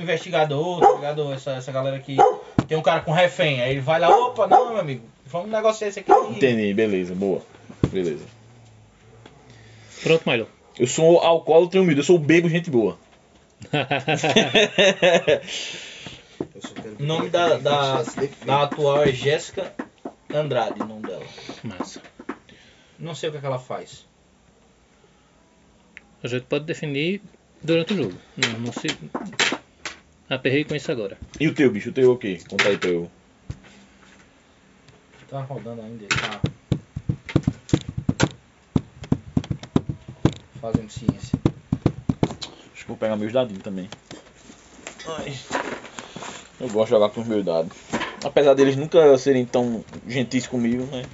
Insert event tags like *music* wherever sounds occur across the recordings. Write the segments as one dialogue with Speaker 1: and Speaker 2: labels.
Speaker 1: investigador, tá ligado? Essa, essa galera que tem um cara com refém. Aí ele vai lá, opa, não, meu amigo, vamos negociar esse aqui.
Speaker 2: Entendi, beleza, boa. Beleza.
Speaker 3: Pronto, Milo.
Speaker 2: Eu sou alcoólatra e humilde, eu sou bebo gente boa.
Speaker 4: Eu só quero
Speaker 1: O
Speaker 4: é
Speaker 1: nome da, da, da atual é Jéssica Andrade, o nome dela.
Speaker 3: Massa.
Speaker 1: Não sei o que, é que ela faz.
Speaker 3: A gente pode definir durante o jogo. Não, não se. Aperrei com isso agora.
Speaker 2: E o teu, bicho? O teu é o quê? Conta aí pra eu.
Speaker 1: Tá rodando ainda, ele tá fazendo ciência.
Speaker 2: Acho que eu vou pegar meus dadinhos também. Eu gosto de jogar com os meus dados. Apesar deles nunca serem tão gentis comigo, né?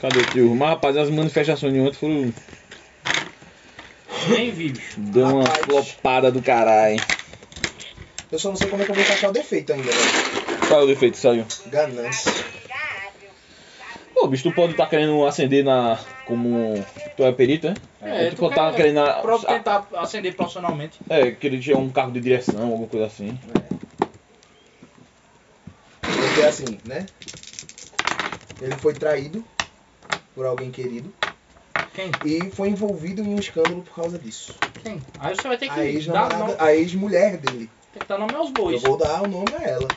Speaker 2: Cadê o trio? Mas rapaz, as manifestações de ontem foram.
Speaker 1: Nem vi, bicho.
Speaker 2: Deu uma
Speaker 4: Rapaz.
Speaker 2: flopada do caralho.
Speaker 4: Eu só não sei como é que eu vou encaixar o defeito ainda, velho.
Speaker 2: Qual é o defeito, saiu?
Speaker 4: Ganância.
Speaker 2: Pô, bicho, tu pode estar querendo acender na. como. Tu é perito, né?
Speaker 1: É,
Speaker 2: tu
Speaker 1: tu
Speaker 2: pode estar
Speaker 1: quer-
Speaker 2: querendo. a-
Speaker 1: Pra tentar acender profissionalmente.
Speaker 2: É, querer tirar um carro de direção, alguma coisa assim.
Speaker 4: Porque assim, né? Ele foi traído por alguém querido
Speaker 1: Quem?
Speaker 4: e foi envolvido em um escândalo por causa disso.
Speaker 1: Quem? Aí você vai ter
Speaker 4: A
Speaker 1: que dar nome.
Speaker 4: ex-namorada, a ex-mulher dele.
Speaker 1: Tem que dar nome aos
Speaker 4: Eu
Speaker 1: bois.
Speaker 4: vou dar o nome a ela.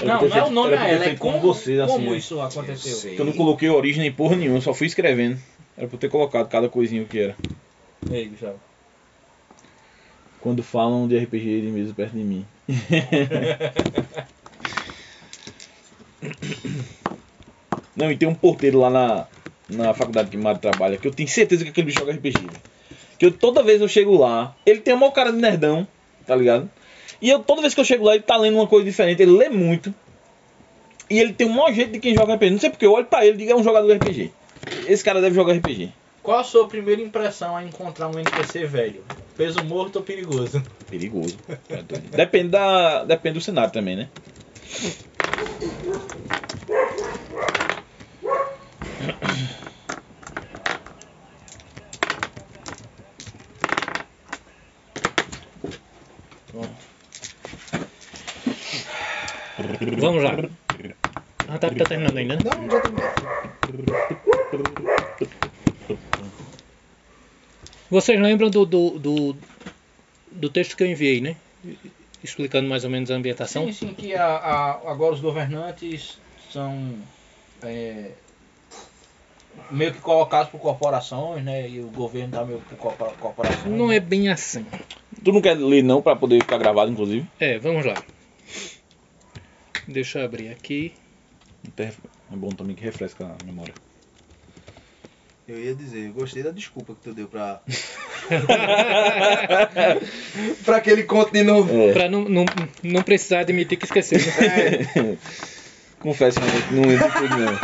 Speaker 2: Era
Speaker 1: Não, não
Speaker 2: pra ter
Speaker 1: é o
Speaker 2: feito-
Speaker 1: nome
Speaker 2: era pra
Speaker 1: a
Speaker 2: ter
Speaker 1: ela, é
Speaker 2: feito
Speaker 1: como,
Speaker 2: com vocês, assim.
Speaker 1: como
Speaker 2: né?
Speaker 1: isso
Speaker 4: Eu
Speaker 1: aconteceu.
Speaker 4: sei.
Speaker 2: Que eu não coloquei origem nem porra nenhuma, só fui escrevendo. Era pra eu ter colocado cada coisinha que era.
Speaker 1: Ei, Gustavo.
Speaker 2: Quando falam de RPG de mesa perto de mim. Não, e tem um porteiro lá na, na faculdade que Mário trabalha, que eu tenho certeza que aquele bicho joga RPG. velho. Que eu toda vez eu chego lá, ele tem uma cara de nerdão, tá ligado? E eu toda vez que eu chego lá, ele tá lendo uma coisa diferente, ele lê muito. E ele tem o maior jeito de quem joga RPG. Não sei porque eu olho pra ele e digo é um jogador de RPG. Esse cara deve jogar RPG.
Speaker 1: Qual a sua primeira impressão ao encontrar um NPC velho? Peso morto ou perigoso?
Speaker 2: Perigoso. É doido. Depende, da, depende do cenário também, né?
Speaker 3: Vamos lá. A TAP tá terminando ainda, né?
Speaker 4: Não, já terminou.
Speaker 3: Vocês lembram do, do, do, do texto que eu enviei, né? Explicando mais ou menos a ambientação.
Speaker 1: Sim, sim, que a- a- agora os governantes são é, meio que colocados por corporações, né? E o governo tá meio que por corpora- corporações. né?
Speaker 3: Não é bem assim.
Speaker 2: Tu não quer ler não pra poder ficar gravado, inclusive?
Speaker 3: É, vamos lá. Deixa eu abrir aqui.
Speaker 2: Até É bom também que refresca a memória.
Speaker 4: Eu ia dizer, eu gostei da desculpa que tu deu pra. *laughs* pra aquele conto de novo.
Speaker 2: É.
Speaker 3: Pra não, não, não precisar admitir que esqueceu. né?
Speaker 1: É.
Speaker 2: Confesso que não- não lembro tudo não.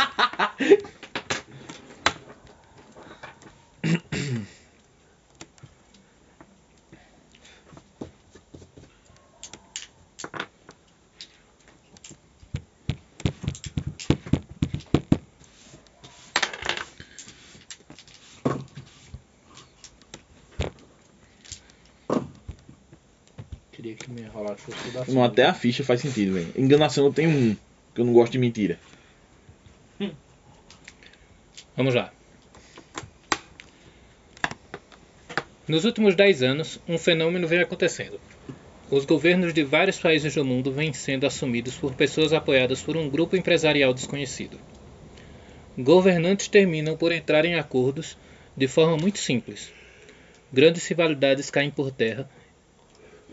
Speaker 1: Queria que me enrolasse fosse tudo assim.
Speaker 2: Não, até a ficha faz sentido, velho. Enganação eu tenho um, que eu não gosto de mentira.
Speaker 3: Vamos lá. Nos últimos 10 anos, um fenômeno vem acontecendo. Os governos de vários países do mundo vêm sendo assumidos por pessoas apoiadas por um grupo empresarial desconhecido. Governantes terminam por entrar em acordos de forma muito simples. Grandes rivalidades caem por terra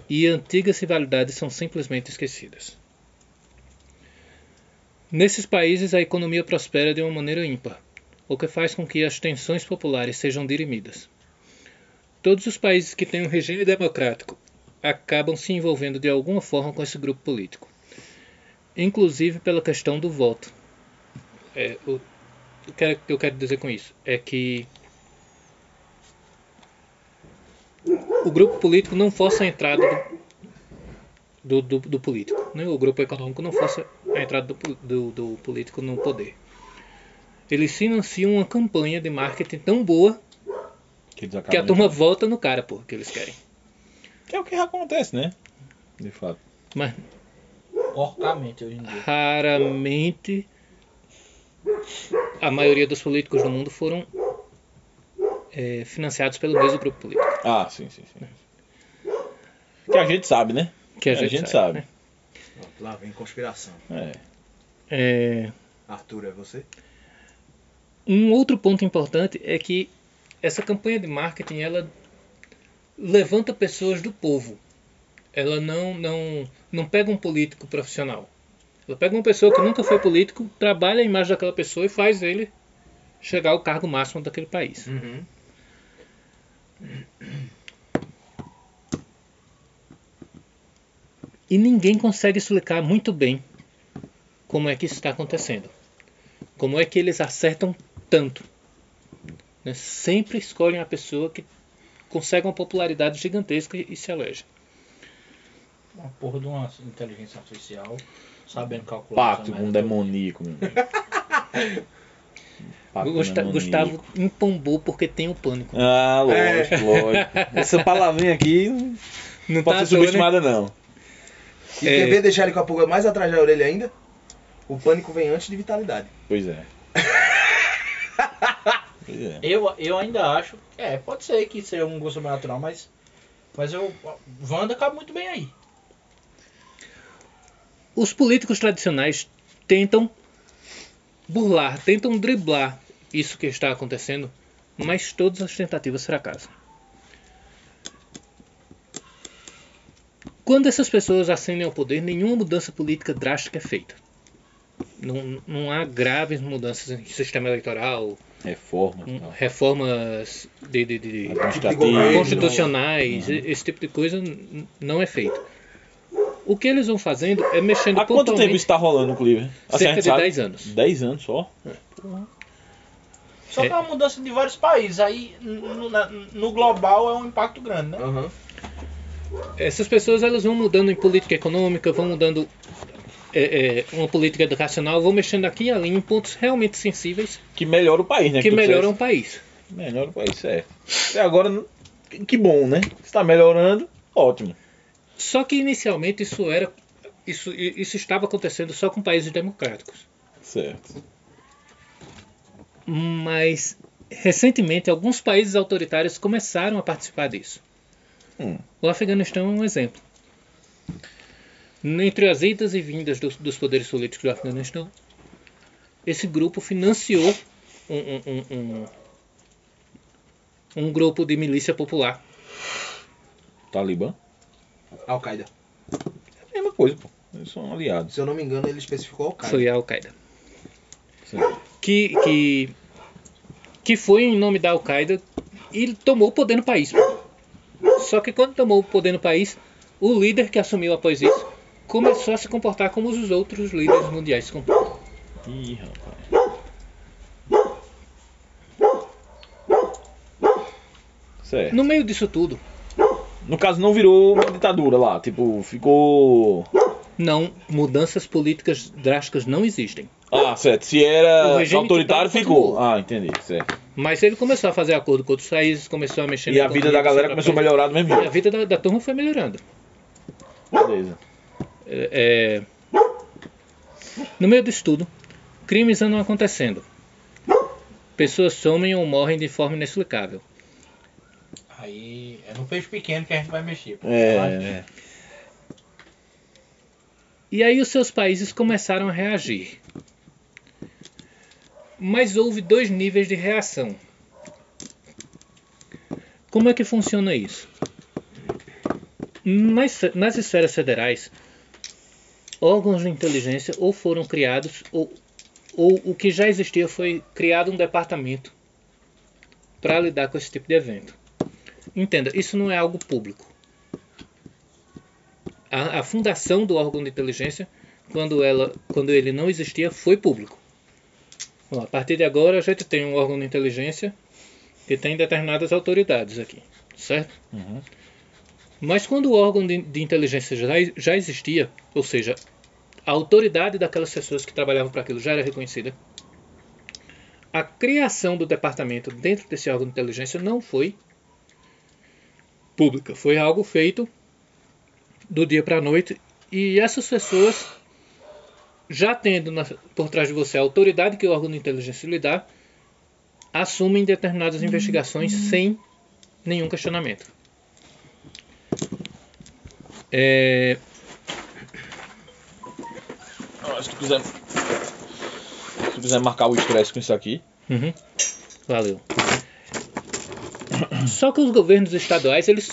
Speaker 3: e antigas rivalidades são simplesmente esquecidas. Nesses países, a economia prospera de uma maneira ímpar o que faz com que as tensões populares sejam dirimidas. Todos os países que têm um regime democrático acabam se envolvendo de alguma forma com esse grupo político, inclusive pela questão do voto. É, o, o que eu quero dizer com isso é que o grupo político não força a entrada do, do, do- do político, nenhum o grupo econômico não força a entrada do, po- do- do político no poder. Eles financiam uma campanha de marketing tão boa
Speaker 2: Que, eles
Speaker 3: que é a
Speaker 2: acabam-
Speaker 3: turma volta no cara, pô, que eles querem.
Speaker 2: Que é o que acontece, né? De fato.
Speaker 3: Mas
Speaker 1: Porcamente hoje em dia.
Speaker 3: raramente a maioria dos políticos do mundo foram eh, financiados pelo mesmo grupo político.
Speaker 2: Ah, sim, sim, sim. Que a gente sabe, né?
Speaker 3: Que a,
Speaker 2: É,
Speaker 3: gente,
Speaker 2: sabe.
Speaker 3: né?
Speaker 4: Pronto, lá vem conspiração.
Speaker 2: É.
Speaker 3: Eh,
Speaker 4: Arthur, é você?
Speaker 3: Um outro ponto importante é que essa campanha de marketing ela levanta pessoas do povo. Ela não não não pega um político profissional. Ela pega uma pessoa que nunca foi político, trabalha a imagem daquela pessoa e faz ele chegar ao cargo máximo daquele país.
Speaker 4: Uhum.
Speaker 3: E ninguém consegue explicar muito bem como é que isso está acontecendo. Como é que eles acertam tanto. né? Sempre escolhem a pessoa que consegue uma popularidade gigantesca e se elege.
Speaker 1: Uma porra de uma inteligência artificial sabendo calcular.
Speaker 2: Pacto
Speaker 1: essa
Speaker 2: com um
Speaker 3: é
Speaker 1: merda.
Speaker 2: demoníaco, meu
Speaker 3: *laughs*
Speaker 2: amigo. Pacto com
Speaker 3: Gusta-
Speaker 2: demoníaco.
Speaker 3: Gustavo empombou porque tem o pânico.
Speaker 2: Ah, lógico,
Speaker 3: *laughs*
Speaker 2: lógico. Essa palavrinha aqui não
Speaker 3: É. Não
Speaker 2: pode
Speaker 3: tá à
Speaker 2: ser
Speaker 3: toa, né?
Speaker 2: subestimada, não.
Speaker 4: E
Speaker 3: É.
Speaker 4: quer ver deixar ele com a pulga mais atrás da orelha ainda? O pânico vem antes de vitalidade.
Speaker 2: Pois é. Pois é.
Speaker 1: Eu, eu ainda acho. É, pode ser que seja um gosto mais natural, mas. Mas eu. Wanda cabe muito bem aí.
Speaker 3: Os políticos tradicionais tentam burlar, tentam driblar isso que está acontecendo, mas todas as tentativas fracassam. Quando essas pessoas ascendem ao poder, nenhuma mudança política drástica é feita. Não, não há graves mudanças em sistema eleitoral,
Speaker 2: Reforma.
Speaker 3: hum,
Speaker 2: tal.
Speaker 3: reformas de- de- de,
Speaker 4: Tipo, Ele
Speaker 2: Administrativo.
Speaker 4: não-
Speaker 3: constitucionais, e- esse tipo de coisa n- não é feito. O que eles vão fazendo é mexendo
Speaker 2: Há quanto tempo
Speaker 3: pontualmente.
Speaker 2: isso tá rolando, Cleaver?
Speaker 3: Cerca de 10
Speaker 2: 10
Speaker 3: anos.
Speaker 2: 10 anos só?
Speaker 1: Só que é uma mudança de vários países. Aí no, na- no global é um impacto grande,
Speaker 2: Ah.
Speaker 1: né?
Speaker 4: Aham.
Speaker 3: Essas pessoas elas vão mudando em política econômica, vão mudando é, é, uma política educacional, vão mexendo aqui e ali em pontos realmente sensíveis
Speaker 2: Que melhora o país, né?
Speaker 3: que
Speaker 2: tu
Speaker 3: melhoram o país.
Speaker 2: disseste. Melhora o país, certo. Até agora, não- que- que bom, né? Se tá melhorando, ótimo.
Speaker 3: Só que inicialmente isso era isso, i- isso estava acontecendo só com países democráticos.
Speaker 2: Certo.
Speaker 3: Mas recentemente alguns países autoritários começaram a participar disso.
Speaker 2: Hum.
Speaker 3: O Afeganistão é um exemplo. Entre as idas e vindas dos, dos poderes políticos do Afeganistão, esse grupo financiou um, um- um- um- um grupo de milícia popular.
Speaker 2: Talibã? é
Speaker 4: Al-Qaeda.
Speaker 2: Mesma coisa, pô. Eles são aliados.
Speaker 4: Se eu não me engano, ele especificou Al-Qaeda.
Speaker 3: Foi a Al-Qaeda.
Speaker 2: Certo.
Speaker 3: Que, que, que foi em nome da Al-Qaeda e tomou o poder no país. Só que quando tomou o poder no país, o líder que assumiu após isso começou a se comportar como os outros líderes mundiais se comportam.
Speaker 2: Ih, rapaz. Certo.
Speaker 3: No meio disso tudo,
Speaker 2: No caso, não virou uma ditadura lá. Tipo, ficou.
Speaker 3: Não, mudanças políticas drásticas não existem.
Speaker 2: Ah, certo. Se
Speaker 3: O
Speaker 2: era
Speaker 3: regime
Speaker 2: autoritário,
Speaker 3: que tava
Speaker 2: ficou.
Speaker 3: continuou.
Speaker 2: Ah, entendi. Certo.
Speaker 3: Mas ele começou a fazer acordo com outros países, começou a mexer
Speaker 2: E
Speaker 3: na
Speaker 2: a vida
Speaker 3: economia
Speaker 2: da
Speaker 3: dos
Speaker 2: galera
Speaker 3: outros
Speaker 2: começou a
Speaker 3: países.
Speaker 2: melhorar do mesmo
Speaker 3: E a
Speaker 2: jeito.
Speaker 3: vida da, da turma foi melhorando.
Speaker 2: Beleza.
Speaker 3: É, é, No meio disso tudo, crimes andam acontecendo. Pessoas somem ou morrem de forma inexplicável.
Speaker 1: Aí é no peixe pequeno que a gente vai mexer. pô.
Speaker 2: É.
Speaker 3: E aí os seus países começaram a reagir. Mas houve dois níveis de reação. Como é que funciona isso? Nas, nas esferas federais, órgãos de inteligência ou foram criados, ou, ou o que já existia foi criado um departamento para lidar com esse tipo de evento. Entenda, isso não é algo público a, a fundação do órgão de inteligência, quando, ela, quando ele não existia, foi público. Bom, a partir de agora, a gente tem um órgão de inteligência que tem determinadas autoridades aqui, certo?
Speaker 2: Uhum.
Speaker 3: Mas quando o órgão de, de inteligência já, já existia, ou seja, a autoridade daquelas pessoas que trabalhavam para aquilo já era reconhecida, a criação do departamento dentro desse órgão de inteligência não foi pública, foi algo feito do dia para a noite e essas pessoas já tendo na- por trás de você a autoridade que o órgão de inteligência lhe dá, assumem determinadas investigações sem nenhum questionamento. É,
Speaker 2: Ah, Se tu quiser. Se tu quiser marcar o estresse com isso aqui.
Speaker 3: Uhum. Valeu. Só que os governos estaduais, eles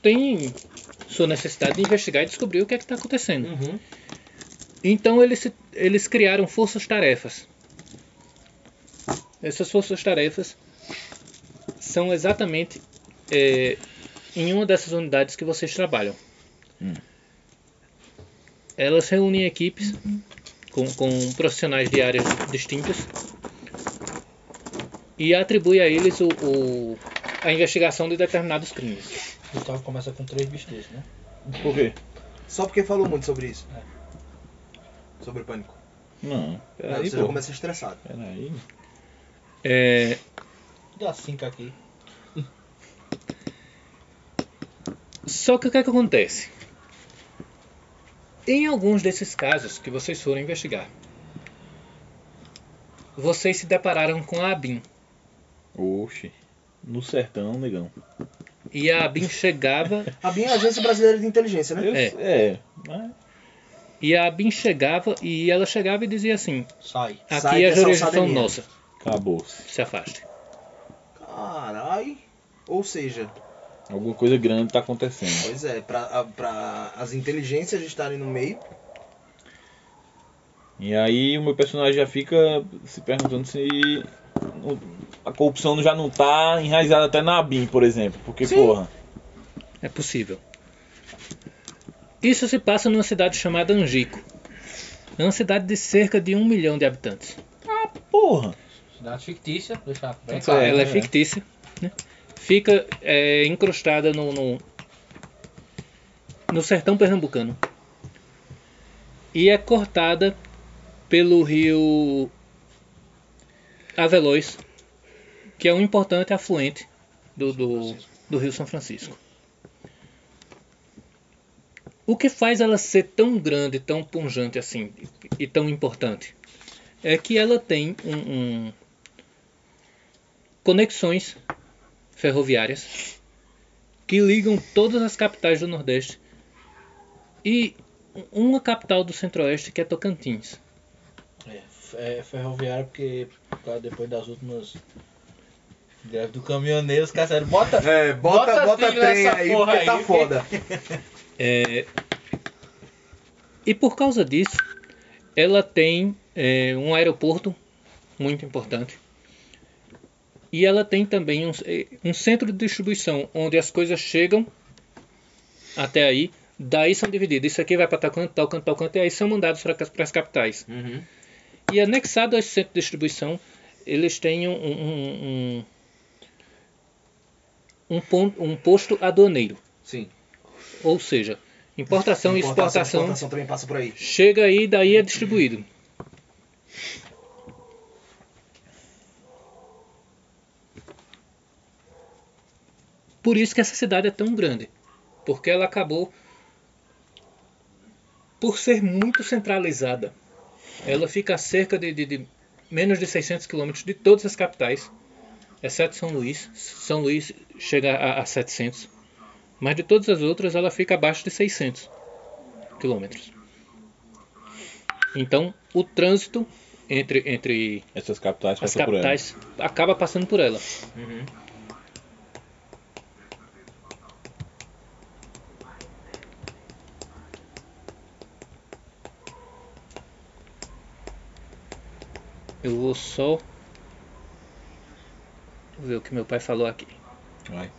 Speaker 3: têm sua necessidade de investigar e descobrir o que é que está acontecendo.
Speaker 1: Uhum.
Speaker 3: Então eles, se- eles criaram forças-tarefas. Essas forças-tarefas são exatamente é, em uma dessas unidades que vocês trabalham. Elas reúnem equipes com, com profissionais de áreas distintas e atribui a eles o, o- a investigação de determinados crimes.
Speaker 1: Gustavo começa com três bichos desses, né?
Speaker 2: Por quê?
Speaker 4: Só porque falou muito sobre isso.
Speaker 1: É.
Speaker 4: Sobre o pânico.
Speaker 2: Não. Peraí,
Speaker 4: Aí, você já
Speaker 2: É, pô.
Speaker 4: começa estressado.
Speaker 2: Peraí.
Speaker 3: É,
Speaker 1: Dá cinco aqui.
Speaker 3: só que o que, é que acontece? Em alguns desses casos que vocês foram investigar, vocês se depararam com a ABIN.
Speaker 2: Oxi. No sertão, negão.
Speaker 3: E a ABIN
Speaker 4: *laughs*
Speaker 3: chegava,
Speaker 4: A BIM é a Agência Brasileira de Inteligência, né?
Speaker 2: Eu- é. mas-
Speaker 3: e a ABIN chegava, e ela chegava e dizia assim,
Speaker 1: Sai.
Speaker 3: aqui
Speaker 4: Sai
Speaker 3: é a
Speaker 4: dessa
Speaker 3: jurisdição
Speaker 4: alçada minha."
Speaker 3: nossa,
Speaker 2: Acabou-se.
Speaker 3: se afaste.
Speaker 4: Carai. Ou seja,
Speaker 2: Alguma coisa grande tá acontecendo.
Speaker 4: pois é, pra, a- pra as inteligências estarem no meio,
Speaker 2: E aí o meu personagem já fica se perguntando se o- a corrupção já não tá enraizada até na BIM, por exemplo. Porque,
Speaker 4: Sim.
Speaker 2: porra.
Speaker 3: É possível. Isso se passa numa cidade chamada Angico. É uma cidade de cerca de um milhão de habitantes.
Speaker 2: Porra.
Speaker 1: Cidade fictícia, deixar bem
Speaker 2: Então,
Speaker 1: claro.
Speaker 2: É,
Speaker 3: Ela é,
Speaker 2: é.
Speaker 3: fictícia. né? Fica é, encrustada no, no, no sertão pernambucano. E é cortada pelo rio Aveloz, que é um importante afluente do, do, do rio São Francisco. O que faz ela ser tão grande, tão punjante assim e e tão importante é que ela tem um- um conexões ferroviárias que ligam todas as capitais do Nordeste e uma capital do Centro-Oeste que é Tocantins.
Speaker 1: É, f- é ferroviária porque por causa depois das últimas greves do caminhoneiro, os caras disseram, bota.
Speaker 4: É, bota, bota,
Speaker 1: trilho
Speaker 4: trem
Speaker 1: nessa
Speaker 4: aí,
Speaker 1: porra
Speaker 4: porque tá
Speaker 1: aí, *laughs*
Speaker 4: foda.
Speaker 3: É, E por causa disso, ela tem é, um aeroporto muito importante. E ela tem também um, eh, um centro de distribuição onde as coisas chegam até aí, daí são divididas. Isso aqui vai para tal canto, tal canto, tal canto, e aí são mandados para as- para as capitais.
Speaker 4: Uhum.
Speaker 3: E anexado a esse centro de distribuição, eles têm um, um, um, um, pon- um posto aduaneiro.
Speaker 4: Sim.
Speaker 3: Ou seja, importação, e Então, exportação,
Speaker 4: exportação também passa por aí.
Speaker 3: chega aí e daí é distribuído. Por isso que essa cidade é tão grande. Porque ela acabou por ser muito centralizada. Ela fica a cerca de, de- de menos de 600 quilômetros de todas as capitais, exceto São Luís. São Luís chega a, a 700. Mas de todas as outras, ela fica abaixo de 600 quilômetros. Então, o trânsito entre, entre
Speaker 2: Essas capitais tá
Speaker 3: as
Speaker 2: passam por ela.
Speaker 3: capitais acaba passando por ela.
Speaker 1: Uhum.
Speaker 3: Eu vou só ver o que meu pai falou aqui.
Speaker 2: Vai.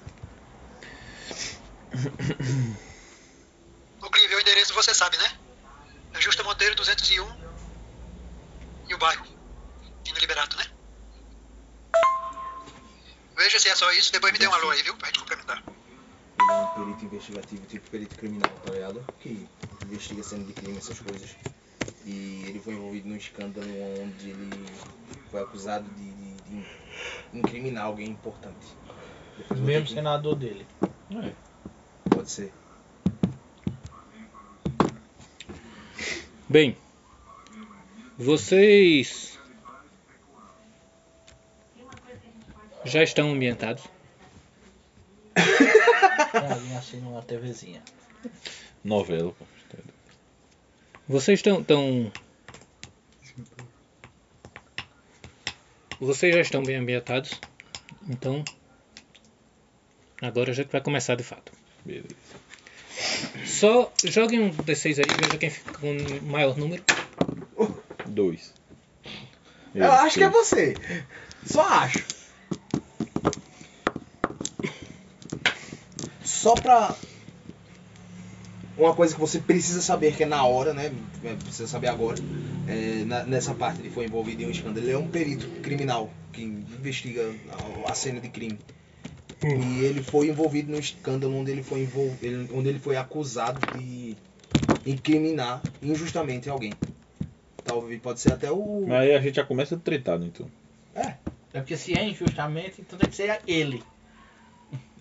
Speaker 5: O Clive, é o endereço você sabe, né? É Justa Monteiro 201 e o bairro. E no Liberato, né? Veja se é só isso, depois me dê um alô aí, viu? Pra gente complementar.
Speaker 4: Ele é um perito em investigativo, tipo perito criminal, tá ligado? Que investiga cena de crime, essas coisas. E ele foi envolvido num escândalo onde ele foi acusado de, de- de incriminar alguém importante. Depois eu vou ter
Speaker 1: Mesmo
Speaker 4: que-
Speaker 1: senador dele.
Speaker 4: Pode ser.
Speaker 3: Bem, vocês já estão ambientados.
Speaker 1: Tem alguém assim numa TVzinha.
Speaker 2: Novela, pô.
Speaker 3: Vocês estão tão... Vocês já estão bem ambientados. Então, agora a gente vai começar de fato.
Speaker 2: Beleza.
Speaker 3: Só joguem um D6 aí, veja quem fica com o maior número.
Speaker 2: Dois.
Speaker 4: Eu acho que é você. Só acho. Só pra. Uma coisa que você precisa saber, que é na hora, né? É, Precisa saber agora. É, na- nessa parte ele foi envolvido em um escândalo. Ele é um perito criminal que investiga a, a cena de crime. E ele foi envolvido num escândalo onde ele foi, envol... ele- onde ele foi acusado de incriminar injustamente alguém. Talvez pode ser até o.
Speaker 2: Mas aí a gente já começa tretado, então.
Speaker 1: É porque se é injustamente, então tem que ser ele.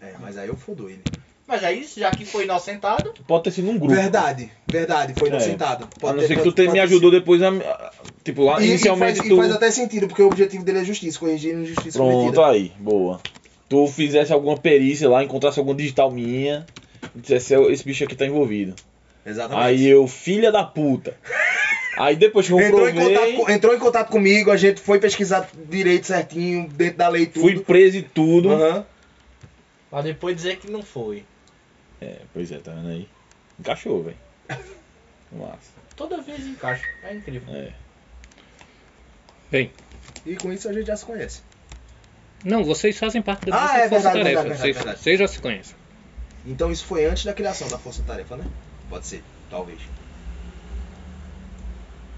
Speaker 4: É, mas aí eu fodo ele.
Speaker 1: Mas aí, já que foi inocentado,
Speaker 2: Pode ter sido um grupo.
Speaker 4: Verdade, verdade, foi
Speaker 2: É.
Speaker 4: inocentado.
Speaker 2: A
Speaker 4: Pode
Speaker 2: não
Speaker 4: ter-
Speaker 2: ser que tu
Speaker 4: pode-
Speaker 2: te-
Speaker 4: pode
Speaker 2: me
Speaker 4: ter
Speaker 2: ajudou depois a. a- Tipo, lá
Speaker 4: sido. E,
Speaker 2: inicialmente
Speaker 4: e, faz,
Speaker 2: tu.
Speaker 4: e faz até sentido, porque o objetivo dele é justiça, corrigir a injustiça
Speaker 2: Pronto,
Speaker 4: cometida.
Speaker 2: aí, boa. Tu fizesse alguma perícia lá, encontrasse algum digital minha, e dissesse, "Eu- esse bicho aqui tá envolvido.
Speaker 4: Exatamente.
Speaker 2: Aí eu, filha da puta. Aí depois que eu
Speaker 4: entrou, em contato,
Speaker 2: provei,
Speaker 4: com- entrou em contato comigo, a gente foi pesquisar direito certinho, dentro da lei e tudo.
Speaker 2: fui preso e tudo.
Speaker 4: Aham.
Speaker 1: pra depois dizer que não foi.
Speaker 2: É, pois é, tá vendo aí? Encaixou,
Speaker 4: *laughs*
Speaker 2: velho. Massa.
Speaker 1: Toda vez encaixa. É incrível.
Speaker 2: É.
Speaker 4: E com isso a gente já se conhece.
Speaker 3: Não, vocês fazem parte da
Speaker 4: Ah,
Speaker 3: mesma
Speaker 4: é
Speaker 3: força
Speaker 4: verdade,
Speaker 3: tarefa.
Speaker 4: verdade,
Speaker 3: vocês,
Speaker 4: verdade.
Speaker 3: vocês já se conhecem.
Speaker 4: Então isso foi antes da criação da Força Tarefa, né? Pode ser, talvez.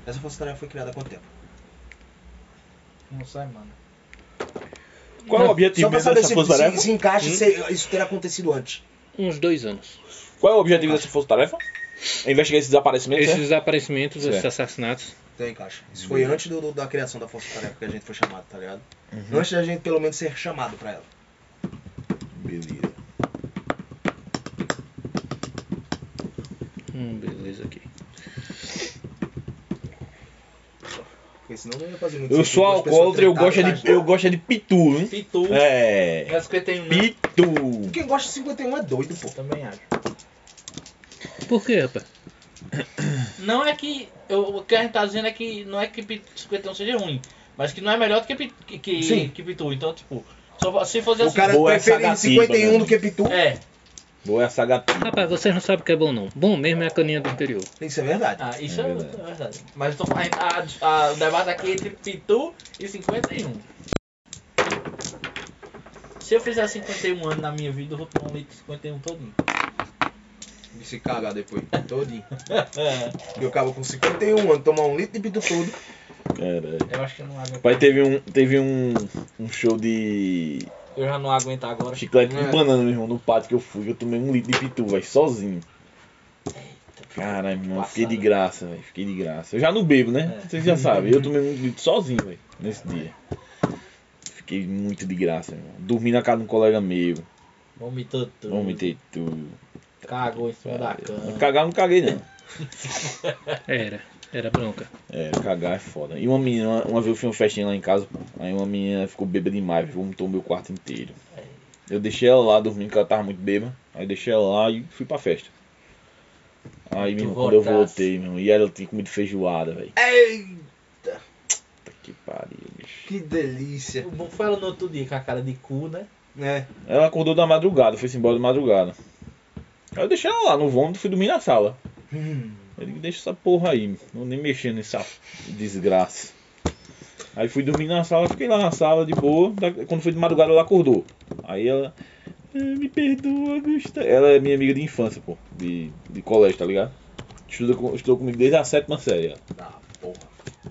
Speaker 4: Essa Força Tarefa foi criada há quanto tempo?
Speaker 1: Não sai, mano.
Speaker 2: Qual é o objetivo
Speaker 4: Só pra
Speaker 2: mesmo
Speaker 4: saber
Speaker 2: dessa
Speaker 4: se,
Speaker 2: força
Speaker 4: se,
Speaker 2: tarefa? Hum?
Speaker 4: se encaixa, se isso ter acontecido antes.
Speaker 3: Uns dois anos.
Speaker 2: Qual é o objetivo dessa força tarefa? É investigar esses desaparecimentos,
Speaker 3: Esses
Speaker 2: né?
Speaker 3: desaparecimentos, esses
Speaker 2: Certo.
Speaker 3: assassinatos.
Speaker 4: Então encaixa. Isso foi antes do- do- da criação da Força Tarefa que a gente foi chamado, tá ligado? Antes da gente pelo menos ser chamado pra ela.
Speaker 2: Beleza.
Speaker 3: Hum, beleza aqui.
Speaker 4: Porque senão não ia fazer muito
Speaker 2: Eu sou
Speaker 4: duas pessoas tá
Speaker 2: alcoólatra e eu gosto é
Speaker 4: tretadas, né?
Speaker 2: de, eu gosto é de pitu, hein?
Speaker 1: Pitu.
Speaker 2: É.
Speaker 1: É 51 não.
Speaker 2: Pitu.
Speaker 4: tá? Quem gosta de 51 é doido, pô.
Speaker 1: Também acho.
Speaker 3: Por quê, rapaz?
Speaker 1: Não é que. eu- o que a gente tá dizendo é que não é que Pit- 51 seja ruim, mas que não é melhor do que, Pit- que, que,
Speaker 4: Sim.
Speaker 1: que Pitu. Então, tipo, só- se fosse
Speaker 4: O
Speaker 1: assim.
Speaker 4: cara
Speaker 2: boa
Speaker 4: prefere
Speaker 2: essa
Speaker 4: 51
Speaker 2: gatiba,
Speaker 4: do que Pitu.
Speaker 1: É.
Speaker 2: Boa essa gatinha.
Speaker 3: Rapaz, vocês não sabem o que é bom, não. Bom mesmo é a caninha do interior.
Speaker 4: Isso é verdade.
Speaker 1: Ah, isso
Speaker 2: É
Speaker 1: é,
Speaker 2: verdade.
Speaker 1: é verdade. Mas eu tô, a, a, a- o debate aqui é entre Pitu e 51. Se eu fizer 51 anos na minha vida, eu vou tomar um litro de 51
Speaker 2: *laughs*
Speaker 1: todinho.
Speaker 4: E se cagar depois, todinho. E eu acabo com 51 anos, tomar um litro de Pitu todo.
Speaker 2: Caralho.
Speaker 1: Eu acho que eu não aguento.
Speaker 2: Pai teve um, teve um, um show de
Speaker 1: Eu já não aguento agora.
Speaker 2: chiclete
Speaker 4: É.
Speaker 2: de banana, meu irmão, no pátio que eu fui. Eu tomei um litro de pitu, velho, sozinho. Caralho, meu irmão, fiquei de graça, velho. Fiquei de graça. Eu já não bebo, né?
Speaker 1: É.
Speaker 2: Vocês já sabem. Eu tomei um litro sozinho, velho, nesse dia. Fiquei muito de graça, meu irmão. Dormi na casa de um colega meu.
Speaker 1: Vomitou tudo.
Speaker 2: Vomitei tudo.
Speaker 1: Cagou em cima da cama.
Speaker 2: Cagar eu não caguei, não.
Speaker 3: Era, era bronca.
Speaker 2: É, cagar é foda. E uma menina, uma, uma vez eu fiz uma festinha lá em casa, pô. aí uma menina ficou bêbada demais, vomitou o meu quarto inteiro. Eu deixei ela lá dormindo, porque ela tava muito bêbada. Aí deixei ela lá e fui pra festa. Aí, meu
Speaker 1: Tu
Speaker 2: irmão, quando eu
Speaker 1: voltasse.
Speaker 2: voltei, meu irmão, e ela tinha comido feijoada, velho.
Speaker 4: Ei,
Speaker 2: Puta que pariu, bicho.
Speaker 4: que delícia.
Speaker 1: O bom foi ela no outro dia com a cara de cu, né?
Speaker 4: Né?
Speaker 2: Ela acordou da madrugada, foi-se embora da madrugada. Aí eu deixei ela lá no vômito, fui dormir na sala.
Speaker 4: Hum.
Speaker 2: Eu digo, deixa essa porra aí, não nem mexer nessa desgraça. Aí fui dormir na sala, fiquei lá na sala de boa. da- Quando foi de madrugada, ela acordou. Aí ela, "Ah, me perdoa, Gustavo. Ela é minha amiga de infância, pô, de, de colégio, tá ligado? Estuda, com- estudou comigo desde a sétima série. ela.
Speaker 4: Ah, *laughs* porra.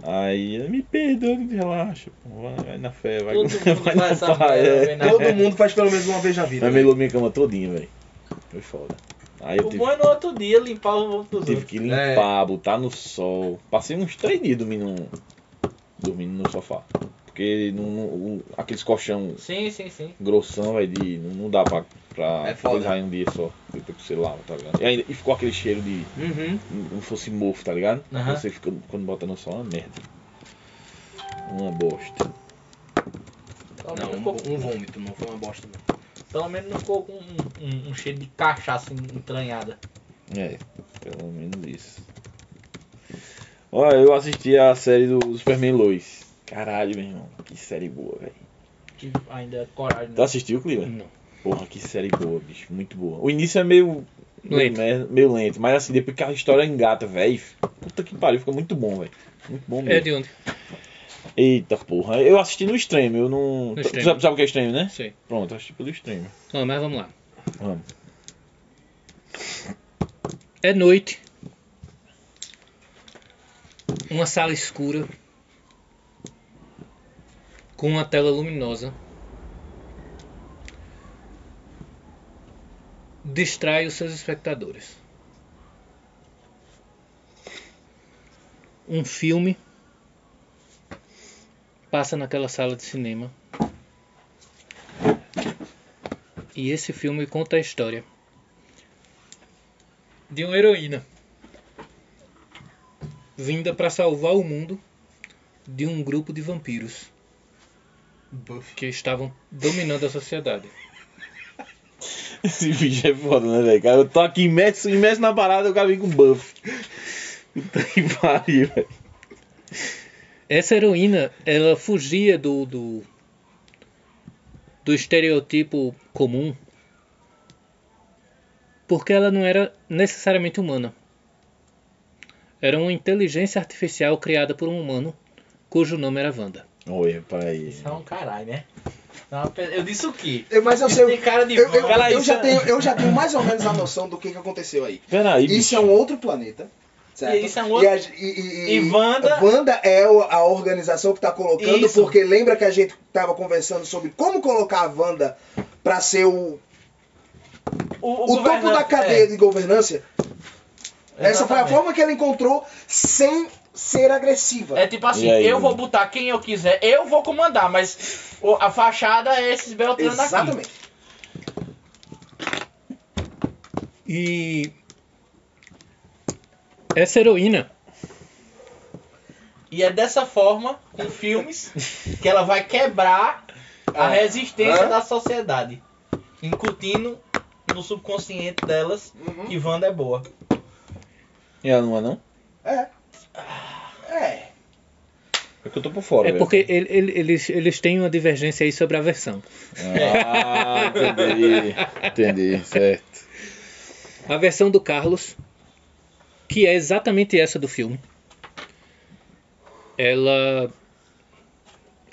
Speaker 2: Aí ela, me perdoa, Gustavo, relaxa, pô, vai, vai na fé, vai, *laughs*
Speaker 1: Todo mundo
Speaker 2: vai
Speaker 1: faz
Speaker 2: na
Speaker 1: essa
Speaker 2: paz.
Speaker 1: merda, né?
Speaker 2: É.
Speaker 1: vem na-
Speaker 4: Todo mundo faz pelo menos uma vez na vida. né?
Speaker 2: Ela melou minha cama todinha, velho. Foi foda. Aí eu
Speaker 1: O
Speaker 2: tive,
Speaker 1: bom é no outro dia limpar o vômito dos
Speaker 2: tive
Speaker 1: outros.
Speaker 2: que limpar, botar no sol. Passei uns três dias dormindo, dormindo no sofá. Porque não, não- o- aqueles colchão
Speaker 1: Sim, sim, sim.
Speaker 2: grossão, velho, de. Não, não dá pra, pra
Speaker 4: É foda.
Speaker 2: coisar em um dia só. Depois que você lava, tá ligado? E, ainda, e ficou aquele cheiro de.
Speaker 4: Uhum.
Speaker 2: Não fosse mofo, tá ligado?
Speaker 1: Aham.
Speaker 2: Você fica quando bota no sol, é uma merda. Uma bosta.
Speaker 1: Pelo
Speaker 4: Não,
Speaker 1: menos não,
Speaker 4: um,
Speaker 1: ficou-
Speaker 4: um vômito, não foi uma bosta. Não.
Speaker 1: pelo menos não ficou com um, um- um cheiro de cachaça entranhada.
Speaker 2: É, pelo menos isso. Olha, eu assisti a série do Superman Lois. Caralho, meu irmão. Que série boa, velho.
Speaker 1: Tive ainda coragem. né?
Speaker 2: Tu assistiu, Clima?
Speaker 3: Não.
Speaker 2: Porra, que série boa, bicho. Muito boa. O início é meio. meio
Speaker 3: Lento.
Speaker 2: mer- Meio lento, mas assim, depois que a história engata, velho. Puta que pariu, fica muito bom, velho. Muito bom
Speaker 3: É
Speaker 2: mesmo.
Speaker 3: de onde?
Speaker 2: Eita porra. Eu assisti no stream, eu não.
Speaker 3: No
Speaker 2: Tu- Tu
Speaker 3: stream.
Speaker 2: sabe, sabe o que é stream, né?
Speaker 3: Sei.
Speaker 2: Pronto, eu assisti pelo stream. *laughs*
Speaker 3: Ah, mas vamos lá.
Speaker 2: Vamos.
Speaker 3: É noite. Uma sala escura. Com uma tela luminosa. Distrai os seus espectadores. Um filme passa naquela sala de cinema. E esse filme conta a história de uma heroína vinda para salvar o mundo de um grupo de vampiros
Speaker 4: Buff.
Speaker 3: que estavam dominando a sociedade.
Speaker 2: Esse bicho é foda, né, velho? Cara, eu tô aqui imerso, imerso na parada, o cara vem com buff. Puta que pariu, velho.
Speaker 3: Essa heroína, ela fugia do do, do estereotipo comum porque ela não era necessariamente humana. Era uma inteligência artificial criada por um humano cujo nome era Wanda.
Speaker 2: Olha, peraí.
Speaker 1: Isso é um caralho, né? É uma pe- Eu disse o quê?
Speaker 4: Eu, mas eu
Speaker 1: Isso
Speaker 4: sei.
Speaker 1: tem cara de
Speaker 4: eu, eu-
Speaker 1: vômito.
Speaker 2: Ela-
Speaker 4: eu já
Speaker 2: isso-
Speaker 4: tenho, eu já tenho mais ou menos a noção do que, que aconteceu aí.
Speaker 2: Peraí,
Speaker 4: Isso
Speaker 2: bicho.
Speaker 4: é um outro planeta. Certo?
Speaker 1: E isso é um outro-
Speaker 4: E, a, e, e,
Speaker 1: E Wanda-
Speaker 4: Wanda é o- a organização que tá colocando,
Speaker 1: Isso.
Speaker 4: porque lembra que a gente tava conversando sobre como colocar a Wanda pra ser o, o topo da
Speaker 1: governante-
Speaker 4: cadeia de governança?
Speaker 1: é,
Speaker 4: Essa foi a
Speaker 1: exatamente.
Speaker 4: forma que ela encontrou sem ser agressiva.
Speaker 1: É tipo assim,
Speaker 2: E aí,
Speaker 1: eu vou
Speaker 2: mano?
Speaker 1: botar quem eu quiser, eu vou comandar, mas o- a fachada é esses beltranos aqui.
Speaker 4: Exatamente.
Speaker 3: E essa heroína,
Speaker 1: E é dessa forma, com filmes, que ela vai quebrar a
Speaker 4: Ah.
Speaker 1: resistência
Speaker 4: Hã?
Speaker 1: da sociedade, incutindo no subconsciente delas
Speaker 4: Uhum.
Speaker 1: que Wanda é boa.
Speaker 2: E ela não é, não?
Speaker 4: É. É.
Speaker 2: É que eu tô por fora,
Speaker 3: é
Speaker 2: velho.
Speaker 3: porque ele- ele- eles, eles têm uma divergência aí sobre a versão.
Speaker 2: Ah,
Speaker 3: *laughs*
Speaker 2: entendi. Entendi, certo.
Speaker 3: A versão do Carlos, que é exatamente essa do filme, ela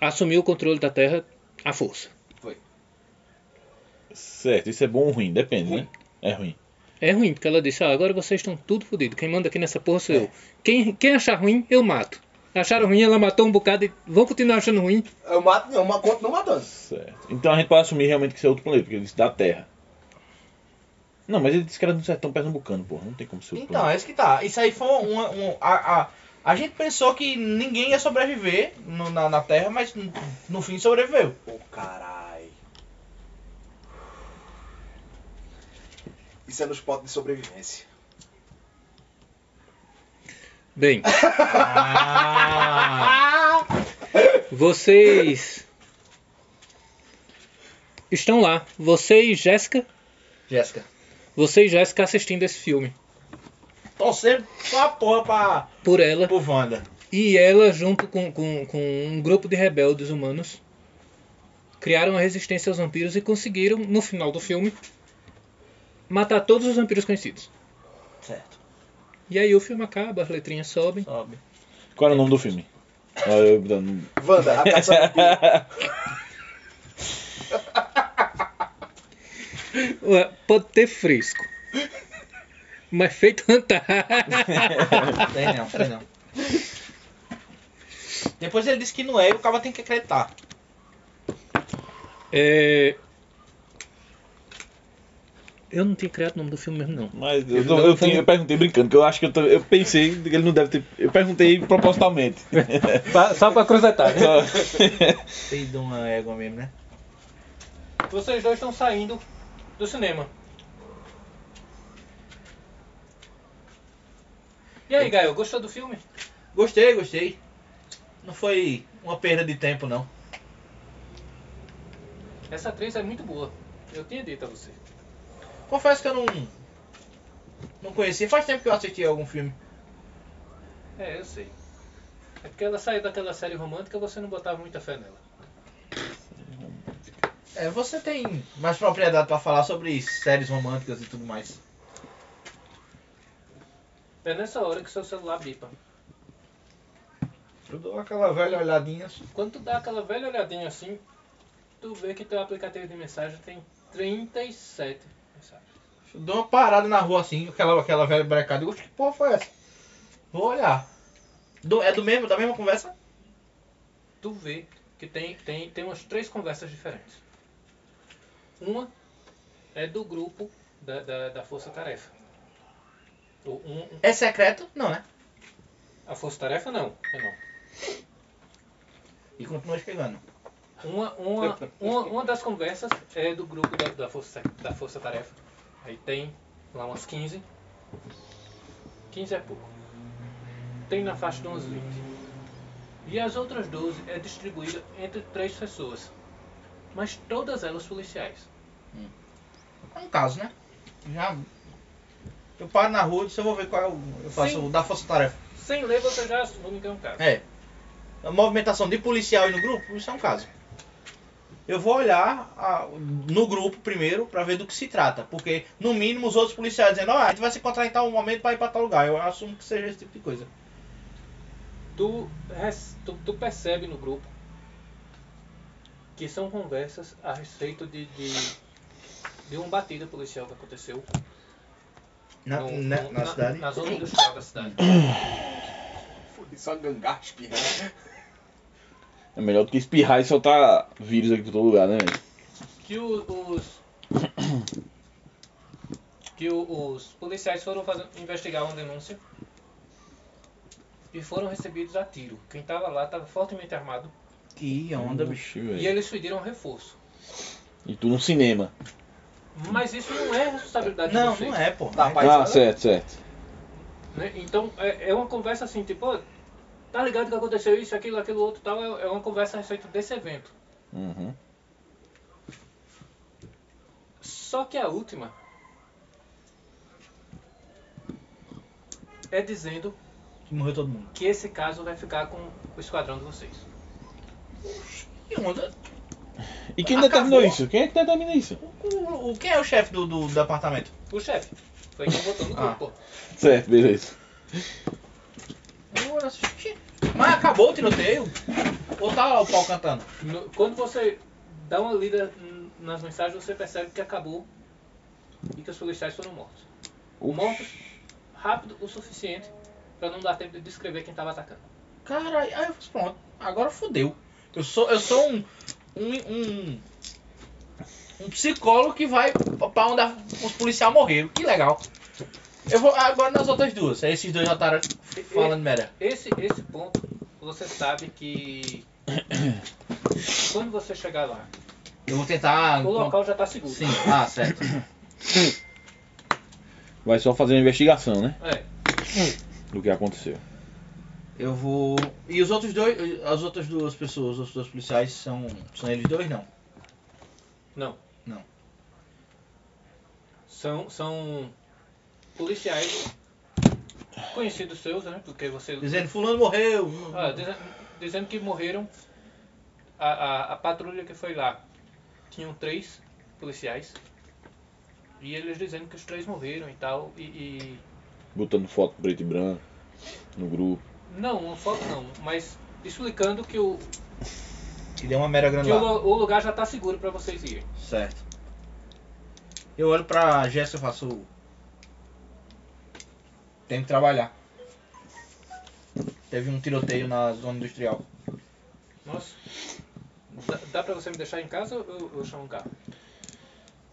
Speaker 3: assumiu o controle da Terra à força.
Speaker 2: Certo, isso é bom ou ruim? Depende, né? É ruim.
Speaker 3: É ruim, porque ela disse, ah, agora vocês estão tudo fodidos. Quem manda aqui nessa porra sou eu. Quem, quem achar ruim, eu mato. Acharam ruim, ela matou um bocado e vão continuar achando ruim.
Speaker 4: Eu mato, não, mas continuo matando.
Speaker 2: Certo. Então a gente pode assumir realmente que isso é outro planeta, porque ele disse da Terra. Não, mas ele disse que era do sertão pernambucano, porra. Não tem como ser outro
Speaker 1: Então,
Speaker 2: planeta.
Speaker 1: é isso que tá. Isso aí foi uma. um- a, a, a gente pensou que ninguém ia sobreviver no- na, na Terra, mas no, no fim sobreviveu.
Speaker 4: Ô, carai. Isso é nos potes de sobrevivência.
Speaker 3: Bem,
Speaker 1: *laughs* Ah,
Speaker 3: Vocês estão lá. Você e Jéssica.
Speaker 1: Jéssica.
Speaker 3: Você e Jéssica assistindo esse filme.
Speaker 1: torcer pra porra pra,
Speaker 3: Por ela.
Speaker 1: pro Wanda.
Speaker 3: E ela, junto com, com, com um grupo de rebeldes humanos, criaram a resistência aos vampiros e conseguiram, no final do filme, matar todos os vampiros conhecidos.
Speaker 1: Certo.
Speaker 3: E aí o filme acaba, as letrinhas sobem.
Speaker 1: Sobe.
Speaker 2: Qual era o nome do filme? Ah, eu- não-
Speaker 4: Wanda, a caça
Speaker 1: *laughs*
Speaker 4: vampiro.
Speaker 3: Ué, Pode ter fresco. Mas feito *laughs* Antártico.
Speaker 1: Tem não, tem não. Depois ele disse que não é e o cara tem que acreditar.
Speaker 3: É...
Speaker 6: Eu não tinha criado o nome do filme mesmo, não.
Speaker 2: Mas eu,
Speaker 6: Ele
Speaker 2: não-
Speaker 6: não
Speaker 2: eu
Speaker 6: foi-
Speaker 2: tinha- eu perguntei brincando, que eu acho que eu, tô- eu pensei que ele não deve ter. Eu perguntei propositalmente.
Speaker 3: Só, só pra cruzetar. né?
Speaker 1: Vocês dão uma égua mesmo, né?
Speaker 3: Vocês dois estão saindo do cinema. E aí, Gael, gostou do filme?
Speaker 1: Gostei, gostei. Não foi uma perda de tempo, não.
Speaker 3: Essa atriz é muito boa. Eu tinha dito a você.
Speaker 1: Confesso que eu não. Não conhecia. Faz tempo que eu assisti algum filme.
Speaker 3: É, eu sei. É porque ela saiu daquela série romântica você não botava muita fé nela.
Speaker 1: É, você tem mais propriedade pra falar sobre séries românticas e tudo mais.
Speaker 3: É nessa hora que seu celular bipa.
Speaker 1: Eu dou aquela velha olhadinha. assim.
Speaker 3: Quando tu dá aquela velha olhadinha assim, tu vê que teu aplicativo de mensagem tem 37 mensagens.
Speaker 1: Eu dou uma parada na rua assim, aquela, aquela velha brecada. Eu gosto que porra foi essa? Vou olhar. Do- é do mesmo, da mesma conversa?
Speaker 3: Tu vê que tem, tem, tem umas três conversas diferentes. Uma é do grupo da, da, da Força Tarefa. O- um-
Speaker 1: É secreto? Não, né?
Speaker 3: a Força Tarefa não, é não.
Speaker 1: E continua chegando.
Speaker 3: Uma, uma, uma, uma das conversas é do grupo da, da, força, da força Tarefa. Aí tem lá umas 15. 15 é pouco. Tem na faixa de umas 20. E as outras 12 é distribuída entre três pessoas. Mas todas elas policiais.
Speaker 1: É um caso, né? Já. Eu paro na rua e disse, eu vou ver qual é o. Eu faço
Speaker 3: Sim.
Speaker 1: o da força tarefa.
Speaker 3: Sem ler você já assume que é um caso.
Speaker 1: É. A movimentação de policial e no grupo, isso é um caso. Eu vou olhar a- no grupo primeiro pra ver do que se trata. Porque, no mínimo, os outros policiais dizendo, ó, a gente vai se encontrar em tal momento pra ir pra tal lugar. Eu assumo que seja esse tipo de coisa.
Speaker 3: Tu, res- tu, tu percebe no grupo que são conversas a respeito de, de, de uma batida policial que aconteceu
Speaker 1: Na,
Speaker 3: no-
Speaker 1: na-
Speaker 3: no-
Speaker 1: na cidade.
Speaker 3: Na zona industrial da cidade.
Speaker 4: Só gangaspe.
Speaker 2: É melhor do que espirrar e soltar vírus aqui por todo lugar, né? velho?
Speaker 3: Que o- os. Que o- os policiais foram fazer- investigar uma denúncia e foram recebidos a tiro. Quem tava lá tava fortemente armado
Speaker 1: Que onda, bicho.
Speaker 2: Oxi,
Speaker 3: e
Speaker 2: velho.
Speaker 3: eles pediram reforço.
Speaker 2: E tu no cinema.
Speaker 3: Mas isso não é responsabilidade de
Speaker 1: Não,
Speaker 3: vocês.
Speaker 1: não é, pô.
Speaker 4: Tá,
Speaker 1: Não é.
Speaker 4: Mas
Speaker 2: Ah,
Speaker 4: olha-
Speaker 2: certo, certo.
Speaker 3: né? Então é, é uma conversa assim, tipo, "Ô, tá ligado que aconteceu isso, aquilo, aquilo outro tal, é, é uma conversa a respeito desse evento.
Speaker 2: Uhum.
Speaker 3: Só que a última é dizendo
Speaker 1: Que morreu todo mundo.
Speaker 3: que esse caso vai ficar com o esquadrão de vocês.
Speaker 1: Que onda?
Speaker 2: E quem
Speaker 1: Acabou.
Speaker 2: determinou isso? Quem é que determina isso?
Speaker 1: O, o- quem é o chefe do, do, do apartamento?
Speaker 3: O chefe. Foi quem botou no
Speaker 1: Ah.
Speaker 3: grupo.
Speaker 2: Certo, beleza.
Speaker 1: Eu olho assim, "Xi, Mas acabou o tiroteio? Ou tá lá o pau cantando?
Speaker 3: No- quando você dá uma lida hum, nas mensagens, você percebe que acabou e que os policiais foram mortos. Mortos rápido o suficiente pra não dar tempo de descrever quem tava atacando.
Speaker 1: Cara, aí eu falei, pronto, agora fodeu. Eu sou, eu sou um, um, um, um psicólogo que vai pra onde a- os policiais morreram. Que legal. Eu vou agora nas outras duas. Aí esses dois otários falando merda.
Speaker 3: Esse, esse ponto, você sabe que *coughs* quando você chegar lá,
Speaker 1: Eu vou tentar...
Speaker 3: o local já tá seguro.
Speaker 1: Ah, então. Sim, ah, certo.
Speaker 2: Vai só fazer uma investigação, né?
Speaker 3: É.
Speaker 2: Do que aconteceu.
Speaker 1: Eu vou... E os outros dois, as outras duas pessoas, os dois policiais, são, são eles dois, não?
Speaker 3: Não.
Speaker 1: Não.
Speaker 3: São, são policiais conhecidos seus, né? Porque você.
Speaker 1: Dizendo, fulano morreu.
Speaker 3: Ah, dize- dizendo que morreram. A, a, a patrulha que foi lá tinham três policiais. E eles dizendo que os três morreram e tal. E. e-
Speaker 2: Botando foto preto e branco no grupo.
Speaker 3: Não, uma foto não, mas explicando que o,
Speaker 1: Que deu uma mera
Speaker 3: que o,
Speaker 1: granular.
Speaker 3: lu- o lugar já tá seguro pra vocês irem.
Speaker 1: Certo. Eu olho pra Jéssica e faço. Tem que trabalhar. Teve um tiroteio na zona industrial.
Speaker 3: Nossa. Dá, dá pra você me deixar em casa ou eu, eu chamo um carro?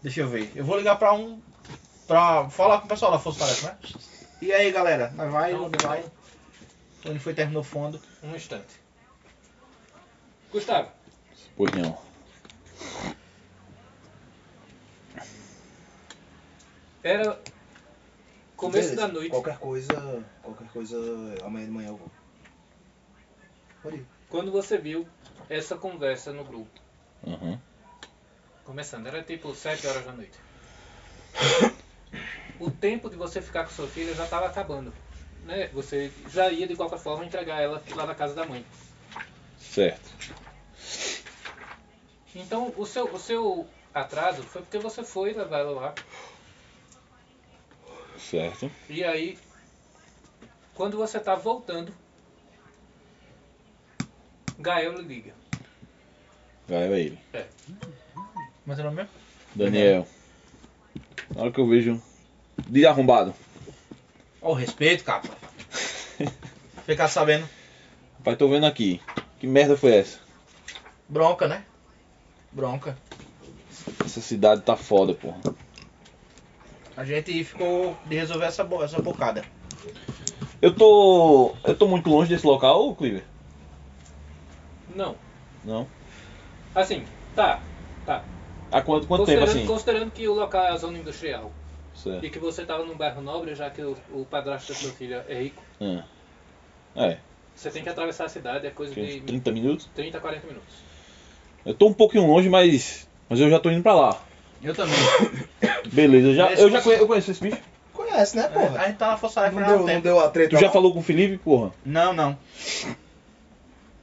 Speaker 1: Deixa eu ver. Eu vou ligar pra um pra falar com o pessoal da Força Tarefa, né? E aí, galera? Nós vai,
Speaker 7: Não,
Speaker 1: não vai? Onde foi terminou o fundo?
Speaker 7: Um instante. Gustavo,
Speaker 2: Pois não.
Speaker 7: era começo
Speaker 4: Beleza.
Speaker 7: da noite.
Speaker 4: Qualquer coisa, qualquer coisa, amanhã de manhã eu vou. Pode ir.
Speaker 7: Quando você viu essa conversa no grupo
Speaker 2: Uhum.
Speaker 7: começando, era tipo 7 horas da noite. O tempo de você ficar com sua filha já estava acabando. Né? Você já ia de qualquer forma entregar ela lá na casa da mãe.
Speaker 2: Certo.
Speaker 7: Então o seu, o seu atraso foi porque você foi levar ela lá.
Speaker 2: Certo.
Speaker 7: E aí, quando você tá voltando, Gael lhe liga.
Speaker 2: Vai, vai ele.
Speaker 1: Mas é o nome mesmo?
Speaker 2: Daniel. Na hora que eu vejo. um De arrombado.
Speaker 1: Ó, o respeito, *laughs* cara. Ficar sabendo.
Speaker 2: Pai, tô vendo aqui. Que merda foi essa?
Speaker 1: Bronca, né? Bronca.
Speaker 2: Essa cidade tá foda, porra.
Speaker 1: A gente ficou de resolver essa, bo- essa bocada.
Speaker 2: Eu tô. Eu tô muito longe desse local, Cleaver?
Speaker 7: Não.
Speaker 2: Não.
Speaker 7: Assim, tá. Tá.
Speaker 2: Há quanto, quanto tempo
Speaker 7: considerando,
Speaker 2: assim?
Speaker 7: considerando que o local é a zona industrial
Speaker 2: Certo.
Speaker 7: e que você tava num bairro nobre, já que o, o padrasto da sua filha é rico,
Speaker 2: Ah. É,
Speaker 7: você tem que atravessar a cidade, é coisa
Speaker 2: acho que
Speaker 7: de
Speaker 2: uns 30 minutos.
Speaker 7: 30, 40 minutos.
Speaker 2: Eu tô um pouquinho longe, mas. Mas eu já tô indo pra lá.
Speaker 1: Eu também.
Speaker 2: Beleza, eu já,
Speaker 1: Esse
Speaker 2: eu já
Speaker 1: você-
Speaker 2: conhe- eu conheço esse bicho.
Speaker 4: Conhece, né,
Speaker 1: a
Speaker 4: porra?
Speaker 1: gente tá na Força Tarefa
Speaker 4: Não
Speaker 1: já há um
Speaker 4: deu, não
Speaker 1: tempo.
Speaker 4: deu a treta.
Speaker 2: Tu já
Speaker 4: não?
Speaker 2: falou com o Felipe, porra?
Speaker 1: Não, não.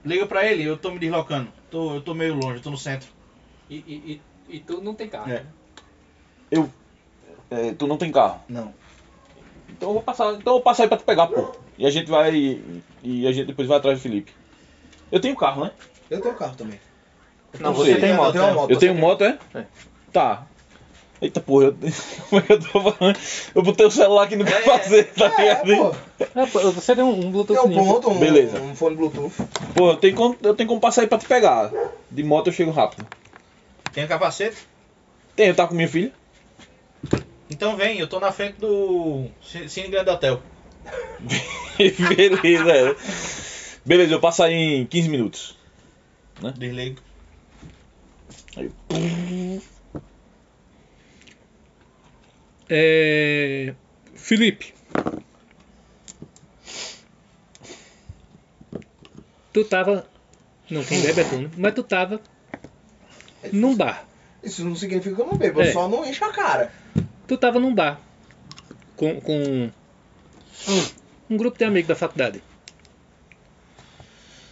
Speaker 1: Liga pra ele, eu tô me deslocando. Tô, eu tô meio longe, eu tô no centro.
Speaker 7: E, e, e, e tu não tem carro. né?
Speaker 1: É.
Speaker 2: É, tu não tem carro.
Speaker 1: Não.
Speaker 2: Então eu vou passar, então eu vou passar aí pra tu pegar, porra. E a gente vai. E a gente depois vai atrás do Felipe. Eu tenho carro, né?
Speaker 4: Eu tenho carro também.
Speaker 2: Não você
Speaker 4: sei,
Speaker 2: tem
Speaker 4: eu
Speaker 2: moto,
Speaker 4: tenho uma
Speaker 2: né? Eu tenho
Speaker 4: você
Speaker 2: moto, é? Tá. Eita porra, eu... *laughs* como é que eu tô falando? Eu botei o celular aqui no que fazer, tá
Speaker 4: tem? É,
Speaker 2: ligado?
Speaker 4: pô.
Speaker 3: você tem um, um Bluetooth
Speaker 4: Tem um
Speaker 3: limpo.
Speaker 4: ponto, um,
Speaker 2: Beleza.
Speaker 4: um fone Bluetooth.
Speaker 2: Pô, eu tenho, como, eu tenho como passar aí pra te pegar. De moto eu chego rápido.
Speaker 1: Tem capacete?
Speaker 2: Tem, eu tá com minha filha? *laughs*
Speaker 1: Então vem, eu tô na frente do Ci- Cine Grande Hotel.
Speaker 2: Beleza, é. Beleza, eu passo aí em 15 minutos.
Speaker 1: Desligo.
Speaker 3: É... Felipe. Tu tava. Não, quem bebe é tu, né? Mas tu tava num bar.
Speaker 4: Isso não significa que eu não bebo,
Speaker 3: É.
Speaker 4: eu só não encho a cara.
Speaker 3: Tu tava num bar com, com um grupo de amigos da faculdade.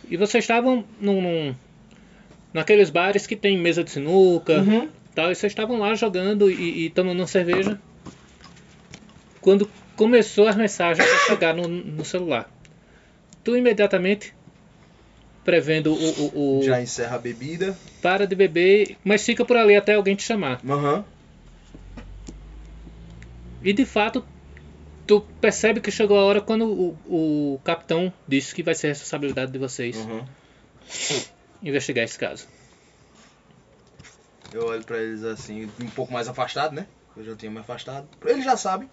Speaker 3: E vocês estavam num, num- naqueles bares que tem mesa de sinuca
Speaker 4: Uhum.
Speaker 3: tal, e vocês estavam lá jogando e, e tomando uma cerveja. Quando começou as mensagens a chegar no, no celular. Tu imediatamente, prevendo o, o- o-
Speaker 4: Já encerra a bebida.
Speaker 3: para de beber, mas fica por ali até alguém te chamar.
Speaker 4: Aham.
Speaker 3: E de fato, tu percebe que chegou a hora quando o, o capitão disse que vai ser responsabilidade de vocês
Speaker 4: Aham.
Speaker 3: investigar esse caso.
Speaker 4: Eu olho pra eles assim, um pouco mais afastado, né? Eu já tinha me afastado. Eles já sabem.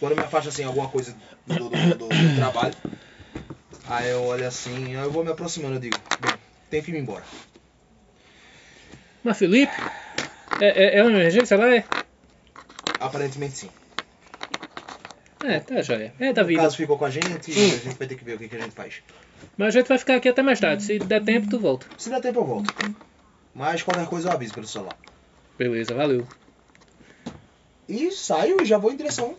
Speaker 4: Quando eu me afasto assim, alguma coisa do, do- do- do trabalho. Aí eu olho assim, aí eu vou me aproximando, eu digo, bem, tem que ir embora.
Speaker 3: Mas Felipe, é, é, é uma emergência lá? É,
Speaker 4: Aparentemente sim.
Speaker 3: é tá joia. É da
Speaker 4: O
Speaker 3: vida.
Speaker 4: caso ficou com a gente, a gente vai ter que ver o que, que a gente faz.
Speaker 3: Mas a gente vai ficar aqui até mais tarde. Se der tempo, tu volta.
Speaker 4: Se der tempo eu volto. Mas qualquer coisa eu aviso pelo celular.
Speaker 3: Beleza, valeu.
Speaker 4: E saio e já vou em direção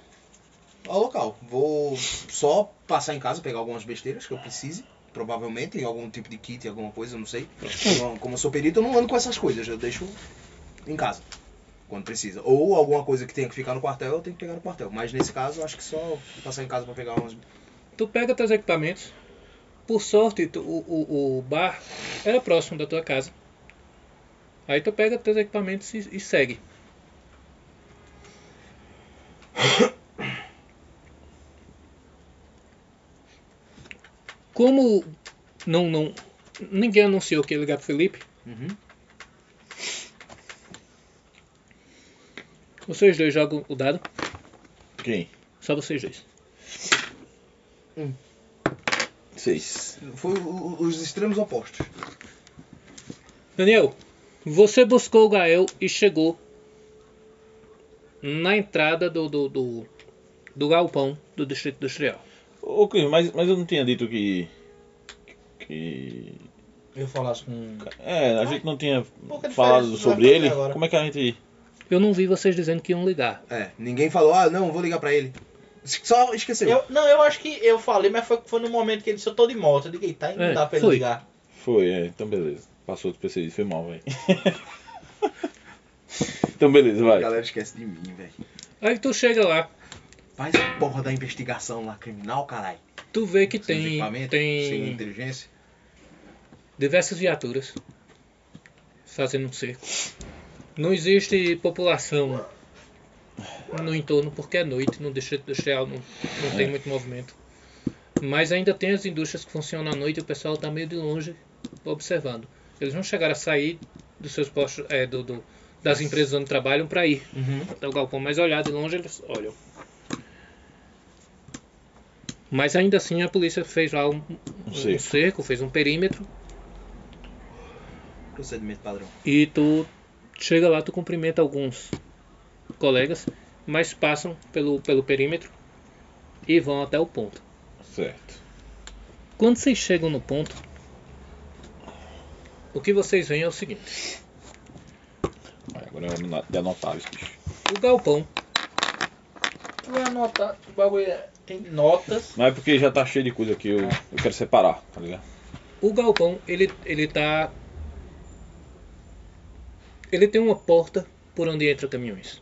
Speaker 4: ao local. Vou só passar em casa, pegar algumas besteiras que eu precise. Provavelmente, algum tipo de kit, alguma coisa, eu não sei. Como- Como eu sou perito, eu não ando com essas coisas. Eu deixo em casa, quando precisa. Ou alguma coisa que tenha que ficar no quartel, eu tenho que pegar no quartel. Mas nesse caso, eu acho que só passar em casa pra pegar umas...
Speaker 3: Tu pega teus equipamentos. Por sorte, tu- o, o, o bar era próximo da tua casa. Aí tu pega teus equipamentos e, e segue. Como não, não, ninguém anunciou que ia ligar pro Felipe,
Speaker 4: Uhum.
Speaker 3: Vocês dois jogam o dado?
Speaker 2: Quem?
Speaker 3: Só vocês dois.
Speaker 2: Seis.
Speaker 4: Foi o- o- os extremos opostos.
Speaker 3: Daniel, você buscou o Gael e chegou na entrada do, do, do, do galpão do Distrito Industrial.
Speaker 2: Ô, Cris, mas, mas eu não tinha dito que. Que.
Speaker 1: Eu assim, "Hum, falasse com.
Speaker 2: É, a gente não tinha
Speaker 1: Por que ele faz
Speaker 2: falado
Speaker 1: isso?
Speaker 2: sobre
Speaker 1: Vai
Speaker 2: ele.
Speaker 1: fazer agora.
Speaker 2: Como é que a gente.
Speaker 3: Eu não vi vocês dizendo que iam ligar.
Speaker 4: É, ninguém falou, ah, não, vou ligar pra ele. Só esqueceu.
Speaker 1: Eu, não, eu acho que eu falei, mas foi, foi no momento que ele disse: Eu tô de moto. Eu digo: Eita, aí não
Speaker 3: É,
Speaker 1: dá pra ele
Speaker 3: foi.
Speaker 1: ligar.
Speaker 2: Foi, é, então beleza. Passou dos PCI, foi mal, velho. então beleza,
Speaker 4: A
Speaker 2: vai.
Speaker 4: galera esquece de mim, velho.
Speaker 3: Aí tu chega lá,
Speaker 4: Faz a porra da investigação lá, criminal, caralho.
Speaker 3: tu vê que
Speaker 4: Sem
Speaker 3: tem,
Speaker 4: equipamento, sem
Speaker 3: tem
Speaker 4: inteligência.
Speaker 3: diversas viaturas fazendo um cerco. Não existe população no entorno porque é noite, no distrito industrial não, não tem muito movimento. Mas ainda tem as indústrias que funcionam à noite e o pessoal tá meio de longe observando. Eles não chegaram a sair dos seus postos, é, do, do- das empresas onde trabalham para ir até o galpão mais olhado, de longe eles olham. Mas ainda assim a polícia fez lá um, um
Speaker 2: cerco.
Speaker 3: cerco, fez um perímetro
Speaker 4: Procedimento padrão.
Speaker 3: e tu chega lá, tu cumprimenta alguns colegas, mas passam pelo, pelo perímetro e vão até o ponto.
Speaker 2: Certo.
Speaker 3: Quando vocês chegam no ponto, o que vocês veem é o seguinte:
Speaker 2: Vai, agora é hora na- de anotar os bichos.
Speaker 3: o galpão,
Speaker 1: Tu vai anotar. O bagulho é- tem notas.
Speaker 2: Mas é porque já tá cheio de coisa aqui, eu, eu quero separar, tá ligado?
Speaker 3: o galpão, ele ele tá ele tem uma porta por onde entra caminhões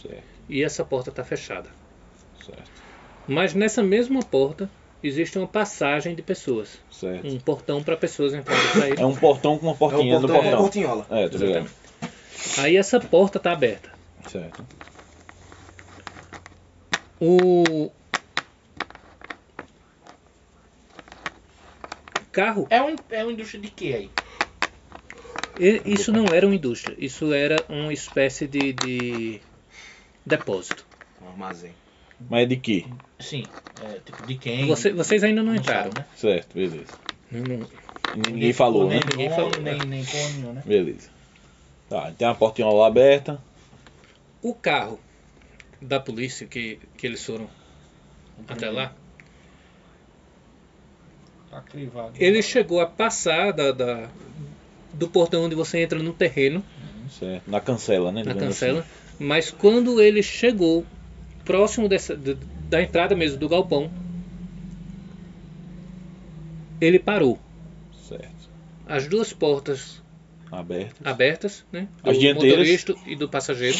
Speaker 2: Certo,
Speaker 3: e essa porta está fechada.
Speaker 2: certo,
Speaker 3: Mas nessa mesma porta existe uma passagem de pessoas,
Speaker 2: certo.
Speaker 3: um portão para pessoas entrarem e saírem.
Speaker 2: É um portão com uma portinha
Speaker 4: é o
Speaker 2: no
Speaker 4: portão, é uma
Speaker 2: portão.
Speaker 4: portinhola.
Speaker 2: É, tá ligado?
Speaker 3: Aí essa porta tá aberta.
Speaker 2: Certo.
Speaker 3: O carro,
Speaker 1: É, um, é uma indústria de quê aí?
Speaker 3: e- isso não era uma indústria, isso era uma espécie de, de depósito.
Speaker 4: Um armazém.
Speaker 2: Mas é de que?
Speaker 1: Sim. É, tipo, de quem?
Speaker 3: Você- vocês ainda não
Speaker 1: Não
Speaker 3: entraram.
Speaker 1: sabe, né?
Speaker 2: Certo, beleza.
Speaker 3: Não- não-
Speaker 2: Ninguém falou, né?
Speaker 1: nem
Speaker 3: Ninguém
Speaker 1: nome,
Speaker 3: falou, né?
Speaker 1: Nem, nem cor nenhum, né?
Speaker 2: Beleza. Tá, tem uma portinha lá aberta.
Speaker 3: O carro da polícia que, que eles foram até lá,
Speaker 1: Tá crivado.
Speaker 3: ele chegou a passar da, da- do portão onde você entra no terreno,
Speaker 2: Certo. Na cancela, né?
Speaker 3: na
Speaker 2: digamos
Speaker 3: cancela, mas quando ele chegou próximo dessa, d- da entrada mesmo do galpão, ele parou.
Speaker 2: assim. Certo.
Speaker 3: as duas portas
Speaker 2: Aberta.
Speaker 3: abertas, né? Do
Speaker 2: As dianteiras.
Speaker 3: motorista e do passageiro.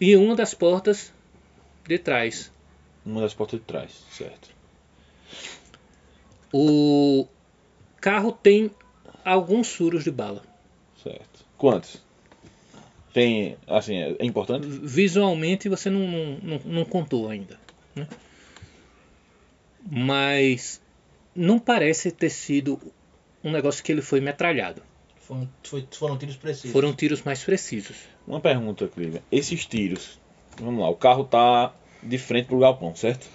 Speaker 3: E uma das portas de trás.
Speaker 2: Uma das portas de trás. Certo.
Speaker 3: O carro tem alguns furos de bala.
Speaker 2: Certo. Quantos? Tem, assim, é importante?
Speaker 3: Visualmente você não, não, não- não contou ainda. né? Mas não parece ter sido um negócio que ele foi metralhado.
Speaker 1: Foram, foi- foram tiros precisos.
Speaker 3: Foram tiros mais precisos.
Speaker 2: Uma pergunta, Cleveland. Esses tiros, vamos lá, o carro tá de frente pro galpão, certo?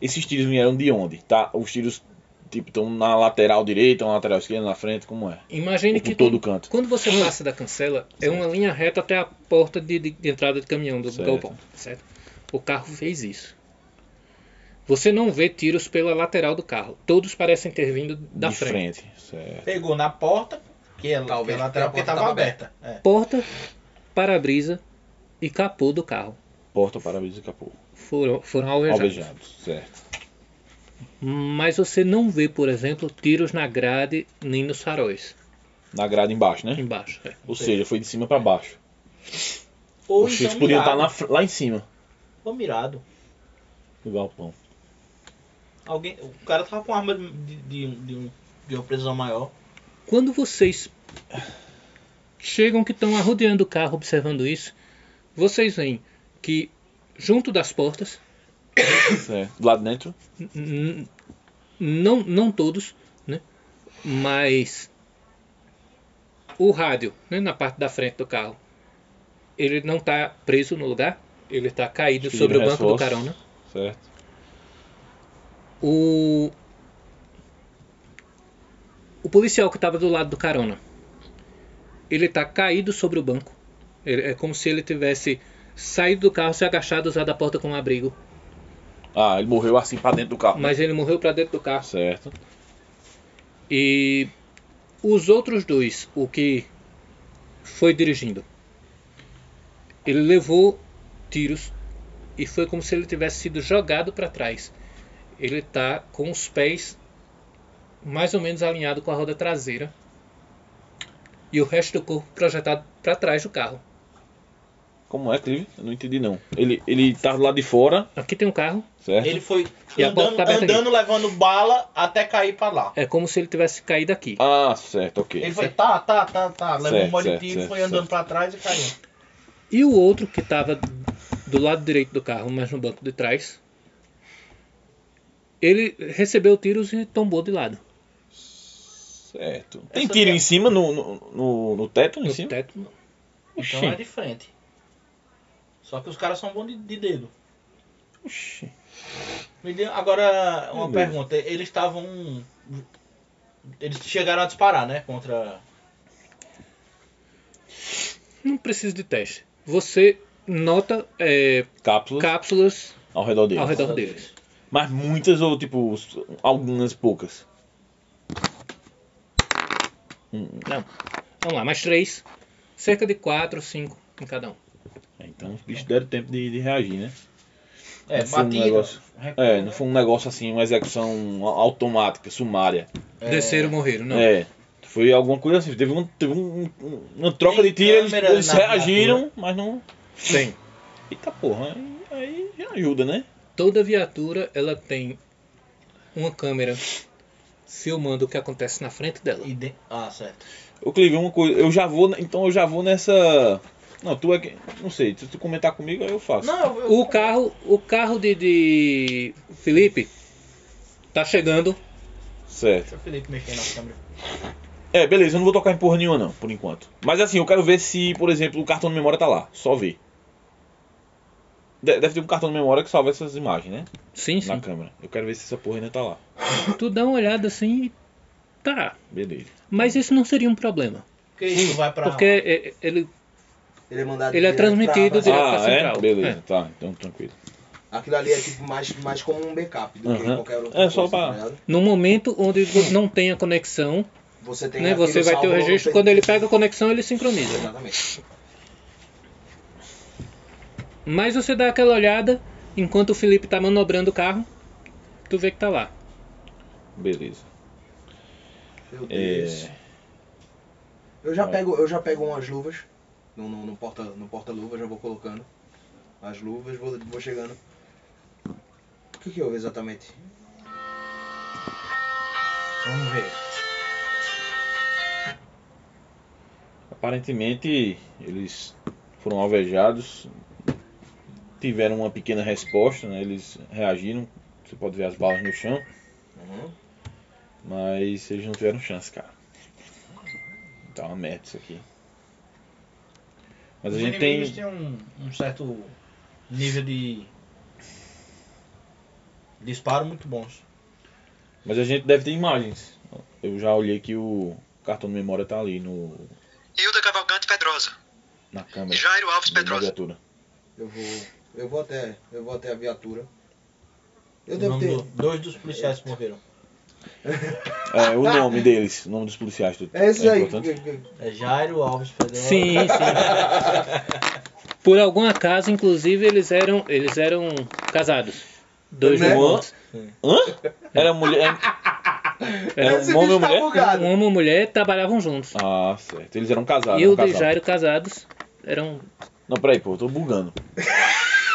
Speaker 2: Esses tiros vieram de onde? Tá, os tiros tipo estão na lateral direita, na lateral esquerda, na frente, como é?
Speaker 3: Imagine
Speaker 2: Ou por
Speaker 3: que
Speaker 2: todo Hum.
Speaker 3: quando,
Speaker 2: canto.
Speaker 3: quando você passa da cancela, é uma linha reta até a porta de, de- de entrada de caminhão do
Speaker 2: Certo.
Speaker 3: galpão, certo? O carro fez isso. Você não vê tiros pela lateral do carro. Todos parecem ter vindo da
Speaker 2: de
Speaker 3: frente.
Speaker 2: frente. certo.
Speaker 1: Pegou na porta, que é
Speaker 4: Talvez
Speaker 1: Talvez que é lateral,
Speaker 4: porque
Speaker 1: porque
Speaker 4: a
Speaker 1: tava
Speaker 4: porta tava
Speaker 1: aberta. É.
Speaker 3: Porta, para-brisa e capô do carro
Speaker 2: Porta, para-brisa e capô.
Speaker 3: foram, foram alvejados.
Speaker 2: Alvejados, certo.
Speaker 3: Mas você não vê, por exemplo, tiros na grade nem nos faróis
Speaker 2: Na grade embaixo, né?
Speaker 3: embaixo. é.
Speaker 2: Ou seja, foi de cima pra baixo.
Speaker 1: Ou
Speaker 2: os tiros
Speaker 1: então
Speaker 2: podiam estar
Speaker 1: mirado.
Speaker 2: tá na fr- lá em cima
Speaker 1: Ou mirado.
Speaker 2: do galpão.
Speaker 1: Alguém, o cara tava com arma de, de, de, um- de uma precisão maior.
Speaker 3: Quando vocês chegam que estão arrodeando o carro observando isso, vocês veem que junto das portas,
Speaker 2: Certo. Lá dentro,
Speaker 3: n- n- não, não todos, né? Mas o rádio, né, na parte da frente do carro, ele não tá preso no lugar, ele tá caído
Speaker 2: Pedindo
Speaker 3: sobre o banco do
Speaker 2: reforços.
Speaker 3: carona.
Speaker 2: Certo.
Speaker 3: O. O policial que tava do lado do carona. Ele tá caído sobre o banco. Ele- é como se ele tivesse saído do carro, se agachado, usado a porta como abrigo.
Speaker 2: Ah, ele morreu assim pra dentro do carro.
Speaker 3: Mas ele morreu pra dentro do carro.
Speaker 2: Certo.
Speaker 3: E os outros dois, o que foi dirigindo, ele levou tiros e foi como se ele tivesse sido jogado para trás. Ele tá com os pés mais ou menos alinhado com a roda traseira e o resto do corpo projetado para trás do carro.
Speaker 2: Como é, Clive? Eu não entendi não. Ele, ele tá do lado de fora,
Speaker 3: Aqui tem um carro,
Speaker 2: certo?
Speaker 1: Ele foi
Speaker 3: E a porta
Speaker 1: andando,
Speaker 3: tá aberta aqui.
Speaker 1: andando, levando bala até cair pra lá.
Speaker 3: é como se ele tivesse caído aqui.
Speaker 2: Ah, certo, ok.
Speaker 1: Ele foi, tá, tá, tá, tá. Levou
Speaker 2: Certo,
Speaker 1: um bode de
Speaker 2: certo,
Speaker 1: tiro,
Speaker 2: certo,
Speaker 1: foi andando
Speaker 2: certo.
Speaker 1: pra trás e caiu.
Speaker 3: E o outro que estava do lado direito do carro, mas no banco de trás, ele recebeu tiros e tombou de lado.
Speaker 2: Certo. Tem
Speaker 1: Essa
Speaker 2: tiro
Speaker 1: é-
Speaker 2: em cima no, no, no, no teto, em
Speaker 3: No
Speaker 2: cima?
Speaker 3: teto, não.
Speaker 2: Oxi.
Speaker 1: Então é de frente. Só que os caras são bons de, de dedo.
Speaker 2: Oxi.
Speaker 1: Me deu- agora, uma
Speaker 2: Meu Deus.
Speaker 1: pergunta. Eles estavam. Eles chegaram a disparar, né? Contra.
Speaker 3: Não precisa de teste. Você nota é,
Speaker 2: Cápsulas
Speaker 3: cápsulas
Speaker 2: ao redor dele.
Speaker 3: ao redor deles.
Speaker 2: Mas muitas ou tipo, s- algumas poucas. Hum,
Speaker 3: Vamos lá, mais três. Cerca de quatro, cinco em cada um.
Speaker 2: Então os bichos deram tempo de, de reagir, né?
Speaker 1: É,
Speaker 2: Não foi um
Speaker 1: batida.
Speaker 2: negócio.
Speaker 1: recuo,
Speaker 2: É,
Speaker 1: né?
Speaker 2: não foi um negócio assim, uma execução a- automática, sumária.
Speaker 3: Desceram, morreram. Não.
Speaker 2: É. Foi alguma coisa assim. Teve, um, teve um- um- uma troca
Speaker 1: Tem
Speaker 2: de tiro, eles,
Speaker 1: câmera
Speaker 2: eles
Speaker 1: na- na
Speaker 2: reagiram, mas não.
Speaker 3: Tem.
Speaker 2: Eita porra, aí, aí já ajuda, né?
Speaker 3: Toda viatura ela tem uma câmera filmando o que acontece na frente dela.
Speaker 1: E de- Ah, certo.
Speaker 2: Ô Clive, uma coisa, eu já vou, então eu já vou nessa. Não, tu é que. Não sei, se tu comentar comigo, aí eu faço.
Speaker 1: Não, eu,
Speaker 3: O carro, o carro de, de Felipe tá chegando.
Speaker 2: Certo.
Speaker 1: Deixa o Felipe mexer na câmera.
Speaker 2: É, beleza, eu não vou tocar em porra nenhuma, não, por enquanto. Mas assim, eu quero ver se, por exemplo, o cartão de memória tá lá. Só ver. De- Deve ter um cartão de memória que salva essas imagens, né?
Speaker 3: Sim,
Speaker 2: Na
Speaker 3: sim.
Speaker 2: câmera. Eu quero ver se essa porra ainda tá lá.
Speaker 3: Tu dá uma olhada assim e tá.
Speaker 2: Beleza.
Speaker 3: Mas isso não seria um problema,
Speaker 1: Porque isso vai pra.
Speaker 3: porque é- é- ele
Speaker 4: Ele é mandado.
Speaker 3: Ele é
Speaker 4: direto
Speaker 3: transmitido
Speaker 4: pra-
Speaker 3: direto pra
Speaker 2: ah, é?
Speaker 3: central.
Speaker 2: Beleza,
Speaker 3: É.
Speaker 2: tá. Então tranquilo.
Speaker 4: Aquilo ali é tipo mais, mais como um backup do que
Speaker 2: Aham.
Speaker 4: qualquer outro. tá
Speaker 2: É, só pra-
Speaker 3: no momento onde não tem a conexão,
Speaker 4: Você tem
Speaker 3: né,
Speaker 4: aquilo
Speaker 3: você vai ter
Speaker 4: salvo
Speaker 3: o
Speaker 4: no-
Speaker 3: registro. Quando ele pega a conexão, ele sincroniza.
Speaker 4: Exatamente.
Speaker 3: Mas você dá aquela olhada enquanto o Felipe tá manobrando o carro, tu vê que tá lá.
Speaker 2: Beleza.
Speaker 4: Meu
Speaker 2: É,
Speaker 4: Deus. Eu já
Speaker 2: Vai.
Speaker 4: pego, eu já pego umas luvas no, no, no porta no porta luvas, já vou colocando as luvas, vou, vou chegando. O que que houve exatamente?
Speaker 1: Vamos ver.
Speaker 2: Aparentemente, eles foram alvejados, tiveram uma pequena resposta, né? eles reagiram. Você pode ver as balas no chão,
Speaker 4: Uhum.
Speaker 2: mas eles não tiveram chance, cara. Tá uma merda isso aqui. Mas a
Speaker 1: Os
Speaker 2: gente
Speaker 1: inimigos
Speaker 2: tem.
Speaker 1: têm um, um certo nível de. Disparo muito bons.
Speaker 2: Mas a gente deve ter imagens. Eu já olhei que o cartão de memória tá ali no,
Speaker 5: Hilda Cavalcante Pedrosa.
Speaker 2: na câmera.
Speaker 5: Jairo Alves
Speaker 2: da
Speaker 5: Pedrosa.
Speaker 2: viatura.
Speaker 4: Eu vou eu vou até eu vou até a viatura. Eu
Speaker 1: O
Speaker 4: devo
Speaker 1: nome
Speaker 4: ter
Speaker 1: do- dois Um dos policiais que morreram.
Speaker 2: É, o nome deles, o nome dos policiais. tu-
Speaker 4: É esse aí.
Speaker 2: importante?
Speaker 1: É Jairo Alves Pedrosa.
Speaker 3: Sim, sim. Por algum acaso, inclusive, eles eram, eles eram casados. Dois
Speaker 4: Né?
Speaker 3: irmãos.
Speaker 2: Hã? Era mulher. Era
Speaker 4: *laughs* Esse
Speaker 2: um homem e
Speaker 4: bicho
Speaker 2: uma
Speaker 4: tá
Speaker 2: mulher?
Speaker 3: Um
Speaker 4: bugado.
Speaker 3: homem e uma mulher trabalhavam juntos.
Speaker 2: Ah, certo. Eles eram casados.
Speaker 3: e o
Speaker 2: eram
Speaker 3: de
Speaker 2: casal.
Speaker 3: Jairo casados eram
Speaker 2: Não, peraí, pô, eu tô bugando. *laughs*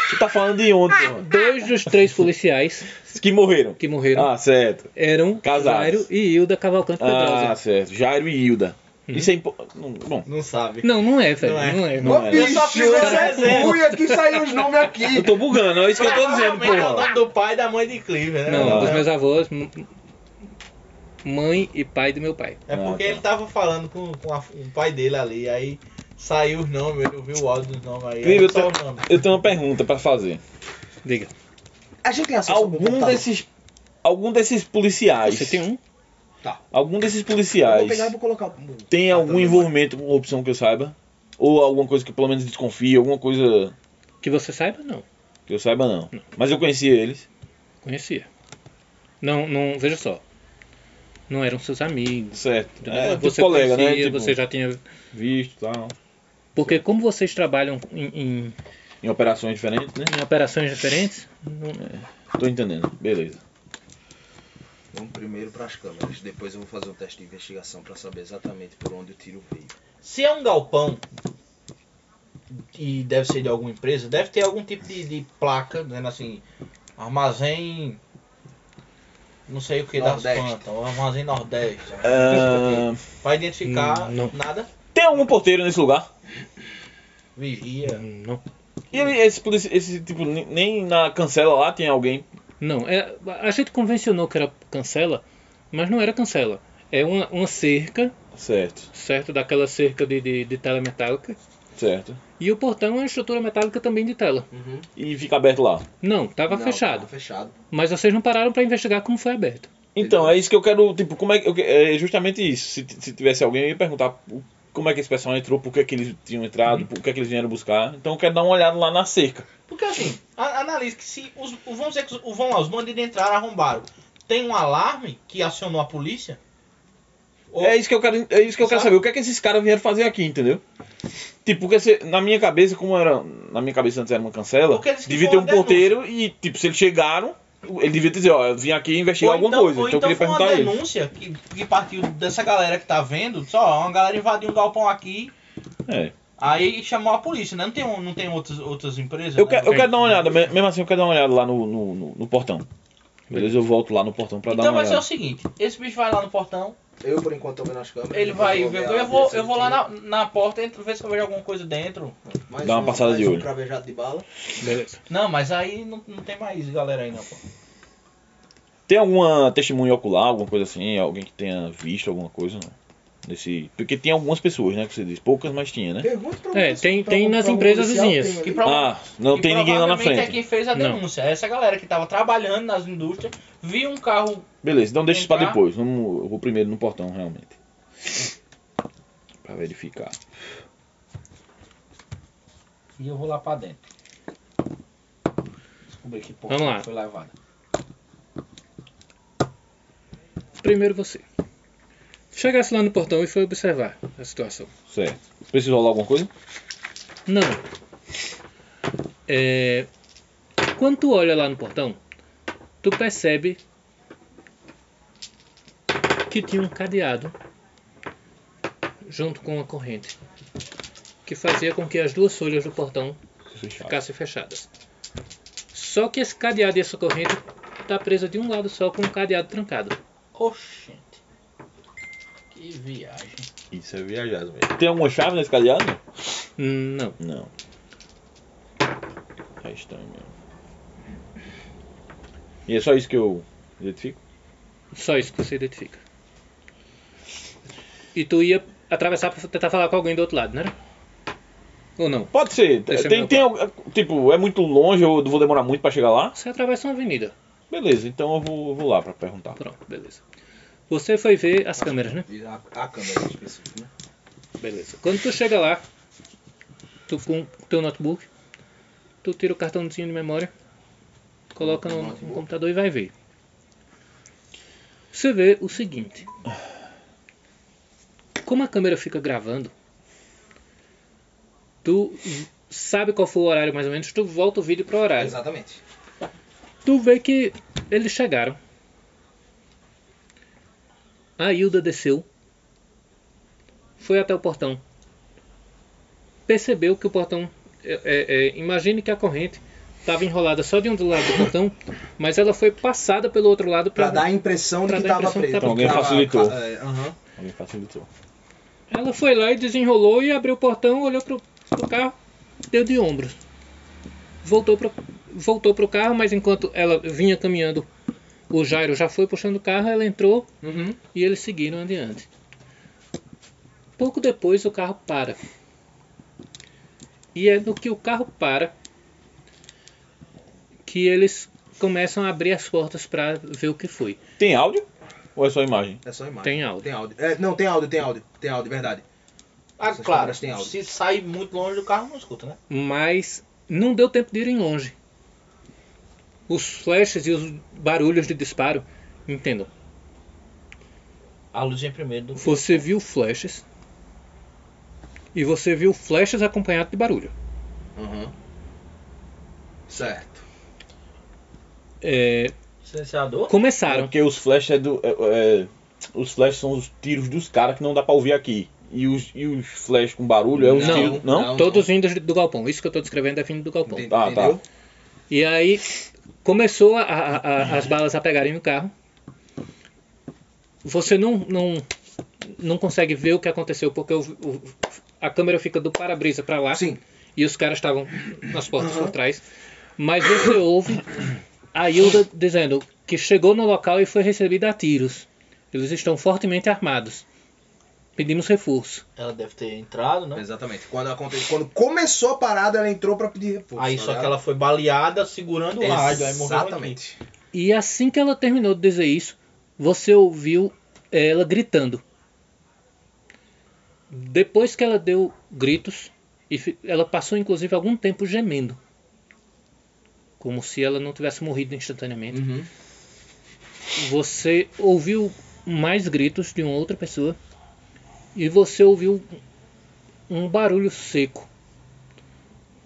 Speaker 2: Tu tá falando de ontem, mano.
Speaker 3: dois dos três policiais
Speaker 2: Que morreram.
Speaker 3: que morreram
Speaker 2: Ah, certo.
Speaker 3: eram
Speaker 2: Casados.
Speaker 3: Jairo e Hilda Cavalcante Pedrosa.
Speaker 2: Ah, certo. Jairo e Hilda.
Speaker 3: Uhum.
Speaker 2: Isso é impo... não, Bom,
Speaker 1: Não sabe.
Speaker 3: Não, não é, velho.
Speaker 1: Não
Speaker 3: Não
Speaker 1: é.
Speaker 3: é. Não é,
Speaker 2: Não
Speaker 4: Ô
Speaker 2: é.
Speaker 4: bicho,
Speaker 1: Eu só fiz essa resenha.
Speaker 4: eu fui aqui saiu os nomes aqui.
Speaker 2: eu tô bugando, é isso que eu tô dizendo,
Speaker 1: Provavelmente é o
Speaker 2: porra.
Speaker 1: nome do pai e da mãe de Cleaver, né?
Speaker 3: Não,
Speaker 2: Não,
Speaker 3: dos
Speaker 2: é.
Speaker 3: meus avós, m- mãe e pai do meu pai.
Speaker 1: É porque
Speaker 2: Ah, tá.
Speaker 1: ele tava falando com, com a- com o pai dele ali, aí Saiu os nomes, eu vi o áudio dos nomes aí. Era
Speaker 2: Incrível, eu,
Speaker 1: só
Speaker 2: tenho-
Speaker 1: o nome.
Speaker 2: eu tenho uma pergunta pra fazer.
Speaker 3: Diga.
Speaker 4: A gente tem acesso ao
Speaker 2: Algum
Speaker 4: computador.
Speaker 2: desses, algum desses policiais,
Speaker 3: um Você tem um?
Speaker 2: algum desses
Speaker 4: Eu
Speaker 2: policiais
Speaker 4: vou pegar e vou colocar.
Speaker 2: tem
Speaker 4: Ah,
Speaker 2: algum
Speaker 4: tá,
Speaker 2: envolvimento com corrupção que eu saiba? Ou alguma coisa que eu pelo menos desconfie, alguma coisa
Speaker 3: Que você saiba, não.
Speaker 2: que eu saiba não. Mas eu conhecia eles.
Speaker 3: Conhecia. Não, não, veja só. Não eram seus amigos.
Speaker 2: Certo.
Speaker 3: entendeu?
Speaker 2: É,
Speaker 3: Mas
Speaker 2: tipo colega, né?
Speaker 3: conhecia,
Speaker 2: Tipo,
Speaker 3: Você já tinha.
Speaker 2: visto e tal.
Speaker 3: Porque como vocês trabalham em, em-
Speaker 2: Em operações diferentes, né?
Speaker 3: em operações diferentes, não-
Speaker 2: Tô entendendo. Beleza.
Speaker 4: Vamos primeiro para as câmeras, depois eu vou fazer um teste de investigação para saber exatamente por onde o tiro veio.
Speaker 1: Se é um galpão e deve ser de alguma empresa, deve ter algum tipo de, de placa, dizendo assim, armazém. Não sei o que das
Speaker 4: Nordeste.
Speaker 1: plantas, ou armazém Nordeste.
Speaker 2: Ah,
Speaker 1: Vai identificar
Speaker 3: Não.
Speaker 1: nada?
Speaker 2: tem algum porteiro nesse lugar?
Speaker 1: Vigia.
Speaker 3: não.
Speaker 2: E ele- esse, polici- esse tipo, nem- nem na cancela lá tem alguém.
Speaker 3: Não, é, a gente convencionou que era cancela, mas não era cancela. É uma, uma cerca,
Speaker 2: Certo,
Speaker 3: certo? Daquela cerca de, de, de tela metálica.
Speaker 2: certo.
Speaker 3: E o portão é uma estrutura metálica também de tela.
Speaker 2: E fica aberto lá.
Speaker 3: Não, tava
Speaker 4: Uhum. Não,
Speaker 3: fechado.
Speaker 4: Tá fechado.
Speaker 3: Mas vocês não pararam pra investigar como foi aberto.
Speaker 2: Então, é isso que eu quero, tipo, como é que. eu que- É justamente isso. Se, t- se tivesse alguém, eu ia perguntar o- como é que esse pessoal entrou, por que, que eles tinham entrado, por que, que eles vieram buscar. Então eu quero dar uma olhada lá na cerca.
Speaker 1: Porque assim, a- analise que se os, o- vamos dizer que os, o- vão lá, os bandidos entraram, arrombaram. Tem um alarme que acionou a polícia? Ou-
Speaker 2: É isso que eu quero, é isso que eu quero
Speaker 1: Sabe?
Speaker 2: saber. O que é que esses caras vieram fazer aqui, entendeu? Tipo, porque se- na minha cabeça, como era. Na minha cabeça antes era uma cancela,
Speaker 1: Porque eles que
Speaker 2: devia ter
Speaker 1: foram
Speaker 2: um
Speaker 1: denúncia.
Speaker 2: porteiro e, tipo, se eles chegaram, ele devia dizer, ó, eu vim aqui investigar alguma coisa.
Speaker 1: ou
Speaker 2: Então, eu queria
Speaker 1: foi
Speaker 2: perguntar a
Speaker 1: uma
Speaker 2: ele.
Speaker 1: denúncia que, que partiu dessa galera que tá vendo, só uma galera invadiu um galpão aqui,
Speaker 2: É.
Speaker 1: aí chamou a polícia, né? Não tem, um- não tem outras, outras empresas?
Speaker 2: Eu,
Speaker 1: né?
Speaker 2: quero, eu quero dar uma olhada, me- mesmo assim eu quero dar uma olhada lá no, no, no- no portão. Beleza, eu volto lá no portão pra dar
Speaker 1: Então
Speaker 2: uma
Speaker 1: vai ser
Speaker 2: olhada.
Speaker 1: o seguinte, esse bicho vai lá no portão,
Speaker 4: Eu, por enquanto, tô vendo as câmeras.
Speaker 1: ele vai
Speaker 4: vou
Speaker 1: ver,
Speaker 4: ver a
Speaker 1: eu vou,
Speaker 4: direção
Speaker 1: eu
Speaker 4: do
Speaker 1: vou lá
Speaker 4: tiro.
Speaker 1: na, na porta, entro, ver se eu vejo alguma coisa dentro.
Speaker 4: Mais
Speaker 2: Dá uma
Speaker 4: um-
Speaker 2: passada
Speaker 4: mais
Speaker 2: de
Speaker 4: um
Speaker 2: olho.
Speaker 4: cravejado de bala.
Speaker 3: Beleza.
Speaker 1: Não, mas aí não, não tem mais galera aí não, pô.
Speaker 2: Tem alguma testemunha ocular, alguma coisa assim, alguém que tenha visto alguma coisa não? nesse. Porque tem algumas pessoas, né? Que você diz, poucas, mas tinha, né?
Speaker 4: Pergunta pra
Speaker 3: É,
Speaker 4: algum-
Speaker 3: tem-
Speaker 4: pra
Speaker 3: tem
Speaker 4: algum-
Speaker 3: nas
Speaker 4: pra algum
Speaker 3: empresas
Speaker 4: policial,
Speaker 3: vizinhas.
Speaker 4: tem ali.
Speaker 1: Que
Speaker 2: Ah, não
Speaker 1: E um
Speaker 2: tem ninguém lá na
Speaker 1: provavelmente é
Speaker 2: frente.
Speaker 1: quem fez a
Speaker 3: Não.
Speaker 1: denúncia. Essa galera que tava trabalhando nas indústrias, viu um carro.
Speaker 2: Beleza, então deixa isso pra
Speaker 1: Entrar.
Speaker 2: depois. Vamos, eu vou primeiro no portão, realmente. Pra verificar.
Speaker 1: E eu vou lá pra dentro. Descobri que porra
Speaker 3: Vamos lá.
Speaker 1: foi levada.
Speaker 3: Primeiro você. Chegasse lá no portão e foi observar a situação.
Speaker 2: Certo. Precisou rolar alguma coisa?
Speaker 3: Não. É, Quando tu olha lá no portão, tu percebe que tinha um cadeado junto com a corrente que fazia com que as duas folhas do portão ficassem fechadas. Só que esse cadeado e essa corrente tá presa de um lado só com o cadeado trancado.
Speaker 1: Oxente. Que viagem.
Speaker 2: Isso é viajado mesmo. Tem alguma chave nesse cadeado?
Speaker 3: Não.
Speaker 2: Não. É estranho mesmo. E é só isso que eu identifico?
Speaker 3: Só isso que você identifica. E tu ia atravessar pra tentar falar com alguém do outro lado, né? Ou não?
Speaker 2: Pode ser.
Speaker 3: Deixa eu
Speaker 2: Tem,
Speaker 3: me
Speaker 2: tem, al- tipo, é muito longe, eu vou demorar muito pra chegar lá?
Speaker 3: Você atravessa uma avenida.
Speaker 2: Beleza, então eu vou, eu vou lá pra perguntar.
Speaker 3: Pronto, beleza. Você foi ver as câmeras, né?
Speaker 4: E A, a câmera em específico, né?
Speaker 3: Beleza. Quando tu chega lá, tu com o teu notebook, tu tira o cartãozinho de memória, coloca no, no computador e vai ver. Você vê o seguinte. Como a câmera fica gravando, tu sabe qual foi o horário mais ou menos, tu volta o vídeo pro horário.
Speaker 4: Exatamente.
Speaker 3: Tu vê que eles chegaram. A Hilda desceu. Foi até o portão. Percebeu que o portão. é, é, é, imagine que a corrente estava enrolada só de um do lado do portão, mas ela foi passada pelo outro lado
Speaker 4: Pra
Speaker 3: para
Speaker 4: dar a impressão de
Speaker 3: pra
Speaker 4: que
Speaker 3: dar a
Speaker 4: tava
Speaker 3: impressão que
Speaker 4: preso.
Speaker 3: tava-
Speaker 2: Alguém
Speaker 4: Tava-
Speaker 2: facilitou.
Speaker 4: ca- é, aham.
Speaker 2: Alguém facilitou.
Speaker 3: Ela foi lá e desenrolou e abriu o portão, olhou pro, pro carro, deu de ombros. Voltou pro, voltou pro carro, mas enquanto ela vinha caminhando, o Jairo já foi puxando o carro, ela entrou e eles seguiram adiante. Pouco depois o carro para. E é no que o carro para que eles começam a abrir as portas para ver o que foi.
Speaker 2: Tem áudio? Ou é só imagem?
Speaker 4: É só imagem.
Speaker 3: Tem áudio.
Speaker 4: Tem áudio. É, não, tem áudio, tem áudio. Tem áudio, verdade.
Speaker 1: Ah,
Speaker 4: Essas
Speaker 1: claro.
Speaker 4: câmeras têm áudio.
Speaker 1: Se sair muito longe do carro, não escuta, né?
Speaker 3: Mas não deu tempo de irem longe. Os flashes e os barulhos de disparo, entendam,
Speaker 1: A luz vem primeiro do
Speaker 3: você viu flashes e você viu flashes acompanhado de barulho.
Speaker 4: Aham. Certo.
Speaker 3: É,
Speaker 1: silenciador.
Speaker 3: começaram.
Speaker 2: Porque os flash é do. é- é- os flash são os tiros dos caras que não dá pra ouvir aqui. E os, e os flash com barulho é os
Speaker 3: Não,
Speaker 2: tiros. Não?
Speaker 3: Todos vindos do galpão. Isso que eu tô descrevendo é vindo do galpão.
Speaker 4: Enten-
Speaker 2: Tá,
Speaker 4: entendeu?
Speaker 3: E aí começou a- a- a- as balas a pegarem no carro. Você não, não, não consegue ver o que aconteceu porque o- o- a câmera fica do para-brisa para lá
Speaker 4: Sim.
Speaker 3: e os caras estavam nas portas por trás. Mas você ouve a Hilda dizendo que chegou no local e foi recebida a tiros. Eles estão fortemente armados. Pedimos reforço.
Speaker 1: Ela deve ter entrado, né?
Speaker 4: Exatamente. Quando, aconte- quando começou a parada, ela entrou pra pedir reforço.
Speaker 1: Aí
Speaker 4: tá
Speaker 1: só que
Speaker 4: ligado?
Speaker 1: ela foi baleada segurando o rádio, aí morreu. um aqui.
Speaker 4: Exatamente.
Speaker 3: E assim que ela terminou de dizer isso, você ouviu ela gritando. Depois que ela deu gritos, e fi- ela passou inclusive algum tempo gemendo. Como se ela não tivesse morrido instantaneamente.
Speaker 4: Uhum.
Speaker 3: Você ouviu mais gritos de uma outra pessoa. E você ouviu um barulho seco.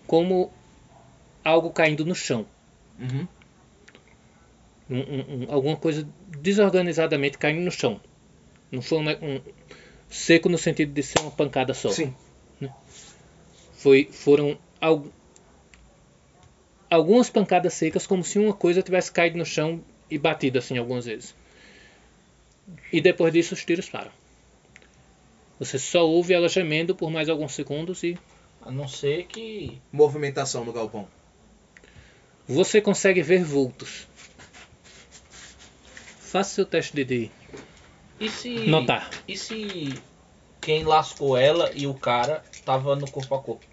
Speaker 3: Como algo caindo no chão.
Speaker 4: Uhum.
Speaker 3: um- um- um- alguma coisa desorganizadamente caindo no chão. Não foi um, ne- um- seco no sentido de ser uma pancada só.
Speaker 4: Sim.
Speaker 3: Foi, foram al- algumas pancadas secas, como se uma coisa tivesse caído no chão e batido assim algumas vezes. E depois disso os tiros param. Você só ouve ela gemendo por mais alguns segundos e
Speaker 1: A não ser que.
Speaker 4: Movimentação no galpão.
Speaker 3: você consegue ver vultos. Faça seu teste de- de
Speaker 1: E se.
Speaker 2: tá.
Speaker 3: notar.
Speaker 1: E se quem lascou ela e o cara tava no corpo a corpo?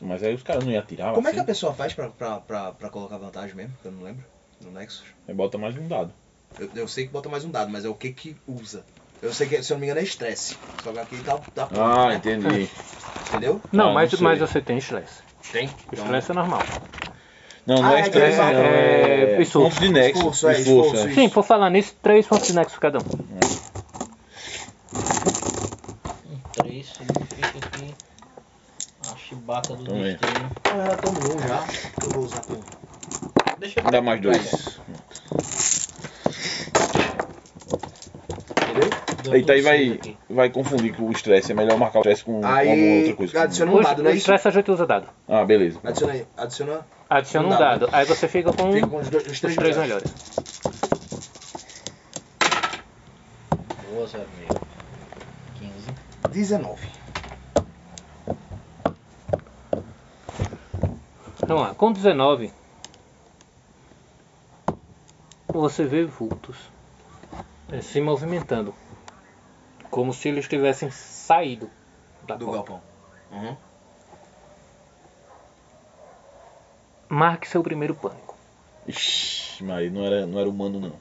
Speaker 2: Mas aí os caras não iam atirar.
Speaker 4: Como é
Speaker 2: assim.
Speaker 4: que a pessoa faz pra, pra, pra, pra colocar vantagem mesmo? Eu não lembro. No Nexus.
Speaker 2: Aí Bota mais um dado.
Speaker 4: Eu, eu sei que bota mais um dado, mas é o que que usa. Eu sei que, se eu não me engano, é estresse. Só que aqui dá, dá
Speaker 2: Ah,
Speaker 4: né?
Speaker 2: entendi.
Speaker 4: Entendeu?
Speaker 2: Não, Ah, mas- não sei. mas
Speaker 3: você tem stress.
Speaker 4: Tem. Então.
Speaker 3: Stress é normal.
Speaker 2: Não, não
Speaker 4: Ah,
Speaker 2: é
Speaker 4: é
Speaker 2: estresse,
Speaker 4: aquele-
Speaker 2: não.
Speaker 3: é-
Speaker 2: É.
Speaker 3: isso.
Speaker 2: Pontos de nexo.
Speaker 4: Esforço, é,
Speaker 2: esforço,
Speaker 4: esforço,
Speaker 2: é.
Speaker 3: Sim, por falar nisso, três pontos de nexo cada um.
Speaker 1: Três significa que. A chibata do
Speaker 2: Toma aí.
Speaker 1: destino.
Speaker 4: Então ela tomou um já. Eu vou usar um. por.
Speaker 1: Deixa eu
Speaker 2: Dá mais dois.
Speaker 4: Entendeu?
Speaker 1: Deu
Speaker 2: Eita, aí
Speaker 1: tudo certo
Speaker 2: vai,
Speaker 1: aqui.
Speaker 2: vai confundir com o estresse. É melhor marcar o estresse com alguma
Speaker 4: Aí
Speaker 2: outra coisa.
Speaker 4: adiciona um
Speaker 3: Hoje,
Speaker 4: dado, não é
Speaker 3: o
Speaker 4: isso?
Speaker 3: stress a gente usa dado.
Speaker 2: Ah, beleza.
Speaker 4: Adiciona aí. Adiciona.
Speaker 3: Adiciona
Speaker 4: Um
Speaker 3: um
Speaker 4: dado.
Speaker 3: dado. Aí você fica com um
Speaker 4: Fica com os, dois, os
Speaker 3: Hum. os
Speaker 4: três,
Speaker 3: três
Speaker 4: melhores.
Speaker 3: melhores.
Speaker 1: Boa, Zé Miguel. 15.
Speaker 4: 19.
Speaker 3: Vamos lá, Então, com 19. Você vê vultos eh, se movimentando. Como se eles tivessem saído da
Speaker 4: Do
Speaker 3: porta.
Speaker 4: galpão. Uhum.
Speaker 3: Marque seu primeiro pânico.
Speaker 2: Ixi, Maria, não era, não era humano, não.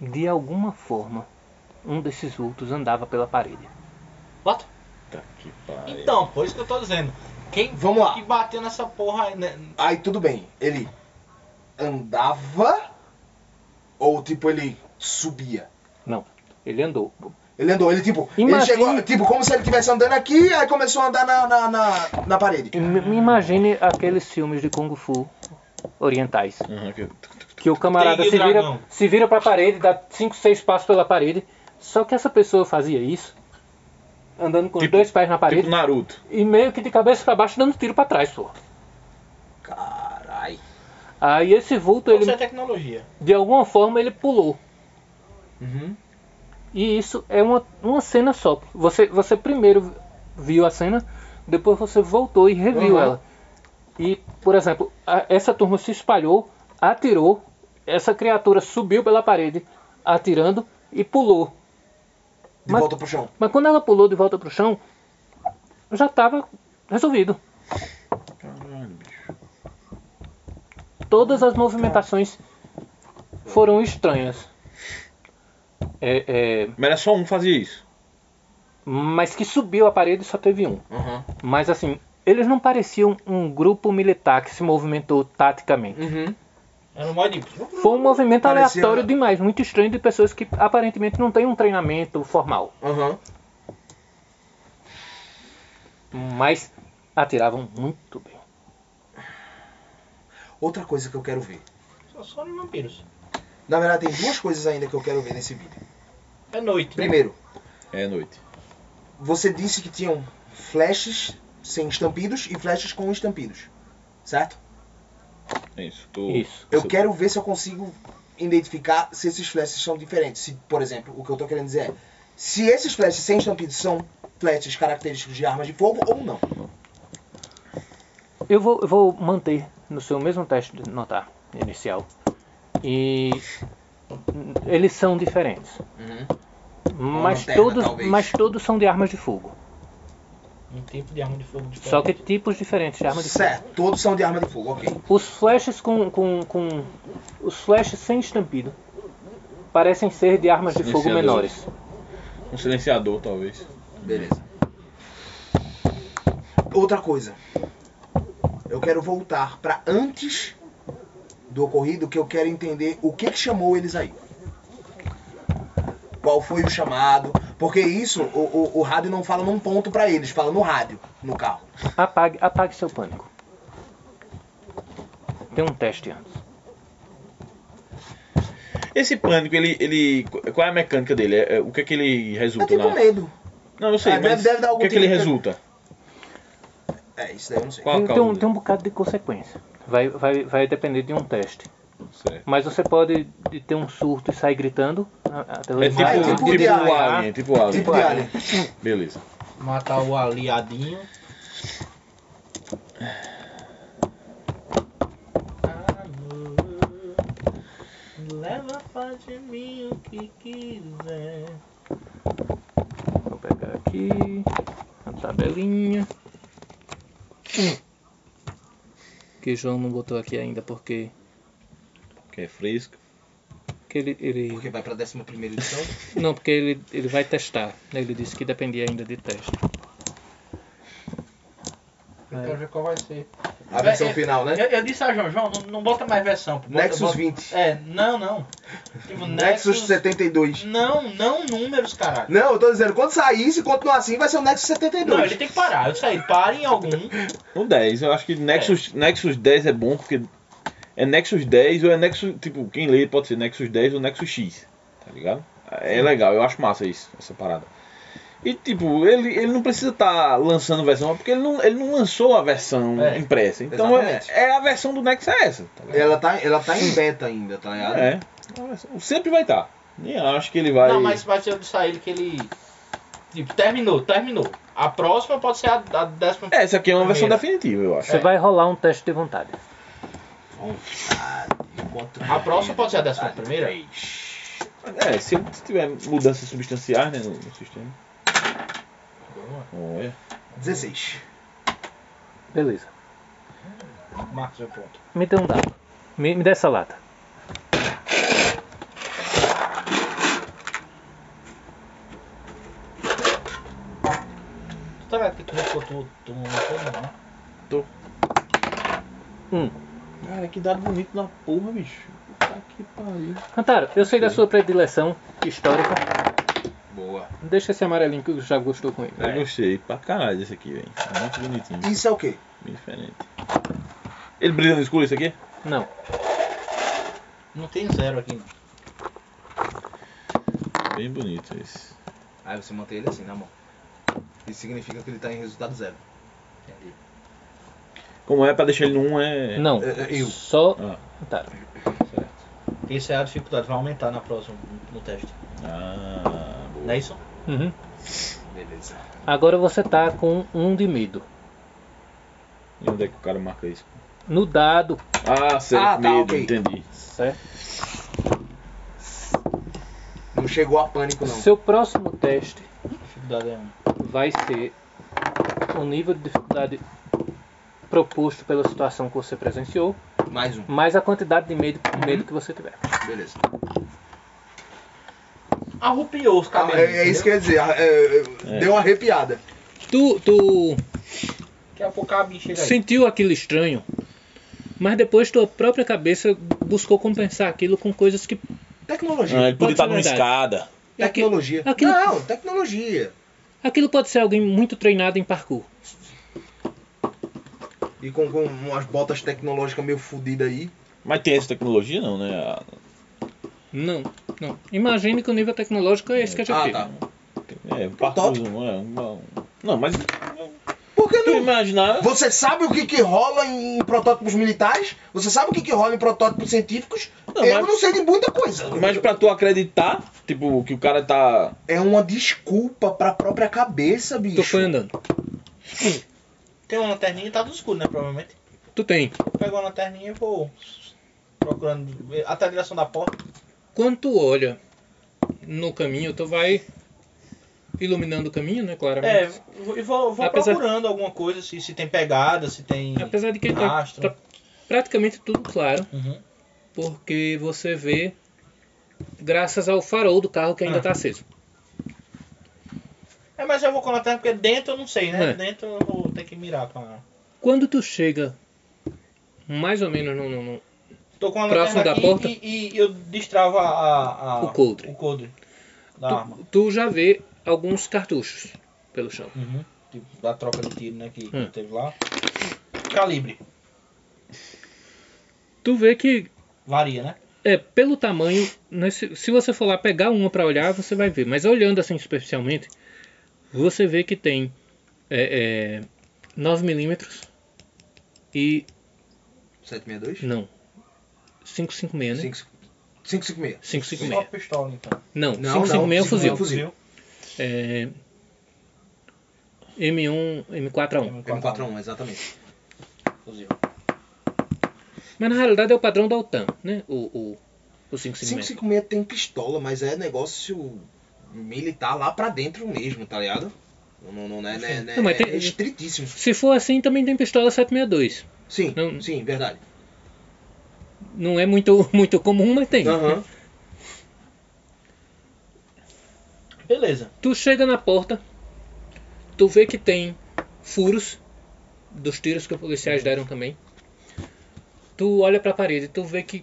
Speaker 3: De alguma forma, um desses vultos andava pela parede.
Speaker 2: Tá que pariu.
Speaker 1: Então, por isso que eu tô dizendo. Quem
Speaker 4: Vamos lá.
Speaker 1: que bateu nessa porra né,
Speaker 4: Aí tudo bem. Ele andava. Ou tipo, ele subia.
Speaker 3: Ele andou.
Speaker 4: Ele andou, ele tipo.
Speaker 3: Imagina-
Speaker 4: Ele chegou, tipo, como se ele estivesse andando aqui, aí começou a andar na, na, na, na parede.
Speaker 3: Im- Imagine aqueles filmes de Kung Fu orientais.
Speaker 2: Aham, que-
Speaker 3: Que o camarada
Speaker 1: Tem o
Speaker 3: se vira,
Speaker 1: dragão.
Speaker 3: se vira pra parede, dá 5, 6 passos pela parede. Só que essa pessoa fazia isso, andando com os
Speaker 2: Tipo-
Speaker 3: dois pés na parede
Speaker 2: Tipo Naruto.
Speaker 3: e meio que de cabeça pra baixo dando tiro pra trás, pô.
Speaker 4: Carai.
Speaker 3: Aí esse vulto,
Speaker 1: Pode
Speaker 3: ele,
Speaker 1: ser é tecnologia.
Speaker 3: de alguma forma, ele pulou.
Speaker 4: Uhum.
Speaker 3: E isso é uma, uma cena só. Você, você primeiro viu a cena, depois você voltou e reviu
Speaker 4: Uhum.
Speaker 3: ela. E, por exemplo, a- essa turma se espalhou, atirou, essa criatura subiu pela parede, atirando e pulou.
Speaker 4: De
Speaker 3: Mas-
Speaker 4: volta pro chão.
Speaker 3: Mas quando ela pulou de volta pro chão, já tava resolvido.
Speaker 2: Caralho, bicho.
Speaker 3: Todas as movimentações foram estranhas. É, é,
Speaker 2: Mas era só um fazer isso.
Speaker 3: mas que subiu a parede só teve um.
Speaker 4: Aham.
Speaker 3: Mas assim, eles não pareciam um grupo militar que se movimentou taticamente.
Speaker 4: Uhum.
Speaker 1: Era um mod de...
Speaker 3: Foi um movimento
Speaker 4: Parecia-
Speaker 3: aleatório demais, muito estranho de pessoas que aparentemente não têm um treinamento formal.
Speaker 4: Aham.
Speaker 3: Mas atiravam muito bem.
Speaker 4: Outra coisa que eu quero ver.
Speaker 1: Só só em vampiros.
Speaker 4: Na verdade, tem duas coisas ainda que eu quero ver nesse vídeo.
Speaker 1: É noite. né?
Speaker 4: Primeiro,
Speaker 2: É noite.
Speaker 4: você disse que tinham flashes sem estampidos e flashes com estampidos. Certo?
Speaker 2: É isso. Tô...
Speaker 3: Isso.
Speaker 4: Eu quero ver se eu consigo identificar se esses flashes são diferentes. Se, por exemplo, o que eu tô querendo dizer é se esses flashes sem estampidos são flashes característicos de armas de fogo ou não.
Speaker 3: Eu vou, eu vou manter no seu mesmo teste de notar inicial. E hum, eles são diferentes. Mas,
Speaker 4: lanterna,
Speaker 3: todos,
Speaker 4: talvez.
Speaker 3: mas todos são de armas de fogo.
Speaker 1: Um tipo de arma de fogo diferente.
Speaker 3: Só que tipos diferentes de armas de fogo.
Speaker 4: Certo, todos são de arma de fogo, ok.
Speaker 3: Os flashes com, com, com. Os flashes sem estampido parecem ser de armas de fogo
Speaker 2: Silenciadores.
Speaker 3: menores.
Speaker 2: Um silenciador, talvez.
Speaker 4: Beleza. Outra coisa. Eu quero voltar pra antes do ocorrido que eu quero entender o que, que chamou eles aí. Qual foi o chamado? Porque isso o, o, o rádio não fala num ponto pra eles, fala no rádio, no carro.
Speaker 3: Apague, apague seu pânico. Tem um teste antes.
Speaker 2: Esse pânico, ele, ele. Qual é a mecânica dele? É- é- o que é que ele resulta
Speaker 4: É tipo
Speaker 2: na.
Speaker 4: medo.
Speaker 2: Não, eu sei,
Speaker 4: Ah, deve-
Speaker 2: mas
Speaker 4: deve dar
Speaker 2: o que é
Speaker 4: algum
Speaker 2: que ele
Speaker 4: tipo de-
Speaker 2: resulta?
Speaker 4: É, isso daí eu não sei.
Speaker 2: Qual a
Speaker 3: Tem, tem
Speaker 2: causa
Speaker 3: um,
Speaker 2: dele?
Speaker 3: tem um bocado de consequência. Vai, vai, vai depender de um teste.
Speaker 2: Certo.
Speaker 3: Mas você pode de ter um surto e sair gritando. né, a- a pela
Speaker 2: É
Speaker 3: imagem,
Speaker 2: tipo,
Speaker 4: tipo
Speaker 2: tipo,
Speaker 4: de
Speaker 2: o
Speaker 4: alien.
Speaker 2: alien, tipo o alien.
Speaker 4: Tipo de alien.
Speaker 2: Beleza.
Speaker 1: Matar o aliadinho. Amor, Leva faz de mim o que quiser.
Speaker 3: Vou pegar aqui. A tabelinha. Hum. Que João não botou aqui ainda porque,
Speaker 2: Que é fresco.
Speaker 3: porque ele, ele
Speaker 4: Porque vai pra 11 primeira edição.
Speaker 3: Não, porque ele, ele vai testar. né? Ele disse que dependia ainda de teste.
Speaker 1: Eu quero ver qual vai ser.
Speaker 4: A versão final, né?
Speaker 1: Eu, eu disse a João, João, não, não bota mais versão. pô. Bota,
Speaker 4: Nexus
Speaker 1: bota-
Speaker 4: 20.
Speaker 1: É, não, não.
Speaker 4: é,
Speaker 1: Tipo,
Speaker 4: Nexus 72.
Speaker 1: Não, não números, caralho.
Speaker 4: Não, eu tô dizendo, quando sair, se continuar assim, vai ser o Nexus
Speaker 1: Não,
Speaker 4: 72.
Speaker 1: ele tem que parar. Eu saí, para em algum.
Speaker 2: Um 10, eu acho que Nexus, Nexus 10 é bom porque é Nexus 10 ou é Nexus, tipo, quem lê pode ser Nexus 10 ou Nexus X, tá ligado? É legal, eu acho massa isso, essa parada. E tipo, ele, ele não precisa estar lançando versão, porque ele não, ele não lançou a versão
Speaker 1: É,
Speaker 2: impressa. Então é,
Speaker 4: exatamente.
Speaker 2: é a versão do Nexus é essa, tá ligado?
Speaker 4: Ela tá, ela tá em beta ainda, tá ligado?
Speaker 2: É. Sempre vai estar. Nem acho que ele vai.
Speaker 1: Não, mas vai ser o de sair que ele. Tipo, terminou, terminou. A próxima pode ser a, a décima.
Speaker 2: É, essa aqui é uma versão
Speaker 1: primeira.
Speaker 2: definitiva, eu acho.
Speaker 3: Você vai rolar um teste de vontade.
Speaker 1: A próxima pode ser a décima primeira?
Speaker 2: É, se se tiver mudanças substanciais né, no, no sistema. Olha.
Speaker 4: 16.
Speaker 3: Beleza.
Speaker 1: Marcos, eu ponto.
Speaker 3: Me dê um dado. Me, me dê essa lata.
Speaker 1: Tu tá vendo que tu não botou tu não botou, não? né?
Speaker 2: Cara, que dado bonito na porra, bicho. Puta que pariu.
Speaker 3: Antaro, eu sei da sua predileção histórica.
Speaker 4: Boa.
Speaker 3: Deixa esse amarelinho que eu já gostou com ele.
Speaker 2: Eu gostei pra caralho desse aqui, velho. É Muito bonitinho,
Speaker 4: Isso é o quê?
Speaker 2: bem diferente. Ele brilha no escuro, isso aqui?
Speaker 3: Não.
Speaker 1: Não tem zero aqui. não.
Speaker 2: Bem bonito esse.
Speaker 4: Aí você mantém ele assim na mão. Isso significa que ele tá em resultado zero.
Speaker 2: Como é pra deixar ele no 1 é.
Speaker 3: Não.
Speaker 4: É, é, eu.
Speaker 3: Só
Speaker 2: Ah.
Speaker 3: Antaro.
Speaker 1: Isso é a dificuldade, vai aumentar na próxima, no teste.
Speaker 2: Ah, boa.
Speaker 1: Não é isso?
Speaker 3: Uhum.
Speaker 4: Beleza.
Speaker 3: Agora você tá com um de medo.
Speaker 2: E onde é que o cara marca isso?
Speaker 3: No dado,
Speaker 2: Ah, certo,
Speaker 4: Ah, tá,
Speaker 2: medo,
Speaker 4: ok.
Speaker 2: entendi.
Speaker 3: certo?
Speaker 4: No não chegou a pânico, não.
Speaker 3: Seu próximo teste
Speaker 2: Dificuldade é um.
Speaker 3: vai ser o nível de dificuldade proposto pela situação que você presenciou,
Speaker 4: Mais um,
Speaker 3: mais a quantidade de medo, medo que você tiver.
Speaker 4: beleza.
Speaker 1: Arrupiou os
Speaker 4: Ah,
Speaker 1: cabelos.
Speaker 4: é, é isso que eu ia dizer. ah, é, é,
Speaker 2: É.
Speaker 4: Deu uma arrepiada.
Speaker 3: Tu, tu
Speaker 1: Daqui a pouco a bicha chega aí.
Speaker 3: sentiu aquilo estranho, mas depois tua própria cabeça buscou compensar aquilo com coisas que.
Speaker 4: Tecnologia.
Speaker 2: Ah, ele
Speaker 3: Pode
Speaker 2: podia estar
Speaker 3: ser
Speaker 2: numa
Speaker 3: verdade.
Speaker 2: escada.
Speaker 3: Aquilo,
Speaker 4: Tecnologia.
Speaker 3: aquilo-
Speaker 4: Não, tecnologia.
Speaker 3: aquilo pode ser alguém muito treinado em parkour.
Speaker 4: E com, com umas botas tecnológicas meio fodidas aí.
Speaker 2: Mas tem essa tecnologia não, né? A-
Speaker 3: Não, não. Imagine que o nível tecnológico é esse que a gente
Speaker 4: Ah,
Speaker 3: vive.
Speaker 4: tá.
Speaker 2: É, um parkour, é, uma- Não, mas
Speaker 4: Por que
Speaker 2: tu
Speaker 4: não?
Speaker 2: imaginar.
Speaker 4: Você sabe o que, que rola em protótipos militares? Você sabe o que, que rola em protótipos científicos?
Speaker 2: Não,
Speaker 4: eu
Speaker 2: mas-
Speaker 4: não sei de muita coisa.
Speaker 2: Mas pra tu acreditar, tipo, que o cara tá.
Speaker 4: É uma desculpa pra própria cabeça, bicho.
Speaker 3: Tu foi andando.
Speaker 1: Tem uma lanterninha e tá no escuro, né? Provavelmente.
Speaker 3: Tu tem.
Speaker 1: Pegou a lanterninha e vou procurando ver até a direção da porta.
Speaker 3: Quando tu olha no caminho, tu vai iluminando o caminho, né?
Speaker 1: É,
Speaker 3: Claramente.
Speaker 1: e vou, vou
Speaker 3: Apesar-
Speaker 1: procurando alguma coisa, se, se tem pegada, se tem.
Speaker 3: Apesar de que tá,
Speaker 1: Astro.
Speaker 3: tá praticamente tudo claro,
Speaker 1: Uhum.
Speaker 3: porque você vê graças ao farol do carro que ainda
Speaker 1: Ah.
Speaker 3: tá aceso.
Speaker 1: É, mas eu vou com a lanterna porque dentro eu não sei, né?
Speaker 3: É.
Speaker 1: Dentro eu vou ter que mirar com a.
Speaker 3: Quando tu chega mais ou menos no, no- no-
Speaker 1: Tô com a
Speaker 3: Próximo
Speaker 1: lanterna
Speaker 3: da
Speaker 1: aqui
Speaker 3: porta?
Speaker 1: E, e eu destravo a, a- a-
Speaker 3: O coldre.
Speaker 1: O coldre da arma.
Speaker 3: tu, tu já vê alguns cartuchos pelo chão.
Speaker 1: Uhum. Tipo, da troca de tiro, né? Que
Speaker 3: Hum.
Speaker 1: teve lá. Calibre.
Speaker 3: Tu vê que
Speaker 1: Varia, né?
Speaker 3: É, pelo tamanho, né, se, se você for lá pegar uma pra olhar, você vai ver. Mas olhando assim especialmente, você vê que tem é, é, 9mm e.
Speaker 4: 762?
Speaker 3: Não. 556, né?
Speaker 4: 556.
Speaker 1: Só
Speaker 3: 556.
Speaker 1: pistola, então.
Speaker 3: Não,
Speaker 4: Não,
Speaker 3: 556 é o
Speaker 4: não,
Speaker 3: fuzil.
Speaker 4: não, fuzil.
Speaker 3: É, M1,
Speaker 1: É
Speaker 3: M4A1.
Speaker 4: M41, exatamente.
Speaker 1: Fuzil.
Speaker 3: Mas na realidade é o padrão da OTAN, né? O, o, o 556.
Speaker 4: 556 tem pistola, mas é negócio militar lá pra dentro mesmo, tá ligado? Não, não, não é, né, né,
Speaker 3: Não, mas
Speaker 4: é
Speaker 3: tem-
Speaker 4: estritíssimo.
Speaker 3: Se for assim, também tem pistola 762.
Speaker 4: Sim,
Speaker 3: Não-
Speaker 4: sim, verdade.
Speaker 3: Não é muito, *laughs* muito comum, mas tem.
Speaker 4: Aham.
Speaker 1: Beleza.
Speaker 3: Tu chega na porta, tu vê que tem furos dos tiros que os policiais deram também. Tu olha pra parede, tu vê que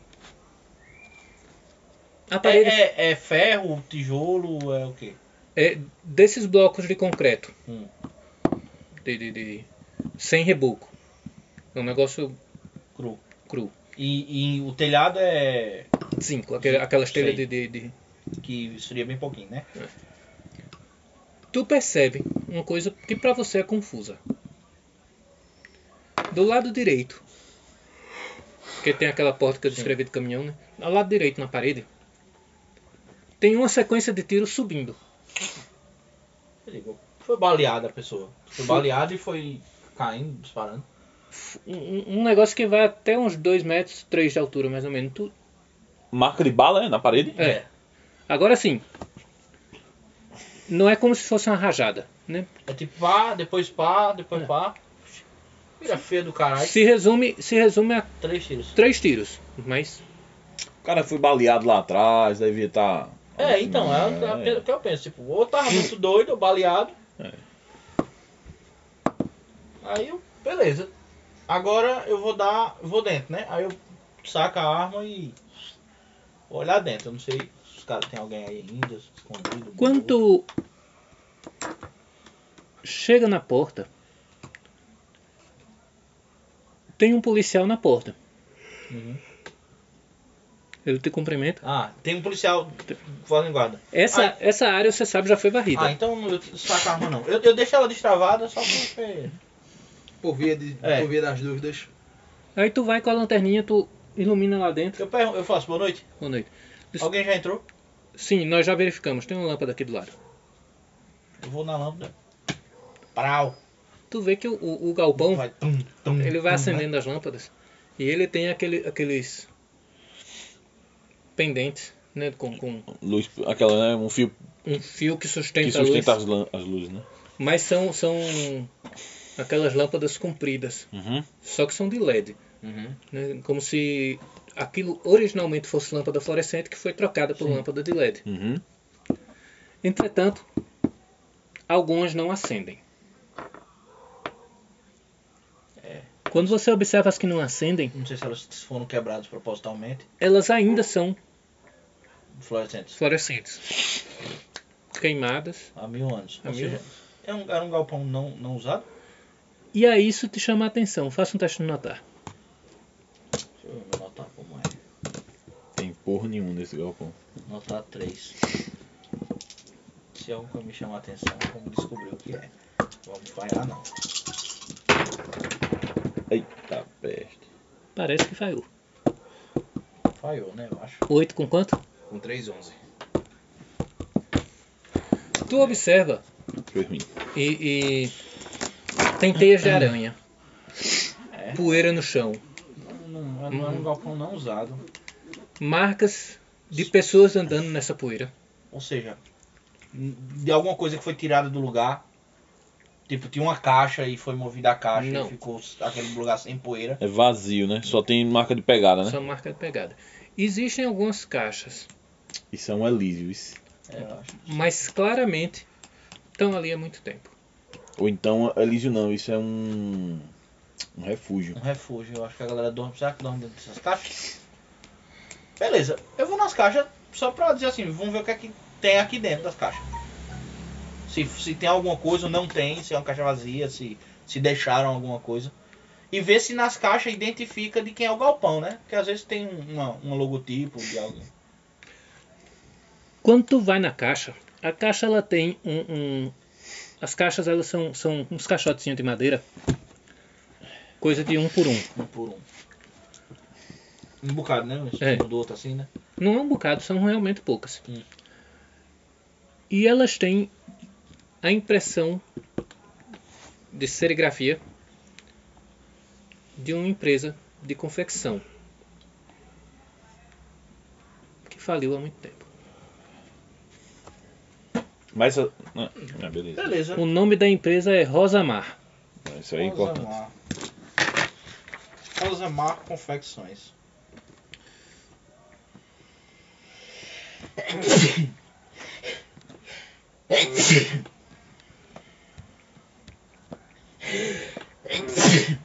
Speaker 3: a
Speaker 1: É,
Speaker 3: parede
Speaker 1: é- é ferro, tijolo, é o quê?
Speaker 3: é desses blocos de concreto,
Speaker 1: Hum.
Speaker 3: de, de- de- sem reboco. É um negócio
Speaker 1: Cru.
Speaker 3: cru.
Speaker 1: E, e o telhado é.
Speaker 3: Zinco, aquele- aquelas telhas de,
Speaker 1: Sei.
Speaker 3: de- de-
Speaker 1: que seria bem pouquinho, né?
Speaker 3: Tu percebe uma coisa que pra você é confusa. Do lado direito, que tem aquela porta que eu descrevi do caminhão, né? Do lado direito na parede, tem uma sequência de tiros subindo.
Speaker 1: Perigo. Foi baleada a pessoa. Foi baleada e foi caindo, disparando.
Speaker 3: Um- Um, um negócio que vai até uns 2 metros, 3 de altura mais ou menos. Tu-
Speaker 2: Marca de bala, é? Na parede?
Speaker 3: é. Agora sim, não é como se fosse uma rajada, né?
Speaker 1: É tipo pá, depois pá, depois pá. Vira feia do caralho.
Speaker 3: Se resume, se resume a
Speaker 1: Três tiros.
Speaker 3: três tiros, mas
Speaker 2: O cara foi baleado lá atrás, devia tá estar.
Speaker 1: É, então, é, é o que eu penso. Tipo, ou tava muito doido, ou baleado. Aí eu, beleza. Agora eu vou dar, eu vou dentro, né? Aí eu saco a arma e vou olhar dentro. Eu não sei se os caras têm alguém aí ainda, escondido.
Speaker 3: Quando tu chega na porta, tem um policial na porta.
Speaker 1: Uhum.
Speaker 3: Ele te cumprimenta.
Speaker 1: Ah, tem um policial fazendo guarda.
Speaker 3: Essa,
Speaker 1: Ah.
Speaker 3: essa área você sabe já foi varrida.
Speaker 1: Ah, então eu não saco a arma não. Eu, eu deixo ela destravada só porque.
Speaker 4: Por, via de-
Speaker 1: É.
Speaker 4: por via das dúvidas.
Speaker 3: Aí tu vai com a lanterninha, tu ilumina lá dentro.
Speaker 1: Eu, pergunto, eu faço boa noite.
Speaker 3: Boa noite.
Speaker 1: Alguém já entrou?
Speaker 3: Sim, nós já verificamos. Tem uma lâmpada aqui do lado.
Speaker 1: Eu vou na lâmpada. Prau.
Speaker 3: Tu vê que o, o- o galpão,
Speaker 1: Vai, tum, tum,
Speaker 3: ele vai
Speaker 1: tum, né?
Speaker 3: acendendo as lâmpadas. E ele tem aquele, aqueles pendentes né, com, com
Speaker 2: Luz, aquela, né? Um fio
Speaker 3: um fio que sustenta,
Speaker 2: que sustenta
Speaker 3: a luz,
Speaker 2: as, lan- as luzes, né?
Speaker 3: mas são, são aquelas lâmpadas compridas,
Speaker 2: Uhum.
Speaker 3: só que são de LED.
Speaker 4: Uhum.
Speaker 3: né, como se aquilo originalmente fosse lâmpada fluorescente que foi trocada por lâmpada de LED.
Speaker 2: Uhum.
Speaker 3: Entretanto, algumas não acendem. É. Quando você observa as que não acendem,
Speaker 1: Não sei se elas foram quebradas propositalmente.
Speaker 3: elas ainda são
Speaker 1: Fluorescentes.
Speaker 3: fluorescentes. Queimadas.
Speaker 1: Há mil anos.
Speaker 3: Há
Speaker 1: Ou
Speaker 3: mil
Speaker 1: seja, é um, era um galpão não, não usado?
Speaker 3: E aí isso te chama a atenção. Faça um teste de notar.
Speaker 1: Deixa eu notar como é.
Speaker 2: Tem porra nenhuma nesse galpão.
Speaker 1: Notar 3. Se é algo que me chamar a atenção, vamos descobrir o que é. Vamos falhar não.
Speaker 2: Eita peste.
Speaker 3: Parece que falhou.
Speaker 1: Falhou, né? Eu acho.
Speaker 3: Oito com quanto?
Speaker 4: Com 3, 11.
Speaker 3: Tu observa
Speaker 2: Foi ruim.
Speaker 3: e, e tem teias de aranha.
Speaker 1: É.
Speaker 3: Poeira no chão.
Speaker 1: Não, não, não
Speaker 3: Uhum.
Speaker 1: era um galpão não usado.
Speaker 3: Marcas de pessoas andando nessa poeira.
Speaker 1: Ou seja, de alguma coisa que foi tirada do lugar. Tipo, tinha uma caixa e foi movida a caixa
Speaker 3: Não.
Speaker 1: e ficou aquele lugar sem poeira.
Speaker 2: É vazio, né? Só tem marca de pegada, né?
Speaker 3: São marcas de pegada. Existem algumas caixas,
Speaker 2: Isso é um Elísio. isso.
Speaker 1: É, eu acho.
Speaker 3: mas claramente estão ali há muito tempo.
Speaker 2: Ou então, Elísio não, isso é um. Um refúgio.
Speaker 1: Um refúgio. Eu acho que a galera dorme. Será que dorme dentro dessas caixas? Beleza. Eu vou nas caixas só pra dizer assim, vamos ver o que é que tem aqui dentro das caixas. Se, se tem alguma coisa ou não tem, se é uma caixa vazia, se, se deixaram alguma coisa. E ver se nas caixas identifica de quem é o galpão, né? Porque às vezes tem uma, um logotipo de alguém.
Speaker 3: Quando tu vai na caixa, a caixa ela tem um, um- as caixas elas são, são uns caixotezinhos de madeira, coisa de um por um.
Speaker 1: Um por um. Um bocado, né? Um
Speaker 3: É.
Speaker 1: do outro assim, né?
Speaker 3: Não é um bocado, são realmente poucas.
Speaker 1: Hum.
Speaker 3: E elas têm a impressão de serigrafia de uma empresa de confecção que faliu há muito tempo.
Speaker 2: Mas. essa- Ah, ah, beleza.
Speaker 1: Beleza.
Speaker 3: O nome da empresa é Rosamar.
Speaker 2: Ah, Isso aí é importante.
Speaker 1: Rosamar. Rosamar Confecções.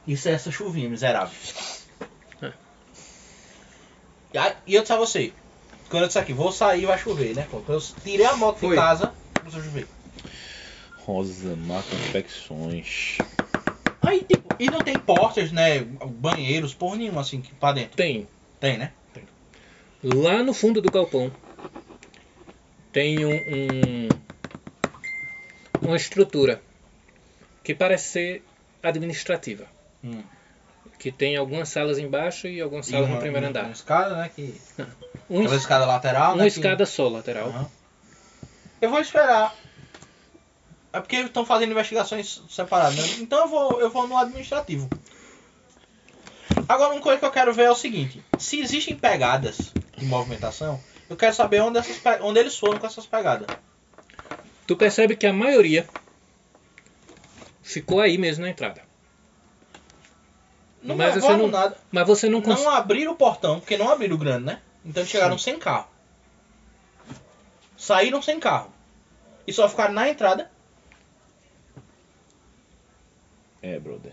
Speaker 1: Isso é essa chuvinha miserável.
Speaker 3: É.
Speaker 1: E aí- E eu disse a você, quando eu disse aqui, vou sair vai chover, né? pô? Quando eu tirei a moto de
Speaker 4: Foi.
Speaker 1: casa, começou a chover.
Speaker 2: Rosamar Confecções.
Speaker 1: Aí, tipo, e não tem portas, né? Banheiros, porra nenhuma assim que pra dentro.
Speaker 3: Tem
Speaker 1: Tem, né?
Speaker 3: lá no fundo do galpão tem um, um- uma estrutura que parece ser administrativa.
Speaker 1: Hum.
Speaker 3: Que tem algumas salas embaixo e algumas
Speaker 1: Sala
Speaker 3: salas no primeiro andar.
Speaker 1: Uma escada, né? Que...
Speaker 3: Um
Speaker 1: Aquela
Speaker 3: es-
Speaker 1: escada lateral, né?
Speaker 3: uma
Speaker 1: que-
Speaker 3: escada só lateral.
Speaker 1: Aham. Eu vou esperar. É porque estão fazendo investigações separadas, né? Então eu vou, eu vou no administrativo. Agora, uma coisa que eu quero ver é o seguinte: se existem pegadas de movimentação, eu quero saber onde, essas pe- onde eles foram com essas pegadas.
Speaker 3: Tu percebe que a maioria ficou aí mesmo na entrada.
Speaker 1: Não
Speaker 3: Mas
Speaker 1: levaram
Speaker 3: você não-
Speaker 1: nada.
Speaker 3: Mas você não consegue.
Speaker 1: Não abriram o portão, porque não abriram o grande, né? Então eles chegaram sem carro. Saíram sem carro. E só ficaram na entrada.
Speaker 2: É, brother.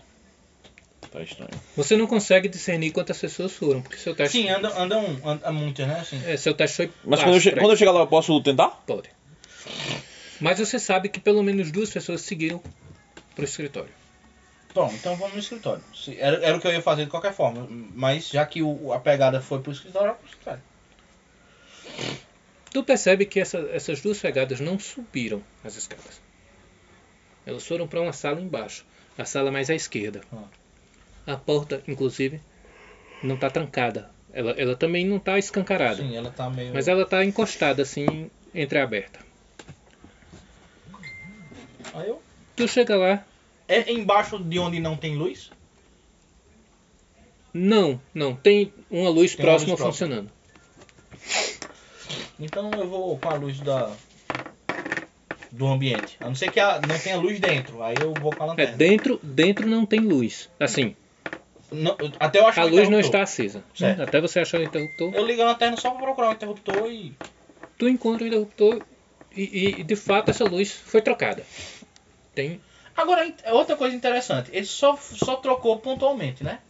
Speaker 2: Tá estranho.
Speaker 3: Você não consegue discernir quantas pessoas foram, porque seu teste.
Speaker 1: Sim, andam, andam, andam muitas, né? Assim.
Speaker 3: é, seu teste foi.
Speaker 2: Mas
Speaker 3: baixo
Speaker 2: quando eu, che-
Speaker 3: pra
Speaker 2: quando eu chegar lá, eu posso tentar?
Speaker 3: ele. Pode. Mas você sabe que pelo menos duas pessoas seguiram pro escritório.
Speaker 1: Bom, então vamos no escritório. Se- Era, era o que eu ia fazer de qualquer forma. Mas já que o- a pegada foi pro escritório, é pro escritório.
Speaker 3: Tu percebe que essa- essas duas pegadas não subiram as escadas. Elas foram para uma sala embaixo, a sala mais à esquerda.
Speaker 1: Ah.
Speaker 3: A porta, inclusive, não está trancada. Ela, ela também não está escancarada,
Speaker 1: Sim, ela tá meio.
Speaker 3: mas ela está encostada assim, entreaberta.
Speaker 1: Aí eu-
Speaker 3: Tu chega lá,
Speaker 1: É embaixo de onde não tem luz?
Speaker 3: não, não, tem uma luz
Speaker 1: Tem uma
Speaker 3: próxima
Speaker 1: luz próxima.
Speaker 3: funcionando.
Speaker 1: Então eu vou com a luz da do ambiente. A não ser que a- não tenha luz dentro. Aí eu vou com a
Speaker 3: É,
Speaker 1: lanterna.
Speaker 3: dentro, dentro não tem luz. Assim,
Speaker 1: Não- até eu achar
Speaker 3: a
Speaker 1: o
Speaker 3: luz não
Speaker 1: interruptor.
Speaker 3: está acesa.
Speaker 1: um Certo.
Speaker 3: Até você achar o interruptor.
Speaker 1: Eu ligo a lanterna só pra procurar o interruptor e.
Speaker 3: tu encontra o interruptor e, e- e, de fato essa luz foi trocada. Tem.
Speaker 1: Agora, in- outra coisa interessante. Ele só, só trocou pontualmente, né?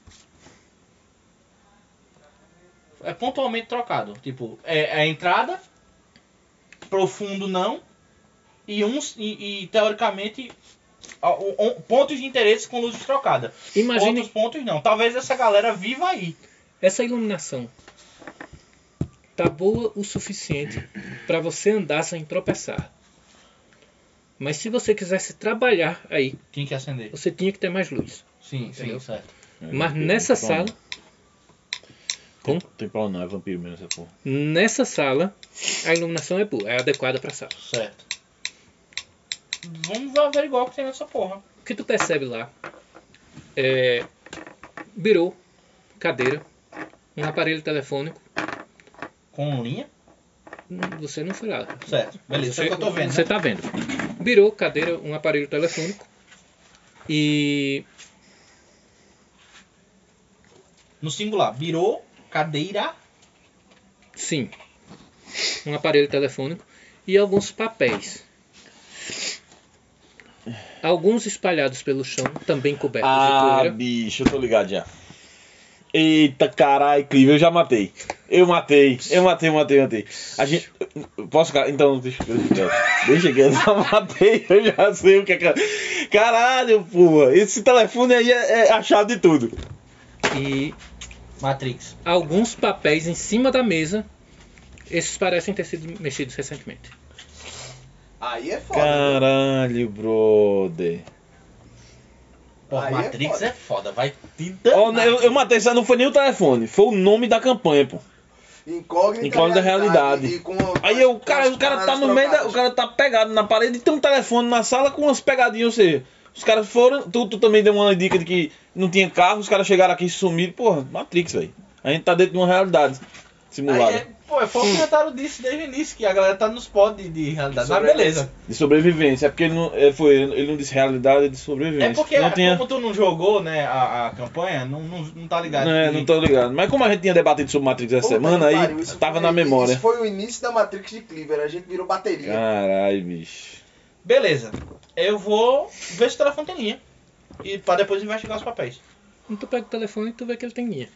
Speaker 1: É pontualmente trocado. Tipo, é, é a entrada, profundo não, e, uns, e, e, teoricamente. a- o- o- pontos de interesse com luzes trocadas.
Speaker 3: Imagine
Speaker 1: Outros pontos não. Talvez essa galera viva aí.
Speaker 3: essa iluminação. Tá boa o suficiente para você andar sem tropeçar. Mas se você quisesse trabalhar aí,
Speaker 1: Tinha que acender.
Speaker 3: você tinha que ter mais luz.
Speaker 1: Sim,
Speaker 3: Entendeu?
Speaker 1: sim, certo.
Speaker 2: É,
Speaker 3: Mas nessa sala,
Speaker 2: Tem, tem problema não, é vampiro mesmo essa porra.
Speaker 3: nessa sala, a iluminação é boa, é adequada para sala.
Speaker 1: Certo. Vamos averiguar o que tem nessa porra.
Speaker 3: O que tu percebe lá é birô, cadeira, um aparelho telefônico.
Speaker 1: Com linha?
Speaker 3: Hum, Você não foi lá.
Speaker 1: Certo. Beleza, isso é o que eu tô vendo.
Speaker 3: Você
Speaker 1: né?
Speaker 3: tá vendo. Birô, cadeira, um aparelho telefônico. E
Speaker 1: No singular, birô, cadeira.
Speaker 3: sim, um aparelho telefônico e alguns papéis. Alguns espalhados pelo chão, também cobertos
Speaker 2: Ah,
Speaker 3: de poeira.
Speaker 2: bicho, eu tô ligado já. Eita, caralho, incrível, eu já matei. Eu matei, eu matei, eu matei, eu matei. A gente. eu Posso, cara? Então, deixa eu Deixa que eu já matei, eu já sei o que é. que- Caralho, porra. Esse telefone aí é, é a chave de tudo.
Speaker 3: E
Speaker 1: Matrix.
Speaker 3: alguns papéis em cima da mesa. Esses parecem ter sido mexidos recentemente.
Speaker 4: Aí é foda.
Speaker 2: Caralho, brother.
Speaker 1: Porra,
Speaker 4: Aí é
Speaker 1: Matrix
Speaker 4: foda.
Speaker 1: é foda. vai te
Speaker 2: Ó, né,
Speaker 1: danar.
Speaker 2: eu, eu matei, isso aí não foi nem o telefone, foi o nome da campanha, pô.
Speaker 4: Incógnita,
Speaker 2: Incógnita realidade.
Speaker 4: E com-
Speaker 2: Aí eu, cara, o cara tá no meio da, O cara tá pegado na parede e tem um telefone na sala com umas pegadinhas, ou seja, os caras foram. Tu, tu também deu uma dica de que não tinha carro, os caras chegaram aqui e sumiram. Porra, Matrix, velho. A gente tá dentro de uma realidade simulada.
Speaker 1: Aí é, pô, foi
Speaker 2: Hum.
Speaker 1: o comentário disso desde o início, que a galera tá nos pod de, de realidade. Mas
Speaker 4: Sobre-
Speaker 1: beleza.
Speaker 2: De sobrevivência. É porque ele não, é, foi, ele não disse realidade, ele disse sobrevivência.
Speaker 1: É porque,
Speaker 2: não tinha.
Speaker 1: como tu não jogou né, a, a campanha, não, não, não tá ligado.
Speaker 2: Não, é,
Speaker 1: que-
Speaker 2: não tô ligado. Mas como a gente tinha debatido sobre Matrix essa semana, aí tava na memória.
Speaker 4: é Isso foi o início da Matrix de Cleaver, a gente virou bateria.
Speaker 2: Caralho, bicho.
Speaker 1: Beleza. Eu vou ver se o telefone tem linha. E pra depois investigar os papéis.
Speaker 3: Então tu pega o telefone e tu vê que ele tem linha.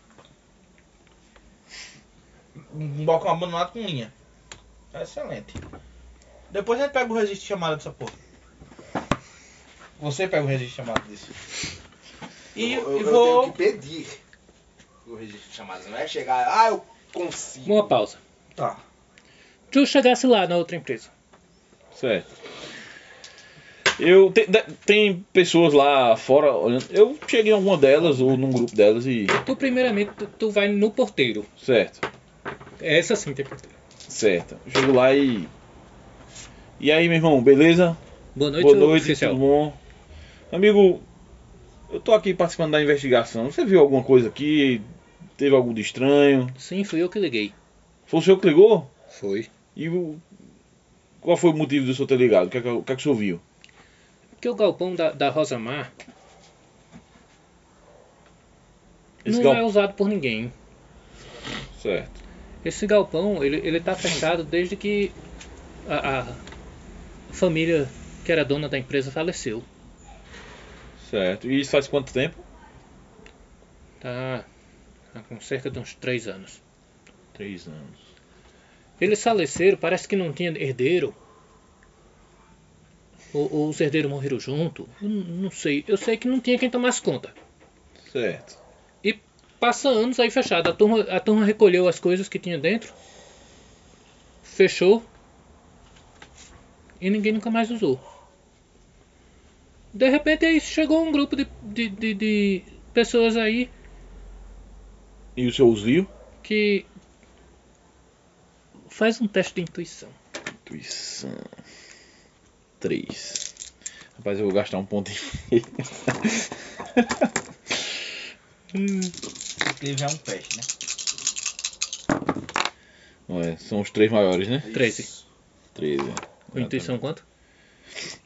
Speaker 1: Um balcão abandonado com linha.
Speaker 8: É
Speaker 1: Excelente. Depois a gente pega o resiste chamada dessa porra. Você pega o resiste chamada disso. E,
Speaker 4: eu,
Speaker 1: e
Speaker 4: eu
Speaker 1: vou.
Speaker 4: tenho que pedir o registro de chamadas, não é chegar, ah, eu consigo.
Speaker 3: Uma pausa.
Speaker 1: Tá.
Speaker 3: Tu chegasse lá na outra empresa.
Speaker 2: Certo. Eu te- de- tem pessoas lá fora olhando. Eu cheguei em alguma delas ou num grupo delas e
Speaker 3: Tu primeiramente tu, tu vai no porteiro.
Speaker 2: certo,
Speaker 3: Essa sim tem porteiro.
Speaker 2: certo. Eu Chego lá e e aí, meu irmão, beleza?
Speaker 3: Boa noite,
Speaker 2: Boa noite,
Speaker 3: oficial.
Speaker 2: tudo bom? Amigo, eu tô aqui participando da investigação. Você viu alguma coisa aqui? Teve algo de estranho?
Speaker 3: Sim, fui eu que liguei.
Speaker 2: Foi o senhor que ligou?
Speaker 3: Foi.
Speaker 2: E o... qual foi o motivo do senhor ter ligado? O que é que, o que, é que o senhor viu?
Speaker 3: Porque o galpão da, da Rosa Mar
Speaker 2: Esse
Speaker 3: não
Speaker 2: gal-
Speaker 3: é usado por ninguém.
Speaker 2: Certo.
Speaker 3: Esse galpão, ele, ele tá fechado desde que a, a família que era dona da empresa faleceu.
Speaker 2: Certo. E isso faz quanto tempo?
Speaker 3: Tá tá com cerca de uns três anos.
Speaker 2: Três anos.
Speaker 3: Eles faleceram, parece que não tinha herdeiro. Ou, ou os herdeiros morreram junto. Eu n- não sei. Eu sei que não tinha quem tomasse conta.
Speaker 2: Certo.
Speaker 3: Passa anos aí fechado. A turma, a turma recolheu as coisas que tinha dentro. Fechou. E ninguém nunca mais usou. De repente aí chegou um grupo de, de, de, de pessoas aí
Speaker 2: E o senhor os viu?
Speaker 3: que faz um teste de intuição.
Speaker 2: Intuição. 3. Rapaz, eu vou gastar um ponto em. *laughs*
Speaker 1: Inclusive é um peste, né?
Speaker 2: É, são os três maiores, né?
Speaker 3: 13.
Speaker 2: 13.
Speaker 3: Com intuição quanto?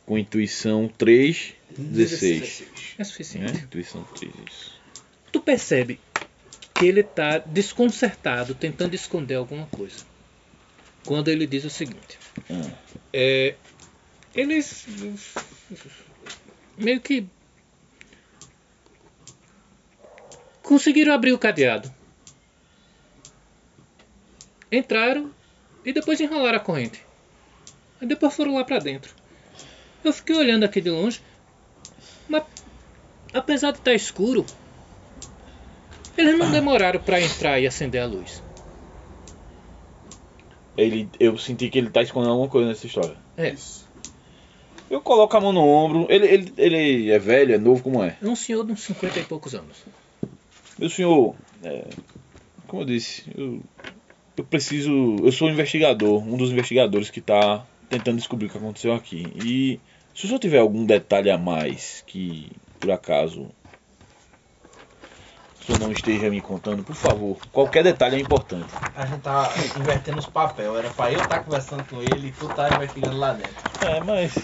Speaker 2: Com intuição 3, 16.
Speaker 3: É suficiente.
Speaker 2: Né? Intuição 3, isso.
Speaker 3: Tu percebe que ele tá desconcertado, tentando esconder alguma coisa. Quando ele diz o seguinte.
Speaker 2: Ah.
Speaker 3: É, eles meio que conseguiram abrir o cadeado. Entraram e depois enrolaram a corrente. Aí depois foram lá pra dentro. Eu fiquei olhando aqui de longe, mas apesar de estar escuro, eles não demoraram pra entrar e acender a luz.
Speaker 2: Ele, eu senti que ele tá escondendo alguma coisa nessa história.
Speaker 3: É,
Speaker 2: Eu coloco a mão no ombro. Ele, ele, ele é velho, é novo, como é?
Speaker 3: é um senhor de uns 50 e poucos anos.
Speaker 2: Meu senhor, é, como eu disse, eu, eu preciso. Eu sou um investigador, um dos investigadores que está tentando descobrir o que aconteceu aqui. E se o senhor tiver algum detalhe a mais que, por acaso, o senhor não esteja me contando, por favor, qualquer detalhe é importante.
Speaker 8: A gente tá invertendo os papel. Era pra eu estar conversando com ele e tu tá investigando lá dentro.
Speaker 2: É, mas.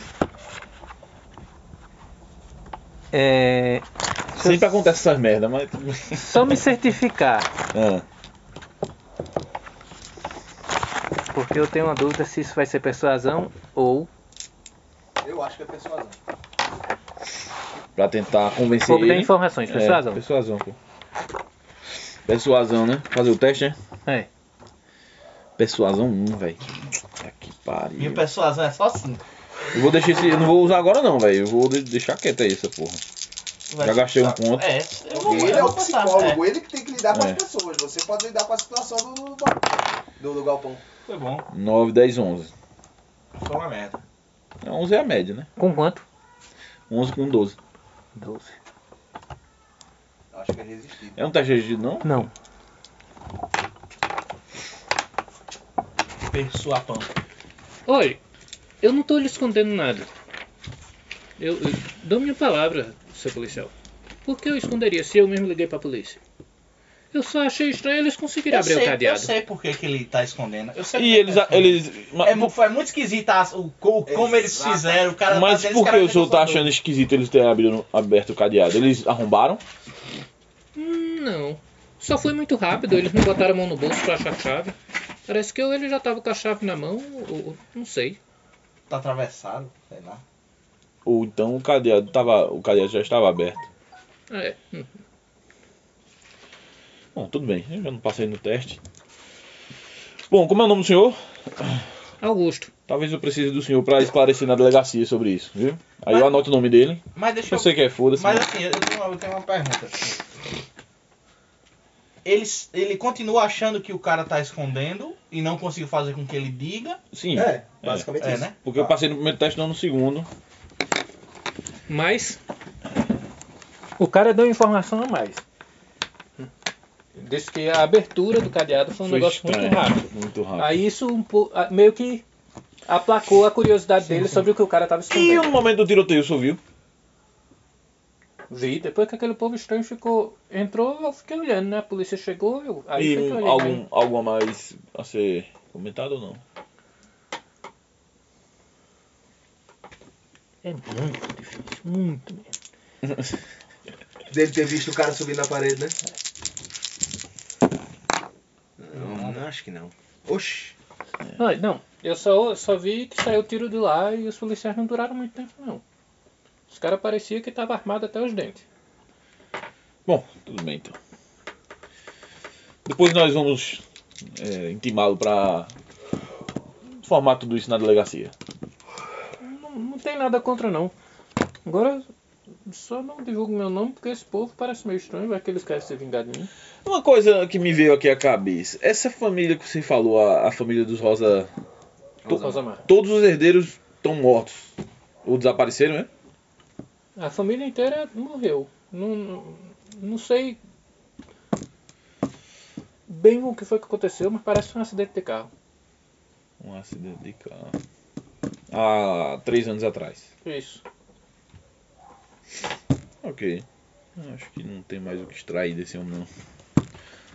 Speaker 3: É,
Speaker 2: Sempre acontece essas merdas, mas.
Speaker 3: só me certificar.
Speaker 2: Ah,
Speaker 3: Porque eu tenho uma dúvida se isso vai ser persuasão ou
Speaker 4: Eu acho que é persuasão.
Speaker 2: pra tentar convencer
Speaker 3: obter
Speaker 2: ele.
Speaker 3: informações.
Speaker 2: É,
Speaker 3: Persuasão.
Speaker 2: persuasão, pô. Persuasão, né? Fazer o teste, né?
Speaker 3: É.
Speaker 2: Persuasão 1, velho. Tá que pariu.
Speaker 8: Minha persuasão é só 5.
Speaker 2: Eu vou deixar esse. Eu não vou usar agora não, velho. Eu vou de- deixar quieto aí essa porra. Já gastei um ponto.
Speaker 8: É, eu vou,
Speaker 4: ele
Speaker 8: eu
Speaker 4: é o
Speaker 8: vou passar.
Speaker 4: psicólogo, ele que tem que lidar com
Speaker 2: É.
Speaker 4: as pessoas. Você pode lidar com a situação do, do, do- do galpão.
Speaker 8: É, foi bom.
Speaker 2: 9, 10, 11.
Speaker 8: Foi uma merda.
Speaker 2: É, 11 é a média, né?
Speaker 3: Com quanto?
Speaker 2: 11 com 12.
Speaker 3: 12.
Speaker 4: Acho que é resistido.
Speaker 2: É um teste regido, não?
Speaker 3: Não.
Speaker 8: Persuapão.
Speaker 3: Olha, eu não tô lhe escondendo nada. Eu, eu dou minha palavra, seu policial. Por que eu esconderia se eu mesmo liguei pra polícia? Eu só achei estranho eles conseguirem
Speaker 8: Eu
Speaker 3: abrir o
Speaker 8: sei, eu
Speaker 3: cadeado.
Speaker 8: sei por que, que ele tá escondendo. Eu sei
Speaker 2: E
Speaker 8: por que
Speaker 2: eles.
Speaker 8: tá escondendo.
Speaker 2: eles
Speaker 8: É,
Speaker 2: ma-
Speaker 8: mu- foi muito esquisito as- o, co- como eles
Speaker 4: Exato.
Speaker 8: fizeram. O cara um
Speaker 2: mas
Speaker 8: eles
Speaker 2: por que o senhor tá
Speaker 8: caracterizador.
Speaker 2: achando esquisito eles terem abrido, aberto o cadeado? Eles arrombaram?
Speaker 3: Hum, não. Só foi muito rápido, eles não botaram a mão no bolso pra achar a chave. Parece que eu, ele já tava com a chave na mão, ou, ou- não sei.
Speaker 8: Tá atravessado, sei lá.
Speaker 2: Ou então o cadeado tava. O cadeado já estava aberto.
Speaker 3: É, hum.
Speaker 2: Bom, tudo bem, eu já não passei no teste. Bom, como é o nome do senhor?
Speaker 3: Augusto.
Speaker 2: Talvez eu precise do senhor pra esclarecer na delegacia sobre isso, viu? Aí eu anoto o nome dele.
Speaker 8: Mas deixa
Speaker 2: Eu
Speaker 8: eu.
Speaker 2: sei que é foda-se.
Speaker 8: Mas assim, eu tenho, uma- eu tenho uma pergunta. Ele, ele continua achando que o cara tá escondendo e não conseguiu fazer com que ele diga.
Speaker 2: Sim.
Speaker 4: É, basicamente
Speaker 8: É,
Speaker 4: isso.
Speaker 8: né?
Speaker 2: Porque eu passei no primeiro teste, não no segundo.
Speaker 3: Mas. O cara deu informação a mais. Disse que a abertura do cadeado foi um
Speaker 2: Foi
Speaker 3: negócio
Speaker 2: estranho.
Speaker 3: muito rápido.
Speaker 2: Muito rápido.
Speaker 3: Aí isso um po- a- meio que aplacou a curiosidade dele sobre o que o cara tava
Speaker 2: E no
Speaker 3: escondendo.
Speaker 2: momento do tiroteio, o senhor viu?
Speaker 3: Vi, depois que aquele povo estranho ficou. Entrou, eu fiquei olhando, né? A polícia chegou, eu. Aí
Speaker 2: E
Speaker 3: foi que eu olhei. né?
Speaker 2: algum, algo a mais a ser comentado ou não?
Speaker 3: É muito difícil, muito mesmo.
Speaker 4: Dele ter visto o cara subir na parede, né? Não, não acho que não. Oxi.
Speaker 3: Ah, não, eu só, só vi que saiu tiro de lá e os policiais não duraram muito tempo, não. Os caras pareciam que estavam armados até os dentes.
Speaker 2: Bom, tudo bem então. Depois nós vamos é, intimá-lo pra formar tudo isso na delegacia.
Speaker 3: Não, não tem nada contra, não. Agora, só não divulgo meu nome porque esse povo parece meio estranho, vai que eles querem se vingar de mim.
Speaker 2: Uma coisa que me veio aqui à cabeça. Essa família que você falou, a, a família dos Rosa,
Speaker 3: Ô, Rosamar,
Speaker 2: todos os herdeiros estão mortos. Ou desapareceram, né?
Speaker 3: A família inteira morreu. Não, não, não sei bem o que foi que aconteceu, mas parece um acidente de carro.
Speaker 2: Um acidente de carro. Há três anos atrás.
Speaker 3: Isso.
Speaker 2: Ok. Acho que não tem mais o que extrair desse homem, não.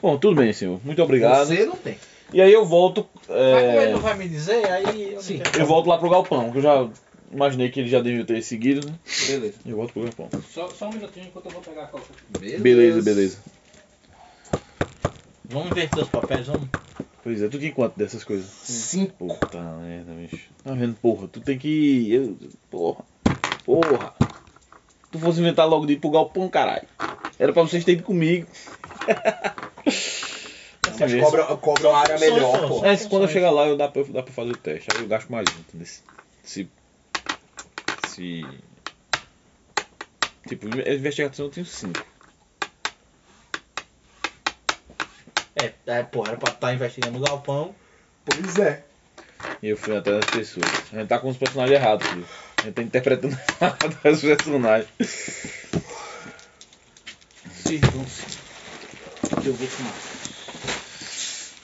Speaker 2: Bom, tudo bem, senhor. Muito obrigado.
Speaker 4: Você não tem.
Speaker 2: E aí eu volto. é,
Speaker 1: Mas como ele não vai me dizer, aí. eu não
Speaker 2: Sim,
Speaker 1: quero-
Speaker 2: eu volto lá pro galpão, que eu já imaginei que ele já devia ter seguido, né?
Speaker 4: Beleza.
Speaker 2: Eu volto pro galpão.
Speaker 3: Só, só um minutinho enquanto eu vou pegar a coca.
Speaker 2: Beleza, beleza.
Speaker 1: Vamos inverter os papéis, vamos.
Speaker 2: Pois é, tu tem quanto dessas coisas?
Speaker 4: Cinco.
Speaker 2: Puta merda, bicho. Tá vendo, porra? Tu tem que. eu- Porra. Porra. Tu fosse inventar logo de ir pro galpão, caralho. Era pra vocês terem ido
Speaker 4: *laughs*
Speaker 2: comigo. Assim
Speaker 4: Mas
Speaker 2: mesmo.
Speaker 4: cobra, cobra uma área
Speaker 1: Só- só-
Speaker 4: melhor,
Speaker 1: só-
Speaker 4: pô.
Speaker 1: só-
Speaker 2: É, se quando eu chegar lá, eu dá pra, dá pra fazer o teste. Aí eu gasto mais um, entendeu? Se- Se. Se. Tipo, investigação eu tenho 5.
Speaker 1: É, é, pô, era pra
Speaker 8: tá
Speaker 1: estar investigando o galpão.
Speaker 4: Pois é.
Speaker 2: E eu fui atrás das pessoas. A gente tá com os personagens errados, filho. A gente tá interpretando *laughs* errado os personagens.
Speaker 1: Eu vou fumar.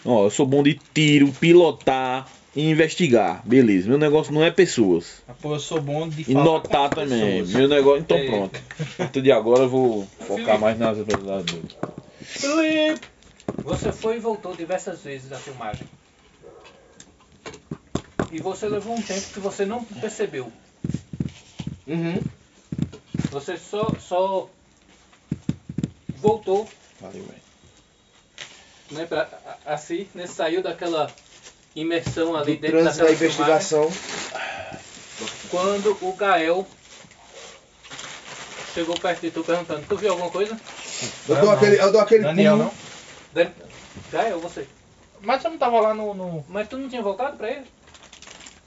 Speaker 2: Ó, eu sou bom de tiro, pilotar e investigar. Beleza. Meu negócio não é pessoas.
Speaker 1: Ah, Pô, eu sou bom de
Speaker 2: E
Speaker 1: falar
Speaker 2: notar
Speaker 1: com as
Speaker 2: também.
Speaker 1: pessoas.
Speaker 2: Meu negócio. Então
Speaker 1: É.
Speaker 2: pronto. A partir de agora eu vou focar mais nas habilidades dele.
Speaker 3: Você foi e voltou diversas vezes na filmagem. E você levou um tempo que você não percebeu.
Speaker 4: Uhum.
Speaker 3: Você só, só voltou
Speaker 2: Valeu, velho.
Speaker 3: né, pra, a, a si, né, saiu daquela imersão ali Tá
Speaker 4: Do
Speaker 3: dentro
Speaker 4: trânsito da
Speaker 3: daquela filmagem.
Speaker 4: investigação.
Speaker 3: quando o Gael chegou perto de tu perguntando, tu viu alguma coisa?
Speaker 4: Eu
Speaker 1: Não,
Speaker 4: dou
Speaker 1: não.
Speaker 4: aquele. Eu dou aquele
Speaker 1: Daniel,
Speaker 4: pulo.
Speaker 1: não?
Speaker 3: Dan- Gael, você.
Speaker 9: Mas você não tava lá no. no-
Speaker 3: Mas tu não tinha voltado pra ele?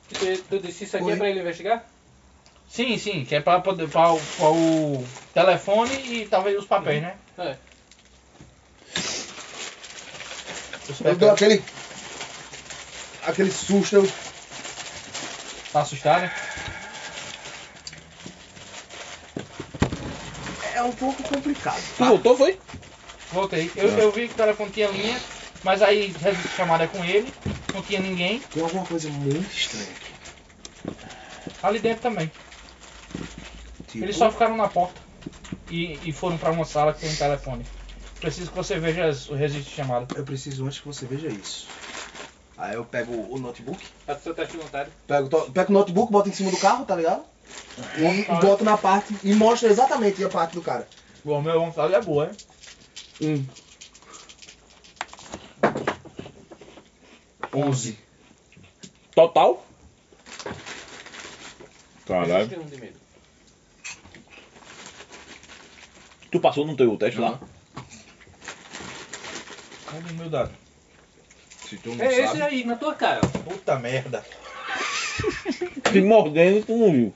Speaker 3: Que Tu, tu disse isso aqui
Speaker 4: Oi.
Speaker 3: é pra ele investigar?
Speaker 9: Sim, sim, que é pra poder. Pra, o- pra o telefone e talvez os papéis, né?
Speaker 3: É.
Speaker 4: Eu dou aquele. Aquele susto. eu-
Speaker 9: Tá assustado?
Speaker 4: É um pouco complicado.
Speaker 1: Tá.
Speaker 2: Tu voltou, foi?
Speaker 9: Voltei. Eu,
Speaker 4: Tá.
Speaker 2: Ah.
Speaker 9: eu vi que o telefone tinha linha, mas aí resolvi chamada com ele, não tinha ninguém.
Speaker 4: Tem alguma coisa muito estranha aqui.
Speaker 9: Ali dentro também.
Speaker 4: Tipo,
Speaker 9: Eles só ficaram na porta e, e foram pra uma sala que tem um telefone. Preciso que você veja as- o registro de chamada.
Speaker 4: eu preciso antes que você veja isso. Aí eu pego o notebook.
Speaker 3: Faz o seu teste de tá vontade.
Speaker 4: Pego, to- pego o notebook, boto em cima do carro, tá ligado? E boto na parte. E mostro exatamente a parte do cara.
Speaker 1: O meu vontade é boa, hein?
Speaker 4: Um. Onze.
Speaker 2: Total?
Speaker 3: Existe
Speaker 2: Caralho.
Speaker 3: um de medo.
Speaker 2: Tu passou no teu teste lá?
Speaker 1: Cadê meu dado?
Speaker 4: Se tu não
Speaker 3: É esse aí, na tua cara.
Speaker 1: Puta merda.
Speaker 2: Te mordendo e tu não viu.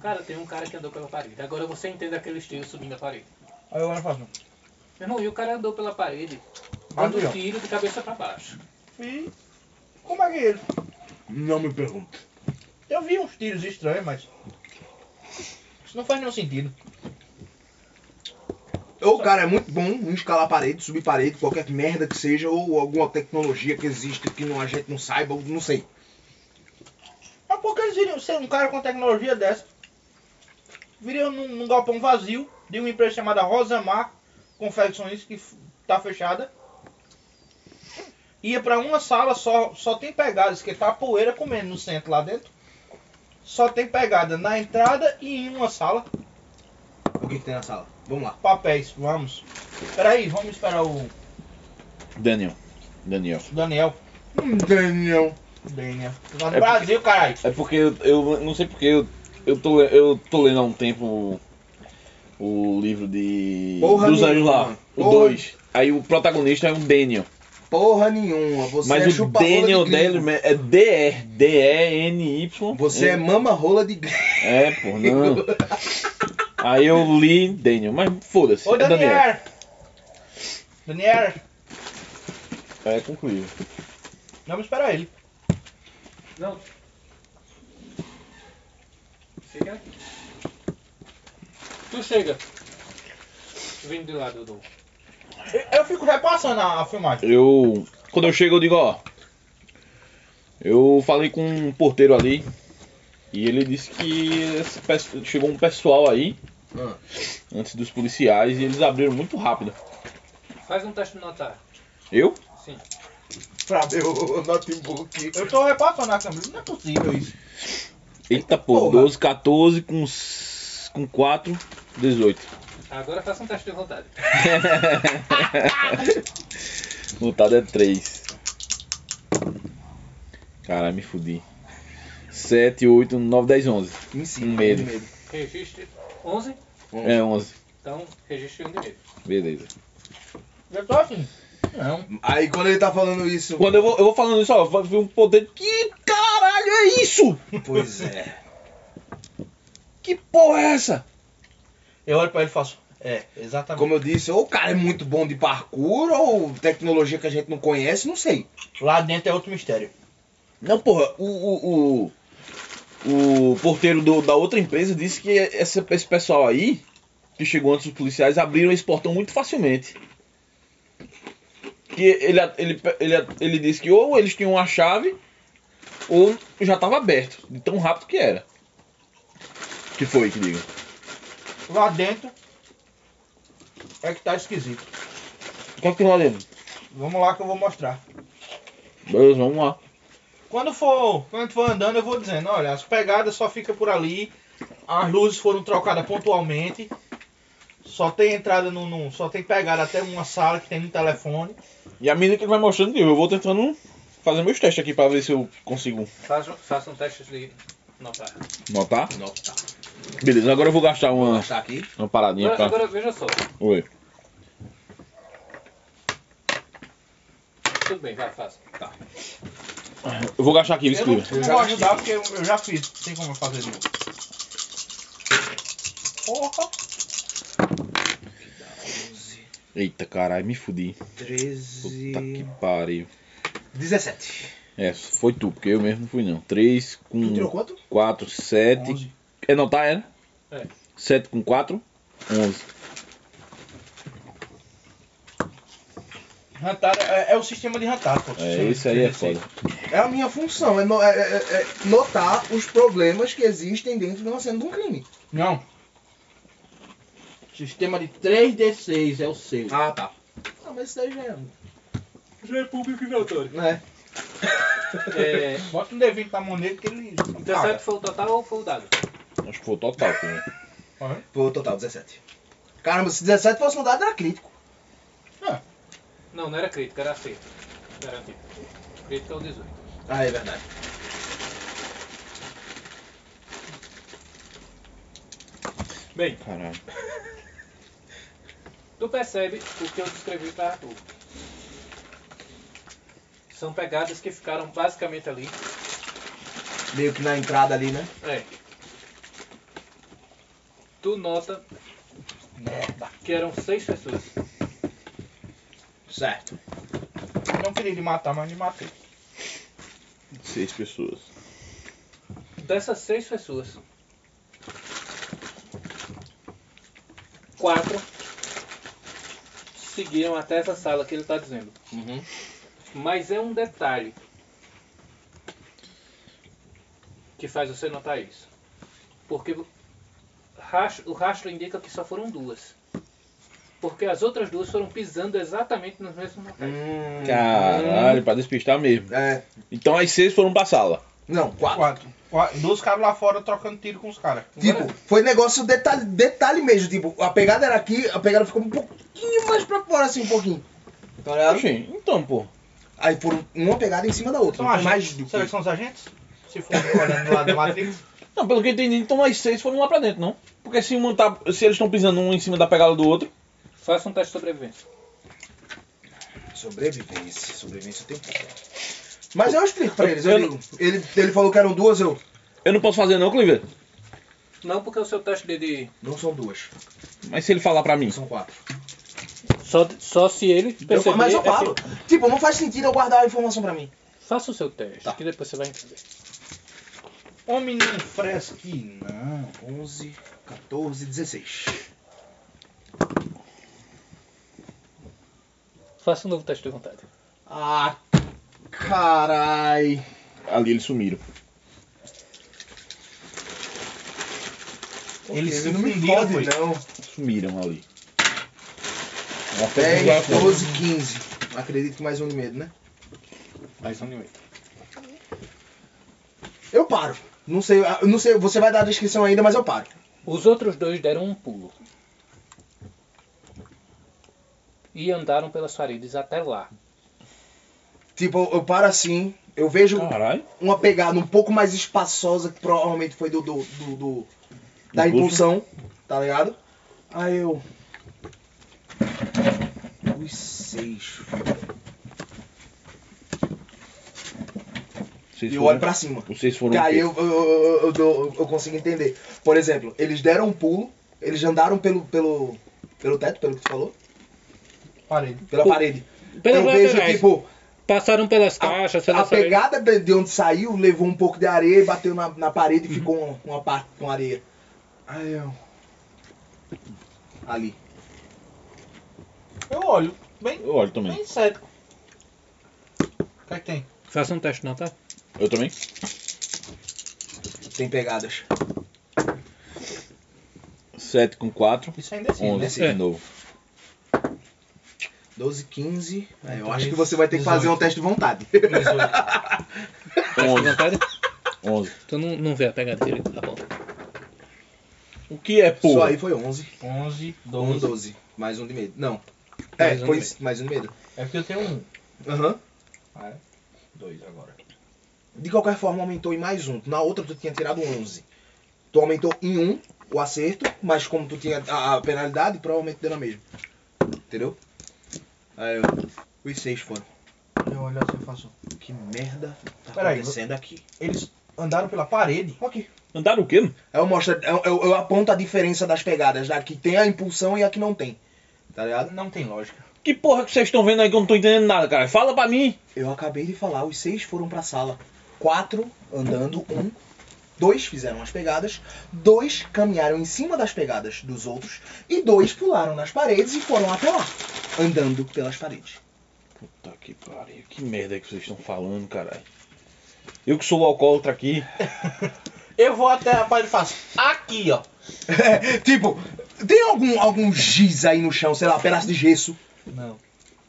Speaker 3: Cara, tem um cara que andou pela parede. Agora você entende aquele estilo subindo a parede.
Speaker 1: Aí eu agora faço.
Speaker 3: Meu irmão, e o cara andou pela parede, dando
Speaker 1: Barulhão.
Speaker 3: tiro de cabeça pra baixo.
Speaker 1: E. Como é que ele?
Speaker 4: Não me pergunta.
Speaker 1: Eu vi uns tiros estranhos, mas. Isso não faz nenhum sentido.
Speaker 4: Ou o cara é muito bom em escalar parede, subir parede, qualquer merda que seja, ou alguma tecnologia que existe que não, a gente não saiba, ou não sei.
Speaker 1: Mas por que eles iriam ser um cara com tecnologia dessa? Viriam num, num galpão vazio de uma empresa chamada Rosamar Confecções, que f- tá fechada. Ia pra uma sala só, só tem pegadas, que tá a poeira comendo no centro lá dentro. Só tem pegada na entrada e em uma sala.
Speaker 4: O que, que tem na sala? Vamos lá.
Speaker 1: Papéis, vamos. Peraí, vamos esperar o
Speaker 2: Daniel. Daniel.
Speaker 1: Daniel.
Speaker 4: Hum, Daniel.
Speaker 1: Daniel. Lá no
Speaker 2: É porque-
Speaker 1: Brasil, caralho.
Speaker 2: É porque eu, eu não sei porque eu, eu, tô, le- eu tô lendo há um tempo o, o livro de.
Speaker 4: Porra
Speaker 2: dos anjos
Speaker 4: nenhuma.
Speaker 2: lá. O
Speaker 4: Porra.
Speaker 2: 2. Aí o protagonista é um Daniel.
Speaker 4: Porra nenhuma. Você
Speaker 2: Mas
Speaker 4: é
Speaker 2: o
Speaker 4: chupa
Speaker 2: Daniel
Speaker 4: de
Speaker 2: dele
Speaker 4: gringo.
Speaker 2: me- é DR. D-E-N-Y.
Speaker 4: Você é mama rola de gringo. *laughs*
Speaker 2: É, pô, não. Aí eu li Daniel, mas foda-se.
Speaker 1: Ô
Speaker 2: é Daniel.
Speaker 1: Daniel! Daniel,
Speaker 2: É concluído.
Speaker 1: vamos esperar ele.
Speaker 3: Não. Chega. Tu chega. Vindo de lá, Dudu.
Speaker 1: Eu, eu fico repassando a, a filmagem.
Speaker 2: Eu. Quando eu chego, eu digo, ó. Eu falei com um porteiro ali. E ele disse que esse pe- chegou um pessoal aí.
Speaker 4: Ah.
Speaker 2: Antes dos policiais. E eles abriram muito rápido.
Speaker 3: Faz um teste de notar.
Speaker 2: Eu?
Speaker 3: Sim.
Speaker 4: Pra ver o, o notebook.
Speaker 1: Eu tô repassando a câmera, não é possível isso.
Speaker 2: Eita porra,
Speaker 4: Porra.
Speaker 2: 12, 14 com, s- com 4, 18.
Speaker 3: Agora faça um teste de vontade.
Speaker 2: Lutado é 3. Cara, me fudi. 7, 8, 9, 10, 11.
Speaker 4: Ensino.
Speaker 2: Medo.
Speaker 4: um medo.
Speaker 3: Registre 11.
Speaker 2: É 11.
Speaker 3: Então, registre um de medo.
Speaker 2: Beleza.
Speaker 1: Eu tô assim. Não.
Speaker 4: Aí quando ele tá falando isso.
Speaker 2: Quando eu vou, eu vou falando isso, ó, vai vir um poder. Que caralho é isso?
Speaker 4: Pois é.
Speaker 2: Que porra é essa?
Speaker 1: Eu olho pra ele e faço. É, exatamente.
Speaker 4: Como eu disse, ou o cara é muito bom de parkour, ou tecnologia que a gente não conhece, não sei.
Speaker 1: Lá dentro é outro mistério.
Speaker 2: Não, porra, o. o, o, o porteiro do- da outra empresa disse que essa- esse pessoal aí, que chegou antes dos policiais, abriram esse portão muito facilmente. Que ele, ele, ele, ele disse que ou eles tinham a chave, ou já tava aberto, de tão rápido que era. Que foi, que diga?
Speaker 1: Lá dentro é que tá esquisito.
Speaker 2: Quanto que lá dentro?
Speaker 1: Vamos lá que eu vou mostrar.
Speaker 2: Beleza, vamos lá.
Speaker 1: Quando for, quando for andando, eu vou dizendo, olha, as pegadas só fica por ali, as luzes foram trocadas pontualmente, só tem entrada no, no- só tem pegada até uma sala que tem um telefone.
Speaker 2: E a menina que ele vai mostrando, eu vou tentando fazer meus testes aqui pra ver se eu consigo
Speaker 3: Faça, faça um teste de notar.
Speaker 2: notar.
Speaker 3: Notar.
Speaker 2: Beleza, agora eu vou gastar uma,
Speaker 4: Tá aqui.
Speaker 2: uma paradinha
Speaker 3: Agora,
Speaker 2: pra.
Speaker 3: agora, veja só.
Speaker 2: Oi.
Speaker 3: Tudo bem, vai, faça.
Speaker 2: Eu vou gastar aqui,
Speaker 1: Eu não,
Speaker 2: escreva.
Speaker 1: não vou ajudar porque eu, eu já fiz, não tem como eu fazer de novo. Porra,
Speaker 2: Eita, caralho, me fudi.
Speaker 4: 13.
Speaker 2: Puta que pariu.
Speaker 4: 17.
Speaker 2: É, foi tu, porque eu mesmo não fui não. 3
Speaker 4: Tu tirou
Speaker 2: com
Speaker 4: quanto?
Speaker 2: 4, 7.
Speaker 1: Onze.
Speaker 2: É, não tá, era?
Speaker 3: É.
Speaker 2: 7 com 4, 11.
Speaker 1: Rantar é, é o sistema de rantar, pô.
Speaker 2: É, esse aí é foda.
Speaker 4: É a minha função, é, no- é- é- é notar os problemas que existem dentro de uma cena de um crime.
Speaker 1: Não. Sistema de 3D6 é o seu.
Speaker 4: Ah, tá. Ah, mas isso daí já é.
Speaker 3: Já é público e notório.
Speaker 4: Né?
Speaker 3: É,
Speaker 1: Bota um D20 na mão dele que ele.
Speaker 3: 17 foi o total ou foi o dado?
Speaker 2: Acho que foi o total. Cara.
Speaker 4: Pô, total, 17. Caramba, se 17 fosse no dado, era crítico.
Speaker 3: Não, não era crítico, era acerto. Garantido. Crítico é o 18.
Speaker 4: Ah, é verdade.
Speaker 3: Bem,
Speaker 2: Caralho.
Speaker 3: tu percebe o que eu descrevi para Arthur. São pegadas que ficaram basicamente ali.
Speaker 4: Meio que na entrada ali, né?
Speaker 3: É. Tu nota
Speaker 1: Né?
Speaker 3: que eram seis pessoas.
Speaker 4: Certo.
Speaker 1: Não queria lhe matar, mas me matei.
Speaker 2: Seis pessoas.
Speaker 3: Dessas seis pessoas, quatro seguiram até essa sala que ele está dizendo.
Speaker 4: Uhum.
Speaker 3: Mas é um detalhe que faz você notar isso. Porque o rastro, o rastro indica que só foram duas. Porque as outras duas foram pisando exatamente nos mesmos locais.
Speaker 2: Caralho, pra despistar mesmo.
Speaker 4: Hum. É.
Speaker 2: Então as seis foram pra sala.
Speaker 4: Não, 4.
Speaker 1: Quatro. Quatro. Dois caras lá fora trocando tiro com os caras.
Speaker 4: Tipo, foi negócio detalhe, detalhe mesmo. Tipo, a pegada era aqui, a pegada ficou um pouquinho mais pra fora, assim, um pouquinho. Tá ligado?
Speaker 2: Oxi, então, pô.
Speaker 4: Aí foram uma pegada em cima da outra.
Speaker 1: São
Speaker 8: Então,
Speaker 4: Não foi mais
Speaker 1: agentes.
Speaker 4: do
Speaker 1: Será que
Speaker 4: Então, que.
Speaker 1: são os agentes? Se for
Speaker 8: um
Speaker 1: olhando lá da
Speaker 8: *laughs*
Speaker 1: Matrix.
Speaker 2: Não, pelo que eu entendi, então as seis foram lá pra dentro, não? Porque se, um tá, se eles estão pisando um em cima da pegada do outro.
Speaker 3: Faça um teste de sobrevivência.
Speaker 4: Sobrevivência. Sobrevivência tem pouco. Mas eu explico pra eles. Eu
Speaker 2: Eu
Speaker 4: digo, ele, ele falou que eram duas, eu.
Speaker 2: Eu não posso fazer, não, Cliver.
Speaker 3: Não porque o seu teste de- de
Speaker 4: Não são duas,
Speaker 2: Mas se ele falar pra mim.
Speaker 4: são quatro.
Speaker 3: Só, só se ele
Speaker 4: Eu,
Speaker 3: perceber.
Speaker 4: mas eu
Speaker 3: é
Speaker 4: falo. Tipo, não faz sentido eu guardar a informação pra mim.
Speaker 3: que- Faça o seu teste,
Speaker 4: Tá.
Speaker 3: que depois você vai entender.
Speaker 8: Um
Speaker 1: Homem não fresque, não.
Speaker 4: 11, 14, 16.
Speaker 3: Faça um novo teste de vontade.
Speaker 4: Ah, carai.
Speaker 2: Ali eles sumiram.
Speaker 1: Eles
Speaker 4: Ele não me
Speaker 1: fundiram,
Speaker 4: fode,
Speaker 8: né?
Speaker 1: pois.
Speaker 4: não.
Speaker 2: Sumiram ali. Até que vai
Speaker 4: 10,
Speaker 2: fora.
Speaker 4: 12, 15. Acredito que mais um de medo, né?
Speaker 2: Mais um nível.
Speaker 4: Eu paro. Não sei, ah, não sei, você vai dar a descrição ainda, mas eu paro.
Speaker 3: Os outros dois deram um pulo. E andaram pelas paredes até lá.
Speaker 4: Tipo, eu- eu paro assim, eu vejo
Speaker 2: Caralho.
Speaker 4: uma pegada um pouco mais espaçosa, que provavelmente foi do. do, do- do- da
Speaker 2: Impulso.
Speaker 4: impulsão, tá ligado? Aí eu. Os seis.
Speaker 2: Vocês
Speaker 4: E eu
Speaker 2: foram-
Speaker 4: olho pra cima.
Speaker 2: Vocês foram.
Speaker 4: Que aí
Speaker 2: o quê?
Speaker 4: eu, eu, eu, eu dou- eu consigo entender. Por exemplo, eles deram um pulo, eles andaram pelo, pelo, pelo teto, pelo que tu falou,
Speaker 8: Parede.
Speaker 4: pela
Speaker 3: Pô,
Speaker 4: parede.
Speaker 3: Pelas
Speaker 4: eu vejo,
Speaker 3: laterais.
Speaker 4: tipo,
Speaker 3: Passaram pelas
Speaker 4: a,
Speaker 3: caixas,
Speaker 4: a
Speaker 3: pelas paredes.
Speaker 4: pegada de- de onde saiu levou um pouco de areia e bateu na, na parede e ficou uma, uma parte com areia. Aí eu... Ali.
Speaker 8: Eu olho. Bem,
Speaker 2: Eu olho também.
Speaker 8: bem cético. O que é que tem?
Speaker 3: Faça um teste não, tá?
Speaker 2: Eu também?
Speaker 4: Tem pegadas.
Speaker 2: 7 com 4.
Speaker 8: Isso ainda é assim, né?
Speaker 2: 11
Speaker 3: É.
Speaker 2: de novo.
Speaker 4: 12, 15. Aí É, eu acho que você vai ter que fazer um teste de vontade.
Speaker 8: *laughs* 18.
Speaker 3: Fica à
Speaker 2: 11.
Speaker 3: vontade.
Speaker 2: 11.
Speaker 3: Tu não, não vê a pegada direito, tá bom.
Speaker 2: O que é, pô?
Speaker 4: Só aí foi 11.
Speaker 8: 11,
Speaker 4: Um
Speaker 8: 12.
Speaker 4: 12. Mais um de medo. Não.
Speaker 3: Mais
Speaker 4: é,
Speaker 3: um
Speaker 4: foi
Speaker 3: de
Speaker 4: mais um de medo.
Speaker 8: É porque eu tenho um.
Speaker 4: Aham.
Speaker 8: Dois agora.
Speaker 4: De qualquer forma, aumentou em mais um. Na outra, tu tinha tirado 11. Tu aumentou em um o acerto, mas como tu tinha a, a penalidade, provavelmente deu na mesma. Entendeu? Aí, ó, os seis foram.
Speaker 8: Eu olho assim e faço.
Speaker 4: Que merda tá
Speaker 8: Peraí,
Speaker 4: acontecendo aqui?
Speaker 8: Eles andaram pela parede.
Speaker 4: Ok.
Speaker 2: Andaram o quê?
Speaker 4: Aí eu, mostro, eu, eu- eu aponto é a diferença das pegadas. Da que tem a impulsão e a que não tem. Tá ligado?
Speaker 8: Não tem lógica.
Speaker 2: Que porra que vocês estão vendo aí que eu não tô entendendo nada, cara? Fala pra mim.
Speaker 4: Eu acabei de falar, os seis foram pra sala. Quatro andando, um. Dois fizeram as pegadas, dois caminharam em cima das pegadas dos outros, e dois pularam nas paredes e foram até lá, andando pelas paredes. *laughs*
Speaker 2: Puta que pariu. Que merda é que vocês estão falando, caralho. Eu que sou o alcoólatra aqui.
Speaker 8: Eu vou até a parede e faço. Aqui, ó.
Speaker 4: tipo, tem algum, algum giz aí no chão, sei lá, pedaço de gesso?
Speaker 8: Não.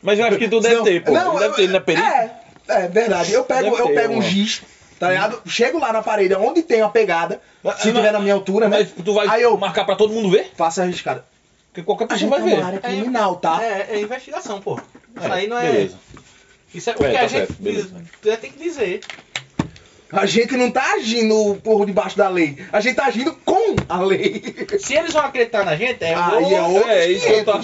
Speaker 2: Mas eu acho que tu deve
Speaker 4: Não,
Speaker 2: ter, pô.
Speaker 4: não,
Speaker 2: deve
Speaker 4: eu-
Speaker 2: ter, né, perito?
Speaker 4: É, é verdade. Eu pego,
Speaker 2: Deve
Speaker 4: eu
Speaker 2: ter,
Speaker 4: pego um
Speaker 2: ó.
Speaker 4: giz, tá ligado? Chego lá na parede, onde tem a pegada, se
Speaker 2: Mas- é-
Speaker 4: tiver na minha altura, né?
Speaker 2: Mas tu vai
Speaker 4: Aí eu
Speaker 2: marcar pra todo mundo ver?
Speaker 4: faço arriscada.
Speaker 2: Porque qualquer
Speaker 4: A
Speaker 2: pessoa
Speaker 4: gente
Speaker 2: vai
Speaker 4: tá
Speaker 2: ver.
Speaker 4: numa área criminal, tá?
Speaker 8: É, é investigação, pô. Isso aí não é.
Speaker 2: Beleza.
Speaker 8: Isso é o
Speaker 2: É,
Speaker 8: que
Speaker 2: tá
Speaker 8: a gente.
Speaker 2: certo, beleza.
Speaker 8: diz- Tem que dizer.
Speaker 4: A gente não tá agindo por debaixo da lei. A gente tá agindo com a lei.
Speaker 8: Se eles vão acreditar na gente, é
Speaker 4: Ah,
Speaker 8: outro-
Speaker 4: e é outro-
Speaker 2: É, isso que eu tava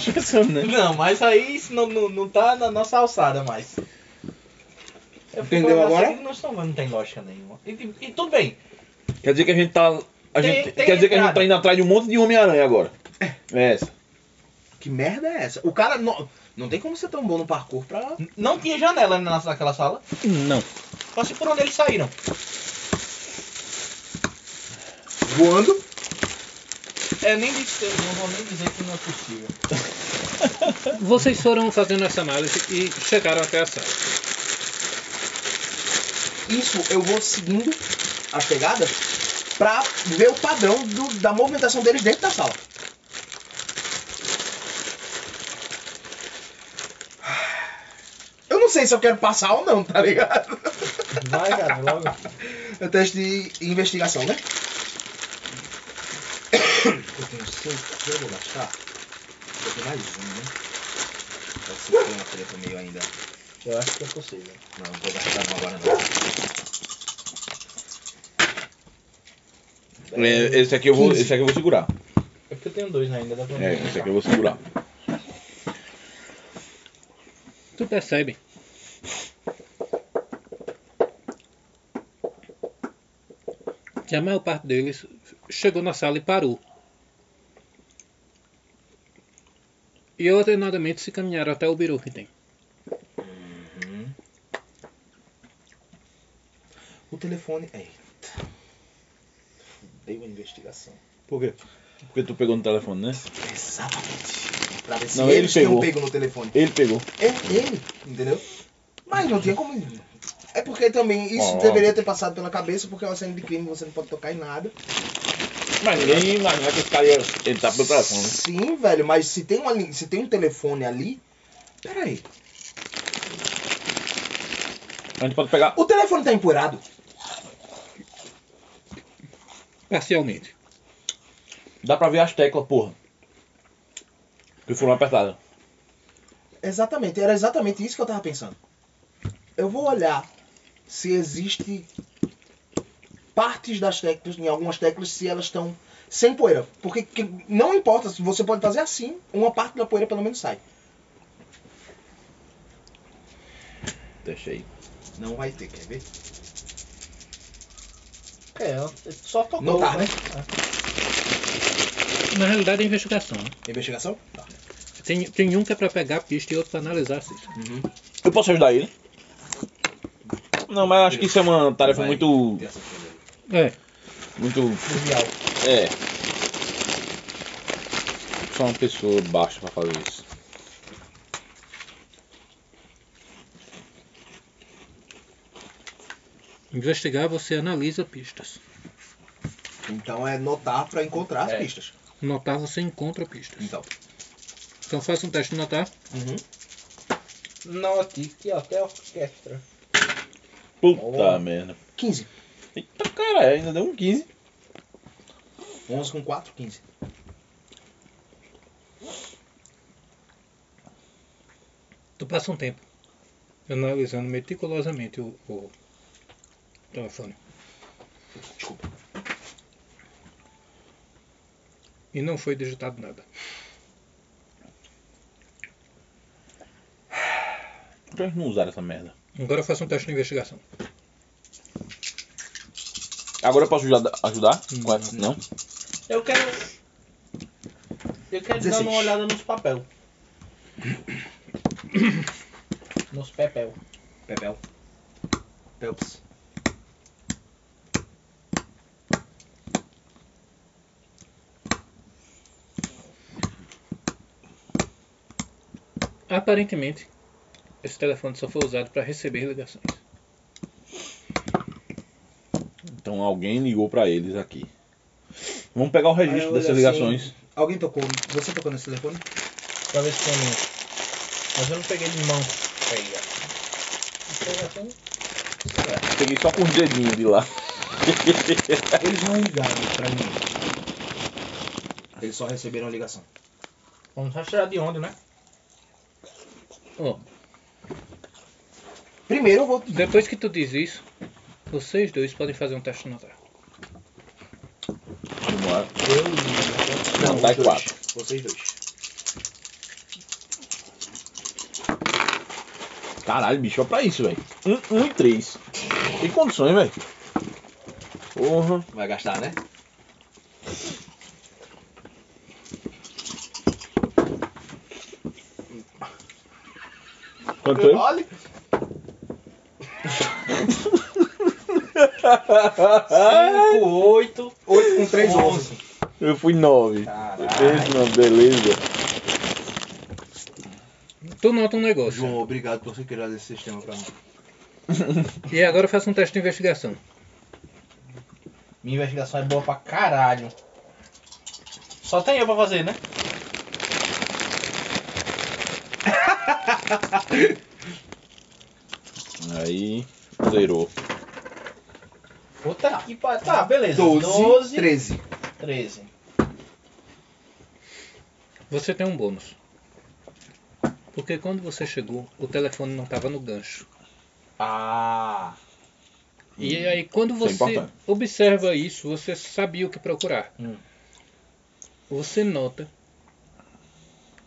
Speaker 1: *laughs*
Speaker 2: pensando, né?
Speaker 8: Não, mas aí isso não, não, não tá na nossa alçada mais. Eu fico
Speaker 4: Entendeu
Speaker 8: olhando
Speaker 4: agora?
Speaker 8: assim, Não, estão, não tem lógica nenhuma. E, e- e tudo bem.
Speaker 2: Quer dizer que a gente tá. A
Speaker 8: Tem-
Speaker 2: gente,
Speaker 8: tem
Speaker 2: quer dizer que a gente
Speaker 8: entrada.
Speaker 2: tá indo atrás de um monte de Homem-Aranha agora. É essa.
Speaker 4: *laughs* Que merda é essa? O cara não, não tem como ser tão bom no parkour pra.
Speaker 8: N- Não tinha janela na, naquela sala.
Speaker 3: Não.
Speaker 8: Só se por onde eles saíram.
Speaker 4: voando.
Speaker 8: Eu É, nem disse, eu não vou nem dizer que não é possível.
Speaker 3: Vocês foram fazendo essa análise e chegaram até a sala.
Speaker 4: Isso eu vou seguindo as pegadas pra ver o padrão do- da movimentação deles dentro da sala. Eu não sei se eu quero passar ou não, tá ligado? *laughs*
Speaker 8: Vai, cara, logo.
Speaker 4: É teste de investigação, né? Eu tenho cinco, eu vou gastar. Eu tenho mais um, né? Pode ser que tenha uma treta meio ainda.
Speaker 8: Eu acho que é possível.
Speaker 4: Não, não vou gastar não agora não.
Speaker 2: É, esse, aqui eu vou, esse aqui eu vou segurar.
Speaker 8: É porque eu tenho dois ainda, dá pra
Speaker 2: É, esse aqui eu vou segurar.
Speaker 3: Tu percebe que a maior parte deles chegou na sala e parou. E ordenadamente se caminharam até o birô que tem.
Speaker 4: Uhum. O telefone. Eita. Dei uma investigação.
Speaker 2: Por quê? Porque tu pegou no telefone, né?
Speaker 4: Exatamente. Pra ver se
Speaker 2: Não, ele
Speaker 4: eles tinham
Speaker 2: pegou.
Speaker 4: pego no telefone.
Speaker 2: Ele pegou.
Speaker 4: É ele, entendeu? Mas não tinha como. É porque também isso
Speaker 2: Ó.
Speaker 4: deveria ter passado pela cabeça, porque é uma cena de crime, você não pode tocar em nada.
Speaker 2: Mas ninguém imagina que os caras iam entrar pelo tá telefone. né?
Speaker 4: Sim, velho, mas se tem, uma, li- se tem um telefone ali. Peraí.
Speaker 2: A gente pode pegar.
Speaker 4: O telefone tá empoeirado.
Speaker 3: Parcialmente.
Speaker 2: Dá pra ver as teclas, porra. Que foram apertadas.
Speaker 4: Exatamente, era exatamente isso que eu tava pensando. Eu vou olhar se existe partes das teclas, em algumas teclas, se elas estão sem poeira. Porque que- não importa, se você pode fazer assim, uma parte da poeira pelo menos sai.
Speaker 2: Deixa aí.
Speaker 4: Não vai ter, quer ver?
Speaker 1: É, só tocou.
Speaker 4: Não tá, né?
Speaker 3: Na realidade é investigação. né?
Speaker 4: Investigação?
Speaker 3: Tem, tem um que é pra pegar a pista e outro pra analisar a pista.
Speaker 2: Eu posso ajudar ele? Não, mas acho que isso é uma tarefa muito.
Speaker 3: É.
Speaker 2: Muito. É. Só uma pessoa baixa pra fazer isso.
Speaker 3: Investigar, você analisa pistas.
Speaker 4: Então é notar pra encontrar as
Speaker 1: É.
Speaker 4: pistas.
Speaker 3: Notar, você encontra pistas.
Speaker 4: Então.
Speaker 3: Então faça um teste de notar.
Speaker 4: Uhum.
Speaker 1: Não aqui, que até
Speaker 8: tá
Speaker 1: orquestra.
Speaker 2: Puta merda.
Speaker 4: 15.
Speaker 2: Eita cara, ainda deu um 15.
Speaker 4: 11 com 4, 15.
Speaker 3: Tu passa um tempo analisando meticulosamente o, o telefone.
Speaker 4: Desculpa.
Speaker 3: E não foi digitado nada.
Speaker 2: Por que eles não usaram essa merda?
Speaker 3: Agora faça um teste de investigação.
Speaker 2: Agora eu posso ajudar? ajudar?
Speaker 3: Hum,
Speaker 2: Com essa- Não?
Speaker 8: Eu quero. Eu quero dar
Speaker 4: 16.
Speaker 8: uma olhada nos papel. Nos papel.
Speaker 4: Pepel. Pelps.
Speaker 3: Aparentemente, esse telefone só foi usado para receber ligações.
Speaker 2: Então alguém ligou pra eles aqui. Vamos pegar o registro
Speaker 4: olha
Speaker 2: dessas
Speaker 4: assim.
Speaker 2: ligações.
Speaker 4: Alguém tocou? Você tocou nesse telefone?
Speaker 8: Pra ver se tem. Mas eu não peguei de mão. Aí, ó.
Speaker 2: Peguei só com os dedinhos de lá.
Speaker 4: Eles não ligaram pra mim. Eles só receberam a ligação.
Speaker 8: Vamos rastrear de onde, né?
Speaker 4: Primeiro eu vou.
Speaker 3: Depois que tu diz isso, vocês dois podem fazer um teste de notar.
Speaker 2: Vamos lá.
Speaker 4: Eu
Speaker 2: Não, vai
Speaker 4: os dois.
Speaker 2: quatro.
Speaker 4: Vocês dois.
Speaker 2: Caralho, bicho, olha pra isso, velho. Um, um e três. Tem condições, velho. Porra.
Speaker 4: Vai gastar, né?
Speaker 2: Quanto eu?
Speaker 4: Olha.
Speaker 8: Cinco, oito.
Speaker 4: 8 com 3, 11.
Speaker 2: Eu fui nove.
Speaker 4: Caralho.
Speaker 2: Fez uma beleza.
Speaker 3: Tu nota um negócio.
Speaker 4: João, obrigado por você criar esse sistema pra mim.
Speaker 3: E agora faça um teste de investigação.
Speaker 8: Minha investigação é boa pra caralho. Só tem eu pra fazer, né?
Speaker 2: Aí, zerou.
Speaker 8: Puta que pariu. Tá, beleza.
Speaker 4: 12, 13.
Speaker 8: 13.
Speaker 3: Você tem um bônus. Porque quando você chegou, o telefone não estava no gancho.
Speaker 8: Ah.
Speaker 3: E aí, quando
Speaker 2: Isso é
Speaker 3: você
Speaker 2: importante.
Speaker 3: observa isso, você sabia o que procurar.
Speaker 8: Hum.
Speaker 3: Você nota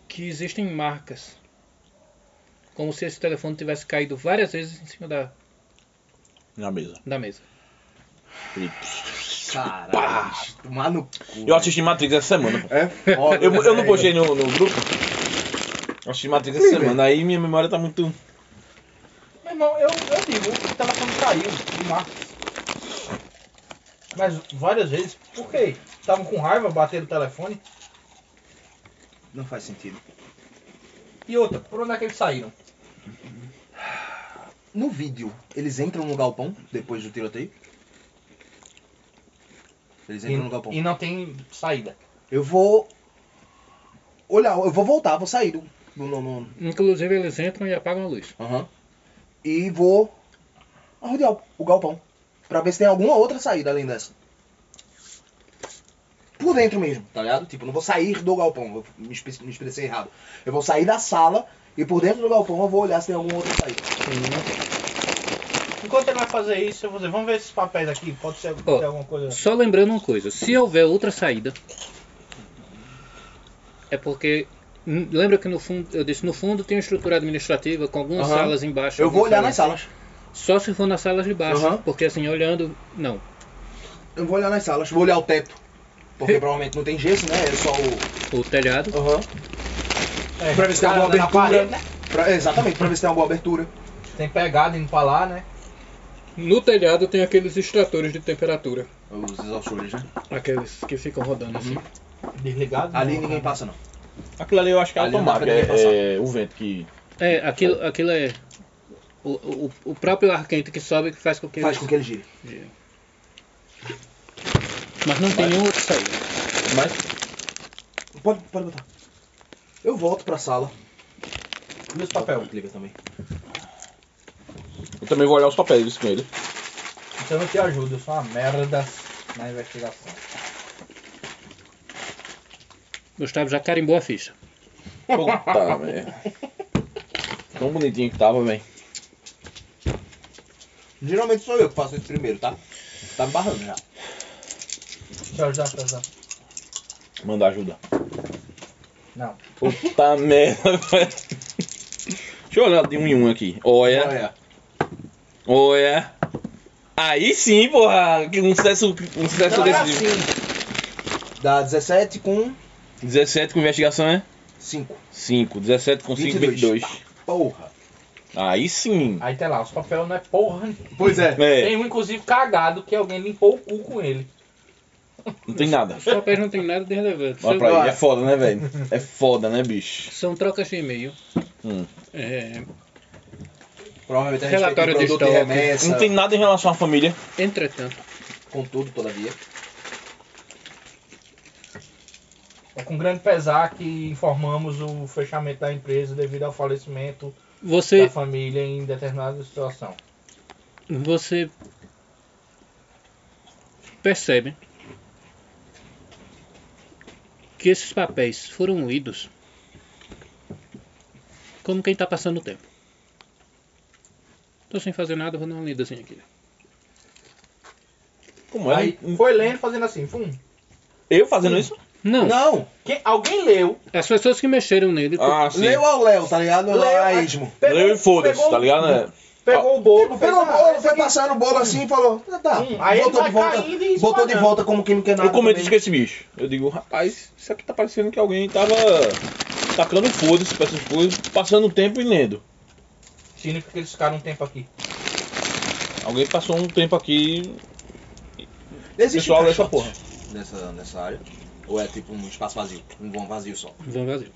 Speaker 3: que existem marcas. Como se esse telefone tivesse caído várias vezes em cima da,
Speaker 2: Na mesa.
Speaker 3: da mesa.
Speaker 2: E-
Speaker 4: Caralho. Tomar no cu.
Speaker 2: Eu assisti Matrix essa semana. pô.
Speaker 4: É
Speaker 2: *laughs*
Speaker 4: foda,
Speaker 2: Eu, eu não
Speaker 4: velho.
Speaker 2: postei no, no grupo. Eu assisti Matrix essa semana. Aí minha memória tá muito.
Speaker 8: Meu irmão, eu, eu digo, o telefone caiu de Marcos. Mas várias vezes. Por quê? Estavam com raiva, bateram o telefone.
Speaker 4: Não faz sentido.
Speaker 8: E outra, por onde é que eles saíram?
Speaker 4: No vídeo, eles entram no galpão depois do tiroteio? Eles
Speaker 1: E,
Speaker 4: entram no galpão.
Speaker 1: e não tem saída.
Speaker 4: Eu vou. Olhar, eu vou voltar, vou sair do. do, do, do-
Speaker 3: Inclusive, eles entram e apagam a luz.
Speaker 4: Aham. E vou arrodear o- o galpão. Pra ver se tem alguma outra saída além dessa. Por dentro mesmo, tá ligado? Tipo, eu não vou sair do galpão. Eu me, express- me expressei errado. Eu vou sair da sala e por dentro do galpão eu vou olhar se tem alguma outra saída.
Speaker 1: Enquanto ele vai fazer isso, eu vou dizer, vamos ver esses papéis aqui, pode ser
Speaker 3: Ó.
Speaker 1: ter alguma coisa.
Speaker 3: Só lembrando uma coisa, se houver outra saída, é porque n- lembra que no fundo, eu disse, no fundo tem uma estrutura administrativa com algumas
Speaker 4: Aham.
Speaker 3: salas embaixo.
Speaker 4: Eu vou
Speaker 3: algumas
Speaker 4: olhar nas salas.
Speaker 3: Só se for nas salas de baixo,
Speaker 4: Aham.
Speaker 3: porque assim olhando, não.
Speaker 4: Eu vou olhar nas salas, vou olhar o teto. Porque provavelmente não tem gesso, né? É só o.
Speaker 3: O telhado,
Speaker 4: Aham.
Speaker 1: É,
Speaker 4: Pra ver se tem alguma
Speaker 1: cara, na
Speaker 4: abertura.
Speaker 1: parede, né?
Speaker 4: Pra- Exatamente, pra ver se tem alguma abertura.
Speaker 1: Tem pegada indo pra lá, né?
Speaker 3: no telhado tem aqueles extratores de temperatura,
Speaker 4: Os exaustores, né?
Speaker 3: aqueles que ficam rodando assim.
Speaker 1: Desligado.
Speaker 4: Ali
Speaker 1: não,
Speaker 4: ninguém
Speaker 1: né?
Speaker 4: passa, não.
Speaker 2: Aquilo ali eu acho que é
Speaker 4: Ali não dá
Speaker 2: automático,
Speaker 4: pra ninguém passar.
Speaker 2: é, é o vento que.
Speaker 3: É, aquilo, aquilo é o, o, o próprio ar quente que sobe que faz com que
Speaker 4: Faz
Speaker 3: eles-
Speaker 4: com que ele gire.
Speaker 3: mas não tem nenhuma outra saída.
Speaker 2: Mas
Speaker 4: Pode, pode botar. Eu volto pra sala.
Speaker 1: Meus papéis.
Speaker 4: Clica também.
Speaker 2: eu também vou olhar os papéis isso com *laughs* ele.
Speaker 1: Então eu te ajudo, eu sou uma merda na investigação.
Speaker 3: Gustavo já carimbou a ficha.
Speaker 2: Puta merda. Ah, Tão bonitinho que tava, velho.
Speaker 4: Geralmente sou eu que faço isso primeiro, tá? Tá me barrando já.
Speaker 1: Deixa eu ajudar, pra ajudar.
Speaker 2: Mandar ajuda.
Speaker 1: Não.
Speaker 2: Puta *laughs* merda, velho. Deixa eu olhar de um em um aqui. Olha,
Speaker 4: Olha.
Speaker 2: olha. Aí sim, porra. que Um sucesso, um sucesso
Speaker 4: Não, é
Speaker 2: desse
Speaker 4: assim. Dá 17 com
Speaker 2: 17 com investigação, né?
Speaker 4: 5.
Speaker 2: 5. 17 com 5, 22.
Speaker 4: 22. Porra.
Speaker 2: Aí sim.
Speaker 1: Aí tem lá, os papéis não é porra. nenhuma.
Speaker 4: Pois é.
Speaker 2: É,
Speaker 1: Tem um, inclusive, cagado que alguém limpou o cu com ele.
Speaker 2: não tem nada.
Speaker 3: Os papéis não tem nada de relevante.
Speaker 2: Olha
Speaker 3: São-
Speaker 2: pra aí. É foda, né, velho? É foda, né, bicho?
Speaker 3: São trocas de e-mail.
Speaker 2: Hum.
Speaker 3: É,
Speaker 4: Provavelmente a gente
Speaker 3: Relatório
Speaker 4: vai ter
Speaker 3: de
Speaker 4: produto de
Speaker 3: estoque.
Speaker 4: remessa.
Speaker 2: Não tem nada em relação à família.
Speaker 3: entretanto,
Speaker 4: Contudo, todavia.
Speaker 1: É com grande pesar que informamos o fechamento da empresa devido ao falecimento
Speaker 3: você,
Speaker 1: da
Speaker 2: Tá.
Speaker 1: família em determinada situação.
Speaker 3: você percebe que esses papéis foram lidos como quem tá passando o tempo. Tô sem fazer nada, vou dar uma lida assim aqui.
Speaker 2: Como é?
Speaker 1: Aí foi lendo, fazendo assim, fum.
Speaker 2: Eu fazendo isso?
Speaker 3: Não,
Speaker 4: Não!
Speaker 1: Quem, alguém leu,
Speaker 3: as pessoas que mexeram nele,
Speaker 2: Ah, sim.
Speaker 4: Leu ao Léo, tá ligado? Léo
Speaker 1: Leu,
Speaker 4: a
Speaker 1: aí-
Speaker 4: esmo.
Speaker 2: Leu e foda-se,
Speaker 1: pegou- um
Speaker 2: tá ligado? né?
Speaker 1: pegou o bolo, fez
Speaker 4: Pegou o
Speaker 1: ah,
Speaker 4: bolo,
Speaker 1: esse
Speaker 4: foi
Speaker 1: aqui-
Speaker 4: passando o bolo assim e falou. ah, Tá.
Speaker 1: Hum, aí ele
Speaker 4: botou
Speaker 1: vai
Speaker 4: de volta.
Speaker 1: caindo e
Speaker 4: Botou de
Speaker 1: esmagando.
Speaker 4: volta como quem não quer nada.
Speaker 2: Eu comento
Speaker 4: também.
Speaker 2: isso com esse bicho. Eu digo, rapaz, isso aqui tá parecendo que alguém tava tacando foda-se pra essas coisas, passando o tempo e lendo.
Speaker 1: Significa que eles ficaram um tempo aqui.
Speaker 2: Alguém passou um tempo aqui
Speaker 4: Existe
Speaker 2: Pessoal, lê essa
Speaker 4: caixote Nessa, nessa área. Ou é tipo um espaço vazio, um vão vazio só.
Speaker 3: vão vazio.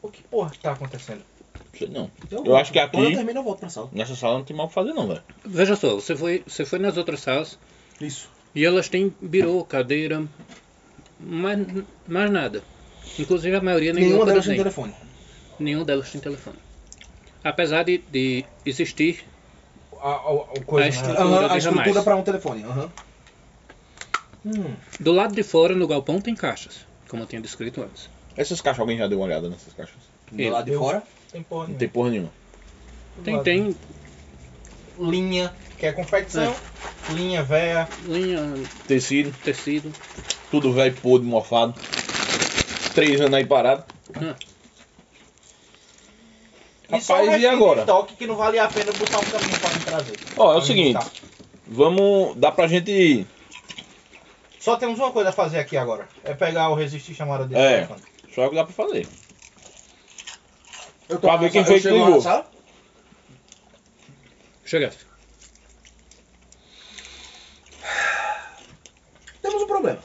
Speaker 1: O que porra que tá acontecendo?
Speaker 2: Não sei não. Eu acho que aqui-
Speaker 4: Quando eu termino, eu volto pra sala.
Speaker 2: Nessa sala não tem mal pra fazer não, velho.
Speaker 3: Veja só, você foi, você foi nas outras salas
Speaker 4: Isso.
Speaker 3: E elas têm birô, cadeira, mais, mais nada. Inclusive a maioria nem
Speaker 4: Nenhuma
Speaker 3: lâmpada
Speaker 4: delas tem
Speaker 3: tem.
Speaker 4: telefone.
Speaker 3: Nenhuma delas tem telefone. Apesar de, de existir,
Speaker 1: A, a, a coisa,
Speaker 3: A
Speaker 1: né?
Speaker 3: estrutura.
Speaker 4: Aham, a
Speaker 3: diz jamais.
Speaker 4: estrutura pra um telefone. Aham. Hum.
Speaker 3: do lado de fora no galpão tem caixas, como eu tinha descrito antes.
Speaker 2: Essas caixas, alguém já deu uma olhada nessas caixas?
Speaker 4: Do lado de
Speaker 1: Eu-
Speaker 4: fora.
Speaker 1: Tem porra
Speaker 2: Não
Speaker 1: nenhuma.
Speaker 2: tem porra nenhuma.
Speaker 3: Tem, tem
Speaker 1: Linha, que é confecção.
Speaker 2: É.
Speaker 1: Linha véia.
Speaker 3: linha, um
Speaker 2: Tecido,
Speaker 3: tecido.
Speaker 2: tudo velho, podre, mofado. Três anos aí parado. Rapaz,
Speaker 1: só um
Speaker 2: e
Speaker 1: restinho de
Speaker 2: agora?
Speaker 1: estoque que não vale a pena botar um caminho pra me trazer.
Speaker 2: Ó, é o
Speaker 1: Pra me
Speaker 2: seguinte.
Speaker 1: buscar.
Speaker 2: Vamos, dá pra gente...
Speaker 1: Só temos uma coisa a fazer aqui agora. É pegar o resistir chamada dele.
Speaker 2: É. Só é o que dá pra fazer.
Speaker 4: Eu
Speaker 2: Pra ver
Speaker 4: na
Speaker 2: quem
Speaker 4: sala-
Speaker 2: foi
Speaker 4: eu
Speaker 2: que
Speaker 4: chego lá
Speaker 2: ligou.
Speaker 4: na sala,
Speaker 3: Chegasse.
Speaker 4: Temos um problema.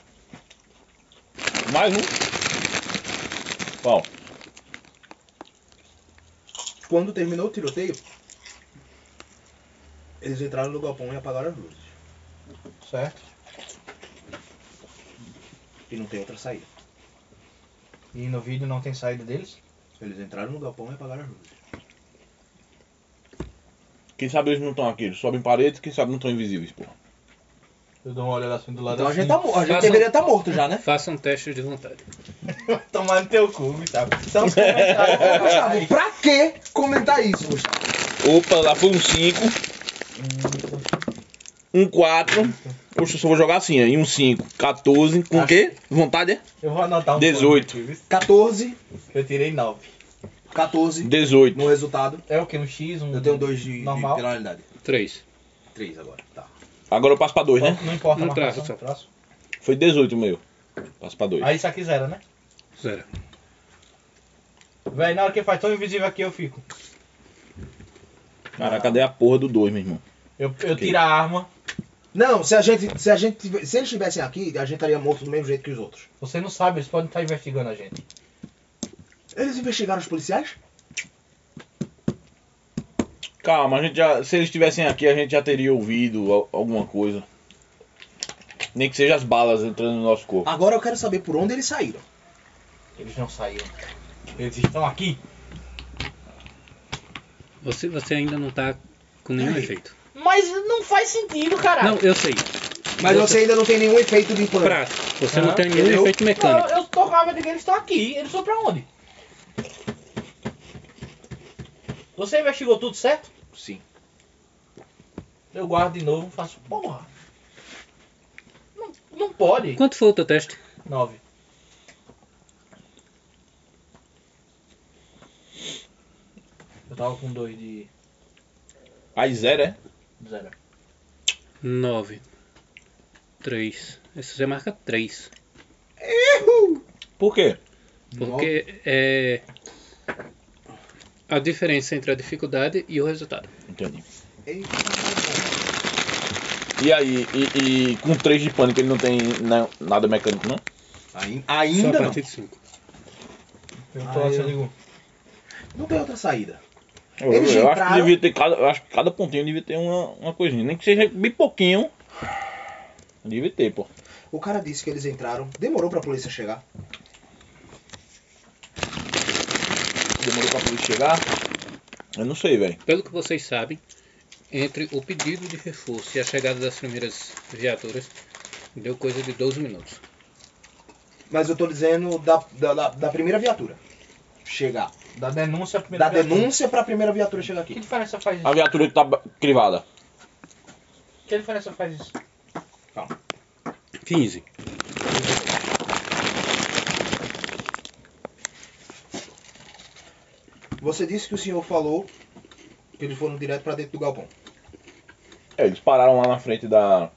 Speaker 2: Mais um. Bom,
Speaker 4: Quando terminou o tiroteio, Eles entraram no galpão e apagaram as luzes.
Speaker 1: certo?
Speaker 4: E não tem outra saída.
Speaker 1: E no vídeo não tem saída deles?
Speaker 4: Eles entraram no galpão e apagaram as luzes.
Speaker 2: Quem sabe eles não estão aqui, eles sobem paredes, quem sabe não estão invisíveis, pô.
Speaker 1: Eu dou uma olhada assim do lado
Speaker 4: Então a
Speaker 1: assim.
Speaker 4: gente, tá, mo- a gente
Speaker 3: Façam-
Speaker 4: deveria estar morto já, né?
Speaker 3: Faça um teste de vontade.
Speaker 1: *laughs* Tomar no teu cu, Gustavo. São
Speaker 4: *laughs*
Speaker 1: os comentários.
Speaker 2: *laughs*
Speaker 4: Gustavo, pra que comentar isso, Gustavo?
Speaker 2: Opa, lá foi um 5. Um 4. Poxa, eu só vou jogar assim, aí um 5. 14. Com o quê? Vontade é?
Speaker 1: Eu vou anotar um
Speaker 2: 18.
Speaker 1: ponto aqui, viu?
Speaker 4: 14,
Speaker 1: Eu tirei 9.
Speaker 4: 14
Speaker 2: 18.
Speaker 4: no resultado.
Speaker 1: É o que? Um X, um.
Speaker 4: Eu tenho 2 de, de
Speaker 1: Normal.
Speaker 4: penalidade.
Speaker 3: Três.
Speaker 4: 3 agora, tá.
Speaker 2: Agora eu passo pra 2, né?
Speaker 1: Não importa,
Speaker 3: Um
Speaker 1: não
Speaker 3: traço só.
Speaker 1: traço.
Speaker 2: Foi 18 o meu. Passo pra 2.
Speaker 1: Aí isso aqui zero, né?
Speaker 3: Zero.
Speaker 1: Véi, na hora que faz tão invisível aqui eu fico.
Speaker 2: Cara, cadê a porra do 2, meu irmão?
Speaker 1: Eu, eu
Speaker 2: Ok.
Speaker 1: tiro a arma.
Speaker 4: Não, se a gente. Se, a gente, tive- se eles estivessem aqui, a gente estaria morto do mesmo jeito que os outros.
Speaker 1: Você não sabe, eles podem estar investigando a gente.
Speaker 4: Eles investigaram os policiais?
Speaker 2: Calma, a gente já, se eles estivessem aqui, a gente já teria ouvido al- alguma coisa. Nem que seja as balas entrando no nosso corpo.
Speaker 4: Agora eu quero saber por onde eles saíram.
Speaker 1: Eles não saíram. Eles estão aqui.
Speaker 3: Você, você ainda não tá com nenhum efeito.
Speaker 10: Mas não faz sentido, caralho.
Speaker 3: Não, eu sei.
Speaker 4: Mas você ainda não tem nenhum efeito de plano.
Speaker 3: Prático. Você
Speaker 1: Ah,
Speaker 3: não tem nenhum
Speaker 4: eu-
Speaker 3: efeito mecânico.
Speaker 10: eu tô com a de que eles estão aqui. Eles foram pra onde?
Speaker 1: Você investigou tudo certo?
Speaker 4: Sim.
Speaker 1: Eu guardo de novo, faço porra.
Speaker 10: Não, não pode.
Speaker 3: Quanto foi o teu teste?
Speaker 1: 9. Eu tava com 2 de
Speaker 2: Aí zero, é?
Speaker 1: 0.
Speaker 3: Nove. Três. Esse você marca três.
Speaker 2: Por quê?
Speaker 3: Porque é. A diferença entre a dificuldade e o resultado.
Speaker 2: Entendi.
Speaker 4: Eita.
Speaker 2: E aí, e, e com 3 de pânico ele não tem né, nada mecânico, não?
Speaker 4: Ai-
Speaker 3: Só
Speaker 4: Ainda
Speaker 3: a
Speaker 4: não.
Speaker 3: partir de cinco.
Speaker 1: Eu
Speaker 4: Ah,
Speaker 1: tô assim,
Speaker 4: eu-
Speaker 1: eu digo,
Speaker 4: Não tem outra saída.
Speaker 2: Eu,
Speaker 4: Eles
Speaker 2: eu acho que
Speaker 4: entraram-
Speaker 2: devia ter cada, eu acho que cada pontinho devia ter uma, uma coisinha. Nem que seja bem pouquinho. Devia ter, pô.
Speaker 4: O cara disse que eles entraram. Demorou pra polícia chegar.
Speaker 2: Demorou pra poder chegar. Eu não sei, velho.
Speaker 3: Pelo que vocês sabem, entre o pedido de reforço e a chegada das primeiras viaturas, deu coisa de 12 minutos.
Speaker 4: Mas eu tô dizendo da, da, da- da primeira viatura chegar.
Speaker 1: da denúncia à primeira
Speaker 4: Da
Speaker 1: viatura.
Speaker 4: denúncia pra primeira viatura chegar
Speaker 1: Que
Speaker 4: aqui.
Speaker 1: diferença faz isso?
Speaker 2: A viatura que tá ba- crivada.
Speaker 1: Que diferença faz isso?
Speaker 3: 15.
Speaker 4: Você disse que o senhor falou que eles foram direto pra dentro do galpão.
Speaker 2: É, eles pararam lá na frente da,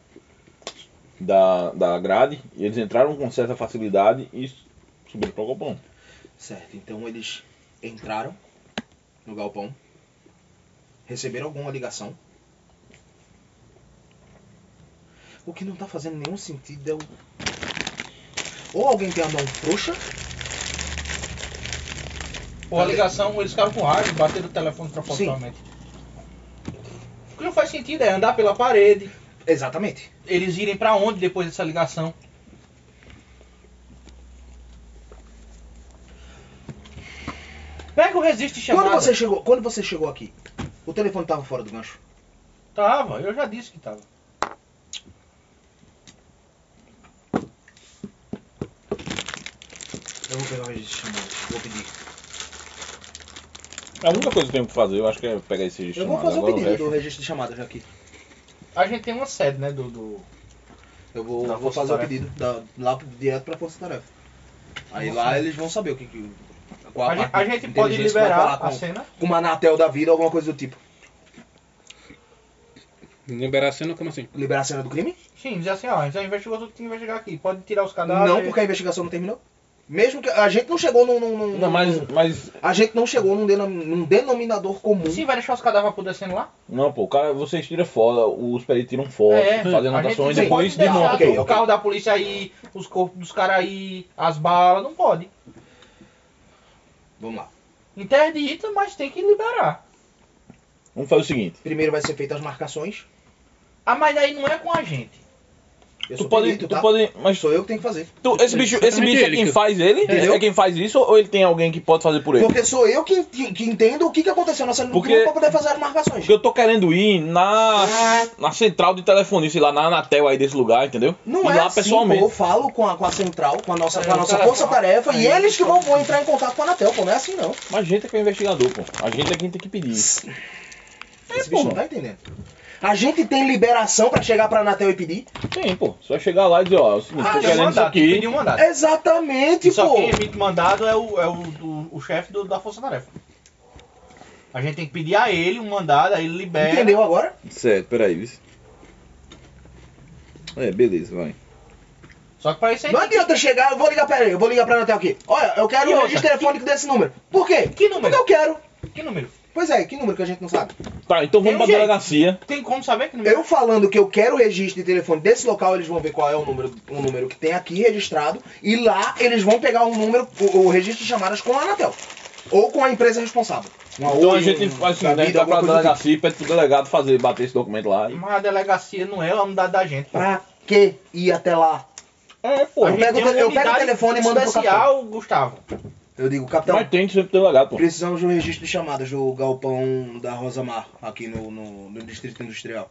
Speaker 2: da, da grade e eles entraram com certa facilidade e subiram pro galpão.
Speaker 4: Certo, então eles entraram no galpão, receberam alguma ligação. O que não tá fazendo nenhum sentido é o. Ou alguém tem a mão frouxa,
Speaker 1: Pô, a ligação, eles ficaram com raiva, bateram o telefone proporcionalmente. O que não faz sentido é andar pela parede,
Speaker 4: exatamente.
Speaker 1: eles irem pra onde depois dessa ligação. Pega é o resiste chamada.
Speaker 4: Quando você, chegou, quando você chegou aqui, o telefone tava fora do gancho.
Speaker 1: Tava, eu já disse que tava.
Speaker 4: Eu vou pegar o registro de chamada, vou pedir.
Speaker 2: É a única coisa que eu tenho que fazer, eu acho que é pegar esse registro.
Speaker 4: Eu vou fazer o
Speaker 2: Agora
Speaker 4: pedido
Speaker 2: resto-
Speaker 4: do registro de chamada já aqui.
Speaker 1: A gente tem uma sede, né, do... do...
Speaker 4: Eu vou,
Speaker 1: Da
Speaker 4: vou
Speaker 1: Força
Speaker 4: fazer o
Speaker 1: Tarefa.
Speaker 4: pedido da- lá pro- direto pra Força Tarefa. Aí lá eles vão saber o que. que qual
Speaker 1: A, gente,
Speaker 4: parte
Speaker 1: a
Speaker 4: de
Speaker 1: gente pode
Speaker 4: inteligência vai falar
Speaker 1: liberar
Speaker 4: com,
Speaker 1: a cena.
Speaker 4: com uma Anatel da vida, alguma coisa do tipo.
Speaker 3: Liberar a cena, como assim?
Speaker 4: Liberar a cena do crime?
Speaker 1: Sim, dizer assim, ó, a gente já investigou tudo que tinha que investigar aqui. Pode tirar os cadáveres.
Speaker 4: não, porque a investigação não terminou. Mesmo que. A gente não chegou num. num- num-
Speaker 2: Não, mas, mas.
Speaker 4: A gente não chegou num, denom- num denominador comum.
Speaker 1: Sim, vai deixar os cadáveres apodrecendo lá?
Speaker 2: Não, pô, o cara, vocês tiram foto, os peritos tiram foto,
Speaker 1: É,
Speaker 2: fazem
Speaker 1: a
Speaker 2: anotações
Speaker 1: gente
Speaker 2: depois
Speaker 1: não
Speaker 2: de
Speaker 1: pode deixar
Speaker 2: monta.
Speaker 4: ok,
Speaker 1: O
Speaker 4: ok.
Speaker 1: carro da polícia aí, os corpos dos caras aí, as balas, não pode.
Speaker 4: Vamos lá.
Speaker 1: Interdita, mas tem que liberar.
Speaker 2: Vamos fazer o seguinte.
Speaker 4: Primeiro vai ser feita as marcações.
Speaker 8: Ah, mas daí não é com a gente.
Speaker 4: Eu
Speaker 2: Tu
Speaker 4: sou
Speaker 2: pode,
Speaker 4: perito,
Speaker 2: tu
Speaker 4: tá?
Speaker 2: pode, mas
Speaker 4: Sou eu que tenho que fazer.
Speaker 2: tu, esse bicho, esse bicho é
Speaker 3: Exatamente
Speaker 2: quem
Speaker 3: ele,
Speaker 2: faz ele?
Speaker 4: Entendeu?
Speaker 2: É quem faz isso ou ele tem alguém que pode fazer por ele?
Speaker 4: Porque sou eu que, que, que entendo o que, que aconteceu na cena do
Speaker 2: Porque-
Speaker 4: crime pra poder fazer as marcações.
Speaker 2: Porque eu tô querendo ir na, na central de telefonia, sei lá, na Anatel aí desse lugar, entendeu?
Speaker 4: Não
Speaker 2: e
Speaker 4: é
Speaker 2: lá
Speaker 4: assim,
Speaker 2: pessoalmente.
Speaker 4: pô, eu falo com a, com a central, com a nossa, com a
Speaker 8: É, o
Speaker 4: nossa
Speaker 8: cara é
Speaker 4: força-tarefa,
Speaker 8: fala.
Speaker 4: e eles que vão, vão entrar em contato com a Anatel, pô, não é assim não.
Speaker 2: Mas a gente é que é o investigador, pô. A gente é quem tem que pedir.
Speaker 4: Esse bicho não tá entendendo. A gente tem liberação pra chegar pra Anatel e pedir?
Speaker 2: Tem, pô. Só chegar lá e dizer, ó, é o seguinte,
Speaker 4: Tá
Speaker 8: Ah,
Speaker 2: tô
Speaker 8: já
Speaker 2: querendo isso
Speaker 8: mandado,
Speaker 2: aqui.
Speaker 8: pediu um
Speaker 4: É,
Speaker 8: mandado.
Speaker 4: Exatamente,
Speaker 8: Só
Speaker 4: pô.
Speaker 8: quem emite mandado é o, é o, o, o chefe do- da Força Tarefa. A gente tem que pedir a ele um mandado, aí ele
Speaker 2: é-
Speaker 8: libera.
Speaker 4: Entendeu agora?
Speaker 2: Certo, peraí, vice. É, beleza, vai.
Speaker 8: Só que pra isso aí
Speaker 4: Não adianta chegar, eu vou ligar pra ele, eu vou ligar pra Anatel aqui. Olha, eu quero
Speaker 8: E
Speaker 4: o
Speaker 8: outra?
Speaker 4: registro telefônico desse número. Por quê?
Speaker 8: Que número?
Speaker 4: Porque eu quero.
Speaker 8: Que número?
Speaker 4: Pois é, que número que a gente não sabe?
Speaker 2: Tá, então
Speaker 8: Tem
Speaker 2: vamos
Speaker 8: um
Speaker 2: pra
Speaker 8: jeito.
Speaker 2: delegacia.
Speaker 8: Tem como saber que número?
Speaker 4: Eu falando que eu quero o registro de telefone desse local, eles vão ver qual é o número, o número que tem aqui registrado, e lá eles vão pegar o número, o, o registro de chamadas com a Anatel. Ou com a empresa responsável. Uma
Speaker 2: Então a
Speaker 4: Oi,
Speaker 2: gente
Speaker 4: um
Speaker 2: faz assim,
Speaker 4: da
Speaker 2: né?
Speaker 4: vida,
Speaker 2: Dá pra
Speaker 4: alguma coisa do tipo.
Speaker 2: delegacia e pede pro delegado fazer, bater esse documento lá. e-
Speaker 8: Mas a delegacia não é a unidade da gente.
Speaker 4: Pra que ir até lá?
Speaker 2: É, pô.
Speaker 4: Eu pego o
Speaker 8: Tem uma
Speaker 4: te- eu pego o
Speaker 8: unidade
Speaker 4: telefone e mando pro
Speaker 8: especial, Gustavo.
Speaker 4: Eu digo, capitão,
Speaker 2: Mas tem sempre delegado, pô.
Speaker 4: precisamos do registro de chamadas do galpão da Rosa Mar, aqui no, no- no Distrito Industrial.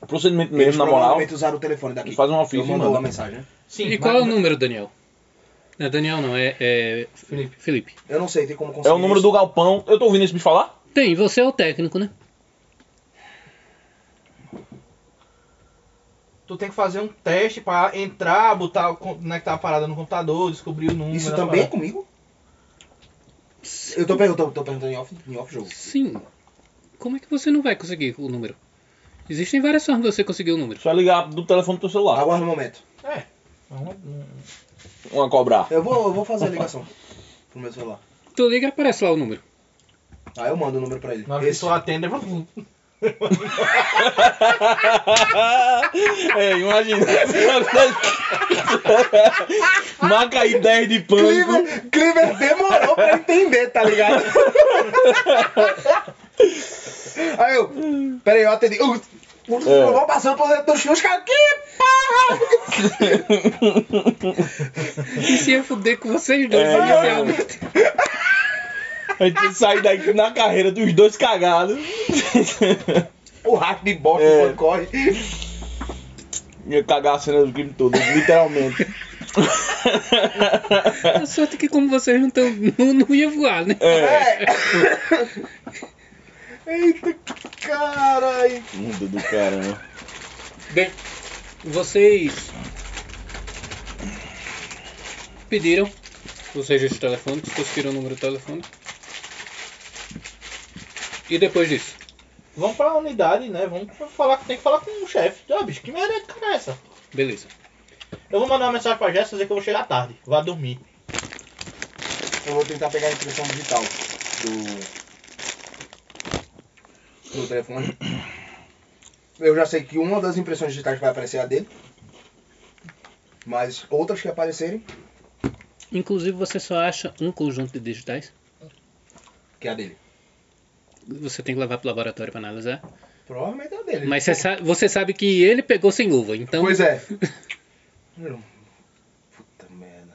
Speaker 2: O procedimento
Speaker 4: Eles
Speaker 2: mesmo, na moral.
Speaker 4: provavelmente usaram o telefone daqui.
Speaker 2: Ele faz um ofício
Speaker 4: Eu
Speaker 2: e
Speaker 4: mando
Speaker 2: manda.
Speaker 4: a mensagem, né?
Speaker 8: Sim,
Speaker 3: e
Speaker 8: mas-
Speaker 3: qual é o número, Daniel? Não é Daniel, não, é, é Felipe. Felipe.
Speaker 4: Eu não sei, tem como
Speaker 2: É
Speaker 4: conseguir
Speaker 2: o número
Speaker 4: isso.
Speaker 2: do galpão. Eu tô ouvindo esse bicho falar?
Speaker 3: Tem, você é o técnico, né?
Speaker 8: Tu tem que fazer um teste pra entrar, botar, o con- né, conectar a parada no computador, descobrir o número.
Speaker 4: Isso
Speaker 8: da
Speaker 4: também é
Speaker 8: parada.
Speaker 4: comigo? Eu tô perguntando, tô perguntando em off, em off jogo.
Speaker 3: Sim. Como é que você não vai conseguir o número? Existem várias formas de você conseguir o número.
Speaker 2: Só é ligar do telefone do teu celular.
Speaker 4: Aguarda um momento.
Speaker 8: Não,
Speaker 2: Uma cobrar.
Speaker 4: Eu vou, eu vou fazer a ligação pro meu celular.
Speaker 3: Tu liga e aparece lá o número.
Speaker 4: Aí eu mando o número pra ele.
Speaker 8: Na hora que
Speaker 4: Esse.
Speaker 8: tu atende, é...
Speaker 2: é, imagina. *laughs* Marca aí 10 de pânico.
Speaker 4: Cliver, Cliver demorou pra entender, tá ligado? Aí eu, peraí, eu atendi. Eu, eu vou passando por dentro dos fios, cara, que porra!
Speaker 3: E se eu fuder com vocês dois
Speaker 2: É,
Speaker 3: inicialmente?
Speaker 2: A gente sai daqui na carreira dos dois cagados. *laughs*
Speaker 4: O rato de bosta
Speaker 2: É.
Speaker 4: quando corre.
Speaker 2: Ia cagar a cena do crime todo, literalmente.
Speaker 3: A sorte é que como vocês não estão. Não, não ia voar, né?
Speaker 4: É. Eita, caralho.
Speaker 2: Mundo do caramba.
Speaker 3: Bem, vocês pediram os registros telefônicos, conseguiram o número do telefone. E depois disso?
Speaker 8: Vamos pra unidade, né? Vamos falar que tem que falar com o chefe. Ah, bicho, que merda de cara é essa?
Speaker 3: Beleza.
Speaker 8: Eu vou mandar uma mensagem pra Jéssica dizer que eu vou chegar tarde. Vá dormir.
Speaker 4: Eu vou tentar pegar a impressão digital do. do telefone. Eu já sei que uma das impressões digitais vai aparecer é a dele. Mas outras que aparecerem,
Speaker 3: Inclusive, você só acha um conjunto de digitais.
Speaker 4: que é a dele.
Speaker 3: Você tem que levar pro laboratório para analisar.
Speaker 4: Provavelmente é a dele.
Speaker 3: Mas você sa- você sabe, que ele pegou sem luva, então. *laughs*
Speaker 4: Pois é. Hum, Puta merda.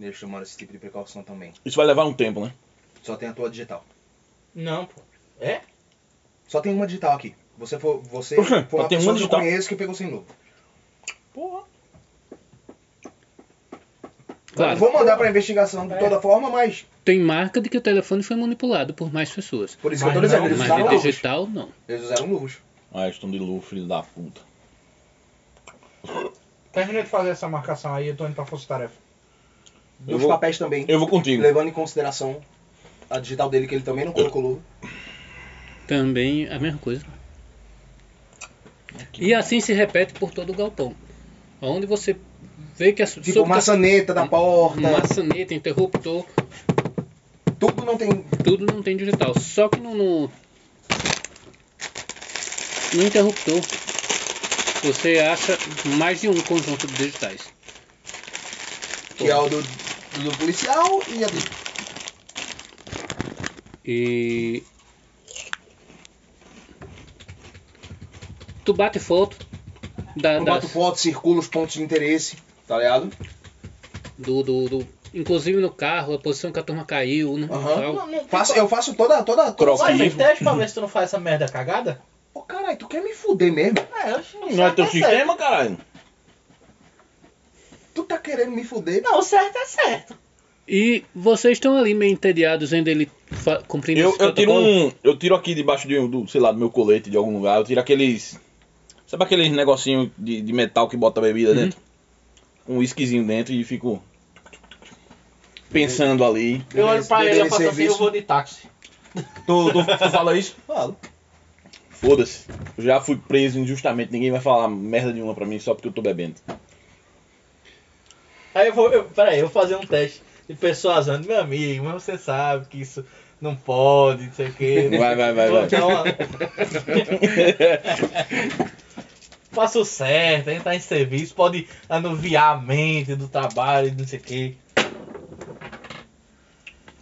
Speaker 4: Eles tomaram esse tipo de precaução também.
Speaker 2: Isso vai levar um tempo, né?
Speaker 4: Só tem a tua digital.
Speaker 8: Não, pô. É?
Speaker 4: Só tem uma digital aqui. Você foi, você
Speaker 2: Por quê?
Speaker 4: foi
Speaker 2: Só
Speaker 4: uma
Speaker 2: tem
Speaker 4: pessoa
Speaker 2: uma
Speaker 4: que eu
Speaker 2: digital?
Speaker 4: conheço que pegou sem novo.
Speaker 2: Porra.
Speaker 3: Claro,
Speaker 4: Vou mandar pra investigação de toda forma, mas.
Speaker 3: tem marca de que o telefone foi manipulado por mais pessoas.
Speaker 4: Por isso que eu tô
Speaker 8: Mas
Speaker 4: dizendo,
Speaker 8: não,
Speaker 4: eles
Speaker 3: Mas
Speaker 4: usaram
Speaker 3: de
Speaker 4: luvas.
Speaker 3: digital, não.
Speaker 4: Eles usaram luvas.
Speaker 2: Ah, estão de lua, filho da puta.
Speaker 8: Terminei de fazer essa marcação aí, eu tô indo pra Força Tarefa.
Speaker 2: Eu
Speaker 4: Dos
Speaker 2: vou,
Speaker 4: papéis também.
Speaker 2: eu vou contigo.
Speaker 4: Levando em consideração a digital dele, que ele também não colocou luva.
Speaker 3: Também a mesma coisa. E assim se repete por todo o galpão. Onde você vê que a
Speaker 4: Tipo, maçaneta da porta.
Speaker 3: maçaneta, interruptor,
Speaker 4: Tudo não tem.
Speaker 3: tudo não tem digital. Só que no, no, no interruptor você acha mais de um conjunto de digitais.
Speaker 4: Que é o do, é do policial e a dele.
Speaker 3: E Tu bate foto da,
Speaker 4: Eu
Speaker 3: das-
Speaker 4: bato foto, circulo os pontos de interesse, tá ligado?
Speaker 3: do, do, do- Inclusive no carro, a posição que a turma caiu, no
Speaker 4: Aham.
Speaker 3: tal.
Speaker 1: Não, não,
Speaker 4: Faço, eu faço toda, toda, toda.
Speaker 1: Faz um
Speaker 2: croquis.
Speaker 1: teste pra ver se tu não faz essa merda cagada.
Speaker 4: Ô, caralho, tu quer me fuder mesmo?
Speaker 1: É, eu acho que
Speaker 2: Não é
Speaker 1: certo
Speaker 2: teu
Speaker 1: certo.
Speaker 2: sistema, caralho?
Speaker 4: Tu tá querendo me fuder?
Speaker 1: Não, o certo é certo.
Speaker 3: E vocês estão ali meio entediados vendo ele fa- cumprindo
Speaker 2: Eu,
Speaker 3: esse
Speaker 2: eu
Speaker 1: é
Speaker 2: tiro
Speaker 3: protocolo?
Speaker 2: um. Eu tiro aqui debaixo de, um- do, sei lá, do meu colete de algum lugar. Eu tiro aqueles. Sabe aqueles negocinho de, de metal que bota bebida
Speaker 1: Uhum.
Speaker 2: dentro? Um whiskyzinho dentro e fico. Pensando ali.
Speaker 1: Eu olho pra ele, eu
Speaker 4: Beber
Speaker 1: faço assim, eu
Speaker 4: serviço.
Speaker 1: vou de táxi.
Speaker 2: Tu, tu, tu fala isso?
Speaker 1: Falo.
Speaker 2: Foda-se. Eu já fui preso injustamente. Ninguém vai falar merda nenhuma pra mim só porque eu tô bebendo.
Speaker 1: Aí eu vou, eu, peraí, eu vou fazer um teste de persuasão. Meu amigo, mas você sabe que isso não pode, não sei o *laughs* quê. Então,
Speaker 2: Vai, vai, vai,
Speaker 1: Vou
Speaker 2: vai.
Speaker 1: dar uma- *laughs* Faça o certo, a gente tá em serviço, pode anuviar a mente do trabalho, não sei o quê.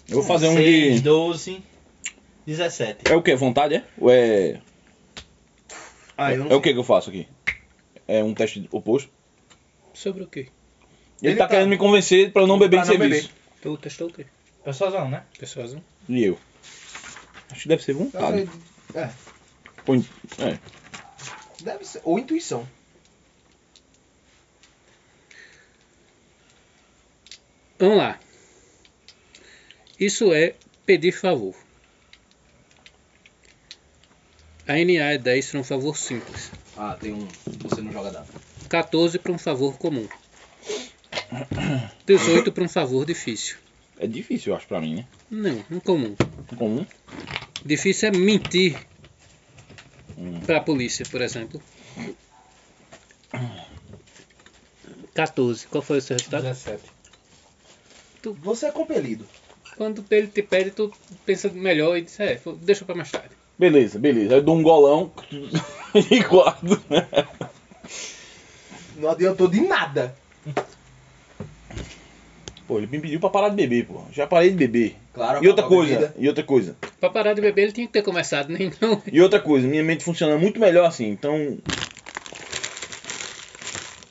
Speaker 2: Eu vou fazer um
Speaker 1: 6,
Speaker 2: de.
Speaker 1: 12, 17.
Speaker 2: É o que? Vontade, é? Ou é.
Speaker 4: Ah, eu
Speaker 2: É o que que eu faço aqui? É um teste oposto. um-
Speaker 3: Sobre o quê?
Speaker 2: Ele,
Speaker 4: Ele
Speaker 2: tá,
Speaker 4: tá-
Speaker 2: querendo me convencer pra eu não beber em
Speaker 4: pra não
Speaker 2: serviço.
Speaker 3: Tu testou o quê?
Speaker 1: Persuasão, né?
Speaker 3: Pessoas, não?
Speaker 2: E eu. Acho que deve ser
Speaker 4: Tá
Speaker 2: vontade. Ou in- É.
Speaker 4: é. Deve ser. Ou intuição.
Speaker 3: Vamos lá. Isso é pedir favor. A NA é 10 para um favor simples.
Speaker 4: Ah, tem um. Você não joga dado.
Speaker 3: 14 para um favor comum. 18 para um favor difícil.
Speaker 2: É difícil, eu acho, pra mim, né?
Speaker 3: Não, incomum.
Speaker 2: Comum.
Speaker 3: Difícil é mentir
Speaker 2: Hum.
Speaker 3: para a polícia, por exemplo. 14. Qual foi o seu resultado?
Speaker 1: 17.
Speaker 4: Você é compelido.
Speaker 3: Quando ele te pede, tu pensa melhor e diz, é, fo- deixa pra mais tarde.
Speaker 2: Beleza, beleza. Aí eu dou um golão *laughs* e guardo. né?
Speaker 4: Não adiantou de nada.
Speaker 2: Pô, ele me pediu pra parar de beber, pô. Já parei de beber.
Speaker 4: Claro.
Speaker 2: E outra
Speaker 4: acabou a
Speaker 2: coisa,
Speaker 4: bebida.
Speaker 2: e outra coisa.
Speaker 3: Pra parar de beber, ele tinha que ter começado, né? Então, nem não.
Speaker 2: E outra coisa, minha mente funciona muito melhor assim, então.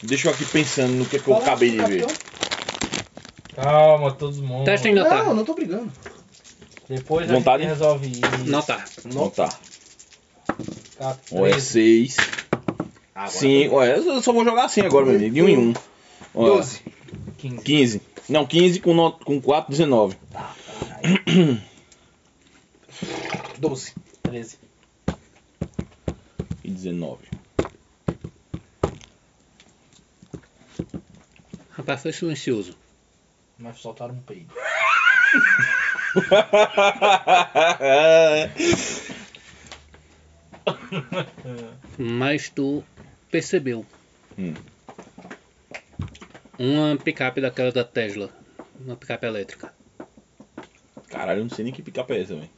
Speaker 2: Deixa eu aqui pensando no que, que eu
Speaker 4: Fala, assim,
Speaker 2: acabei de ver.
Speaker 4: capitão.
Speaker 8: Calma, todo mundo.
Speaker 3: Testa em
Speaker 2: tá.
Speaker 3: notar.
Speaker 4: Não, não tô brigando.
Speaker 8: Depois
Speaker 2: Vontade?
Speaker 8: a gente resolve isso.
Speaker 3: Notar.
Speaker 2: Não tá.
Speaker 8: Tá,
Speaker 2: Ou é
Speaker 8: treze.
Speaker 2: 6.
Speaker 4: Ah, Agora
Speaker 2: Sim, ó, eu só vou jogar assim agora, meu amigo. De 1 um em 1. Um. Ó,
Speaker 4: 12.
Speaker 2: 15. Não, 15 com, no... com 4, 19.
Speaker 4: 12.
Speaker 1: 13.
Speaker 2: E 19.
Speaker 3: Rapaz, foi silencioso.
Speaker 8: Mas soltaram um peido.
Speaker 3: Mas tu percebeu.
Speaker 2: Hum.
Speaker 3: Uma picape daquela da Tesla. Uma picape elétrica.
Speaker 2: Caralho, eu não sei nem que picape é essa, velho.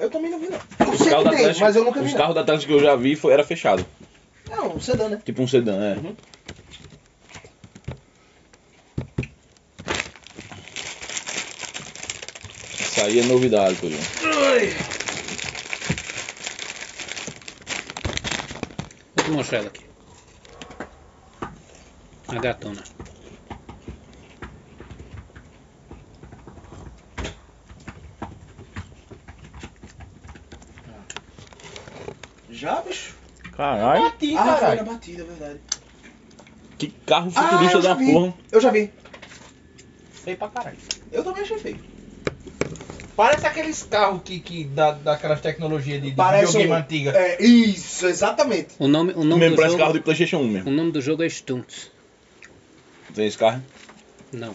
Speaker 4: Eu também não vi, não. Eu
Speaker 2: Os
Speaker 4: sei
Speaker 2: carros da
Speaker 4: que tem,
Speaker 2: Atlético,
Speaker 4: mas eu nunca vi.
Speaker 2: os carros da Atlético que eu já vi foi, era fechado.
Speaker 4: Não, não sedã, né?
Speaker 2: Tipo um sedã, é. Isso aí é novidade, Corinho.
Speaker 3: Vou te mostrar ela aqui. A gatona.
Speaker 4: Já, bicho.
Speaker 2: Caralho.
Speaker 1: Bati,
Speaker 4: ah, foi
Speaker 1: caralho.
Speaker 4: na batida, é verdade.
Speaker 2: Que carro
Speaker 4: Ah,
Speaker 2: futurista
Speaker 4: eu já
Speaker 2: da
Speaker 4: vi.
Speaker 2: porra.
Speaker 4: Eu já vi.
Speaker 1: Feio pra caralho.
Speaker 4: Eu também achei feio.
Speaker 8: Parece aqueles carros que, que dá, daquelas tecnologias de, de
Speaker 4: Parece
Speaker 8: videogame
Speaker 4: um-
Speaker 8: antiga.
Speaker 4: É, isso, exatamente.
Speaker 3: O nome, o nome,
Speaker 2: Mesmo
Speaker 3: do,
Speaker 2: parece carro
Speaker 3: jogo,
Speaker 2: de Playstation 1
Speaker 3: o
Speaker 2: mesmo.
Speaker 3: nome do jogo é Stunts.
Speaker 2: Tem esse carro.
Speaker 3: Não.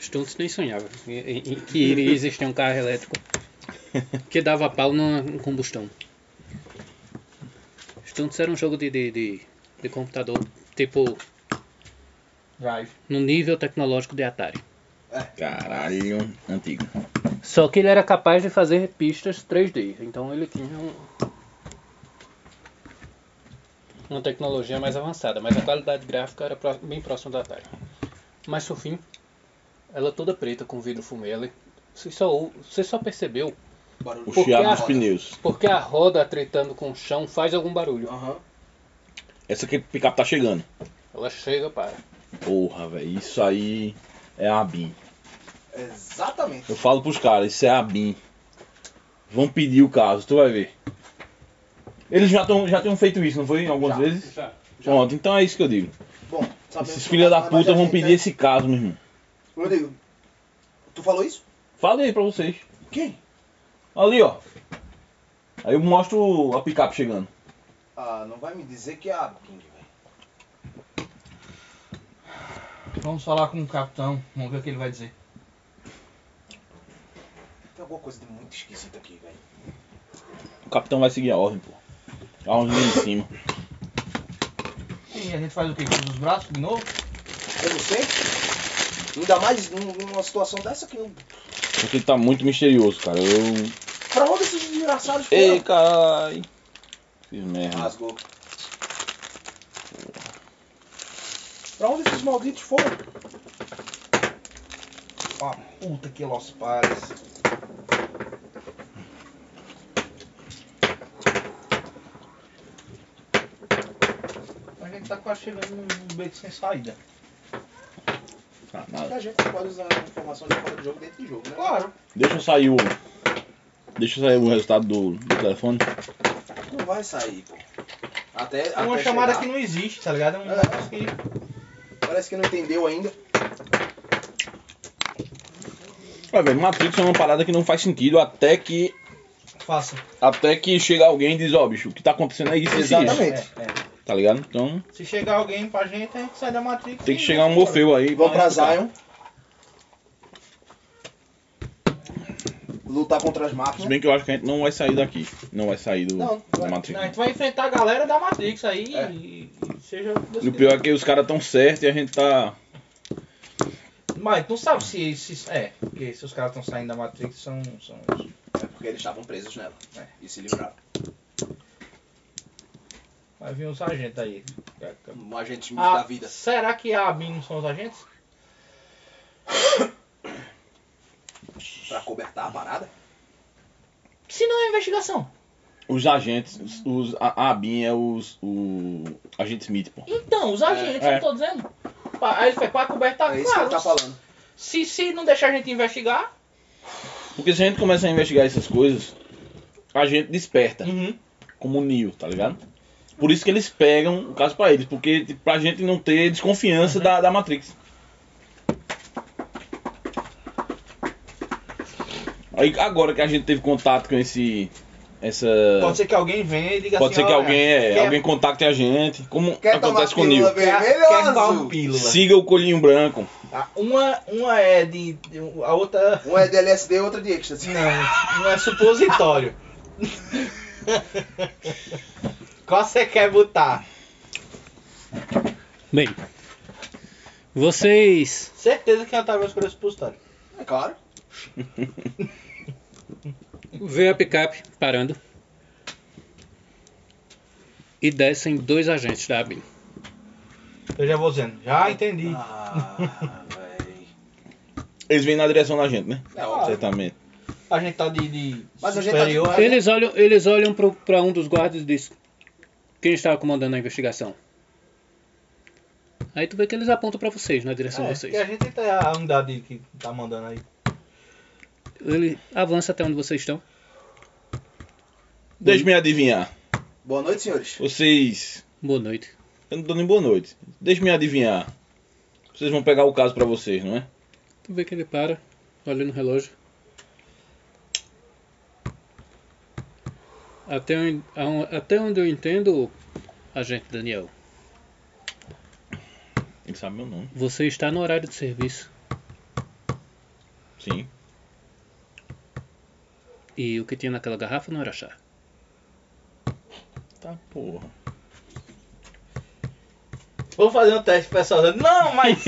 Speaker 3: Stunts nem sonhava em- em- que iria existir um
Speaker 2: *laughs*
Speaker 3: carro elétrico que dava pau numa num combustão. Stunts era um jogo de, de, de, de computador, tipo,
Speaker 8: Drive.
Speaker 3: no nível tecnológico de Atari.
Speaker 2: Caralho. Antigo.
Speaker 3: Só que ele era capaz de fazer pistas 3D, então ele tinha um- uma tecnologia mais avançada, mas a qualidade gráfica era pró- bem próxima da Atari. Mas por fim, ela toda preta com vidro fumê, ela- você só, ou- você só percebeu
Speaker 4: Barulho.
Speaker 2: O
Speaker 3: Porque
Speaker 2: chiado
Speaker 3: a-
Speaker 2: dos pneus.
Speaker 3: Porque a roda tretando com o chão faz algum barulho.
Speaker 4: Aham.
Speaker 2: Essa que picape tá chegando.
Speaker 3: Ela chega, para.
Speaker 2: Porra, velho. Isso aí é a BIM.
Speaker 4: Exatamente.
Speaker 2: Eu falo pros caras, isso é a BIM. Vão pedir o caso, tu vai ver. Eles já, tão, já tinham feito isso, não foi? Algumas
Speaker 4: Já, Tá
Speaker 2: vezes?
Speaker 11: já,
Speaker 2: Pronto, então é isso que eu digo.
Speaker 4: Bom, sabemos
Speaker 2: Esses
Speaker 4: que
Speaker 2: filha da
Speaker 4: vai mais
Speaker 2: puta
Speaker 4: a
Speaker 2: vão
Speaker 4: gente,
Speaker 2: pedir
Speaker 4: né?
Speaker 2: esse caso, meu irmão.
Speaker 4: Rodrigo, tu falou isso?
Speaker 2: Fala aí pra vocês.
Speaker 4: Quem?
Speaker 2: Ali, ó. Aí eu mostro a picape chegando.
Speaker 4: Ah, não vai me dizer que é a King, velho.
Speaker 12: Vamos falar com o capitão, vamos ver o que ele vai dizer.
Speaker 4: Tem alguma coisa de muito esquisita aqui, velho.
Speaker 2: O capitão vai seguir a ordem, pô. A ordem lá em cima.
Speaker 12: E a gente faz o quê? Cruza os braços de novo?
Speaker 4: Eu não sei. Ainda mais num- numa situação dessa que não.
Speaker 2: Porque tá muito misterioso, cara. Eu.
Speaker 4: Pra onde esses desgraçados foram?
Speaker 2: Ei, carai. Fiz merda.
Speaker 4: Rasgou. Pra onde esses malditos foram? Ah, puta que los pares.
Speaker 1: A gente tá quase chegando num beco sem saída.
Speaker 2: Ah,
Speaker 4: Que
Speaker 2: nada.
Speaker 4: a gente pode usar a informação de fora do jogo dentro do jogo, né?
Speaker 1: Claro.
Speaker 2: Deixa eu sair o. Deixa eu sair o resultado do, do telefone.
Speaker 4: Não vai sair, pô. Até.
Speaker 1: É uma
Speaker 4: até
Speaker 1: chamada
Speaker 4: chegar.
Speaker 1: que não existe, tá ligado? É um
Speaker 4: É.
Speaker 1: negócio que.
Speaker 4: Parece que não entendeu ainda.
Speaker 2: Ué, velho, Matrix é uma parada que não faz sentido até que.
Speaker 1: Faça.
Speaker 2: Até que chega alguém e diz, ó, bicho, o que tá acontecendo é isso, isso, e isso. Tá ligado? Então
Speaker 1: é. Se chegar alguém pra gente, a gente sai da Matrix.
Speaker 2: tem que
Speaker 1: e-
Speaker 2: chegar um Morfeu aí.
Speaker 4: Vamos pra
Speaker 2: explicar.
Speaker 4: Zion. Lutar contra as
Speaker 2: Se
Speaker 4: máquinas.
Speaker 2: bem que eu acho que a gente não vai sair daqui. Não vai sair do,
Speaker 4: Não,
Speaker 2: da
Speaker 4: vai-
Speaker 2: Matrix.
Speaker 1: Não, a gente vai enfrentar a galera da Matrix aí
Speaker 4: É.
Speaker 1: e, e seja. o que Deus
Speaker 2: E o
Speaker 1: quiser.
Speaker 2: pior é que os caras tão certos e a gente tá.
Speaker 1: Mas tu não sabe se, se. É, porque se os caras estão saindo da Matrix são. são os-
Speaker 4: É porque eles estavam presos nela. né? E se livraram.
Speaker 1: Vai vir uns agentes aí.
Speaker 4: Um agente
Speaker 1: Ah,
Speaker 4: da vida.
Speaker 1: Será que a Abin não são os agentes?
Speaker 4: Pra cobertar a parada.
Speaker 1: Se não é investigação.
Speaker 2: Os agentes. Os, os- a, a Abin é os. O agente Smith, pô.
Speaker 1: Então, os agentes,
Speaker 2: É.
Speaker 1: eu tô dizendo. Pa- Aí foi pra cobertar,
Speaker 4: É isso que
Speaker 1: claro.
Speaker 4: ele tá falando.
Speaker 1: se, se não deixar a gente investigar.
Speaker 2: Porque se a gente começa a investigar essas coisas, a gente desperta.
Speaker 1: Uhum.
Speaker 2: como o Neo, tá ligado? Por isso que eles pegam o caso pra eles, porque tipo, pra gente não ter desconfiança da, da Matrix. Aí agora que a gente teve contato com esse. Essa.
Speaker 1: É. Pode ser que alguém venha e diga
Speaker 2: Pode
Speaker 1: assim.
Speaker 2: ser que
Speaker 1: "Olha,
Speaker 2: alguém, é,
Speaker 1: quer-
Speaker 2: alguém contacte a gente. Como
Speaker 4: Quer tomar
Speaker 2: acontece com o Neo.
Speaker 4: pílula vermelha ou
Speaker 1: quer dar um
Speaker 4: azul?
Speaker 1: pílula.
Speaker 2: Siga o colinho branco.
Speaker 1: Ah, Uma, uma é de. de- A outra.
Speaker 4: Um é de LSD, outro é de êxtase.
Speaker 1: Não, não é supositório. *laughs* Qual você quer botar?
Speaker 3: Bem, vocês.
Speaker 1: Certeza que ela tá mais por supositório.
Speaker 4: É *laughs* claro.
Speaker 3: Vê a picape parando. E descem dois agentes da ABIN.
Speaker 1: Eu já vou dizendo. Já entendi.
Speaker 4: Ah, véi.
Speaker 2: Eles vêm na direção da gente, né?
Speaker 4: É óbvio.
Speaker 2: Certamente.
Speaker 1: A gente tá de, de
Speaker 4: Mas a gente tá de-
Speaker 1: superior. né?
Speaker 3: Eles olham, eles olham pro- pra um dos guardas e dizem: Quem estava comandando a investigação? Aí tu vê que eles apontam pra vocês, na direção
Speaker 1: É,
Speaker 3: de vocês.
Speaker 1: porque a gente tem a unidade que tá mandando aí.
Speaker 3: Ele avança até onde vocês estão.
Speaker 2: Deixe-me adivinhar.
Speaker 4: Boa noite, senhores.
Speaker 2: Vocês.
Speaker 3: Boa noite.
Speaker 2: Eu não dou nem boa noite. Deixe-me adivinhar. Vocês vão pegar o caso pra vocês, não é?
Speaker 3: Tu vê que ele para, olha no relógio. Até, on- aon- até onde eu entendo, agente Daniel,
Speaker 2: Ele sabe meu nome.
Speaker 3: você está no horário de serviço.
Speaker 2: Sim.
Speaker 3: E o que tinha naquela garrafa não era chá.
Speaker 2: Tá *laughs* porra.
Speaker 1: Vamos fazer um teste pessoal. Não,
Speaker 2: *laughs*
Speaker 1: mas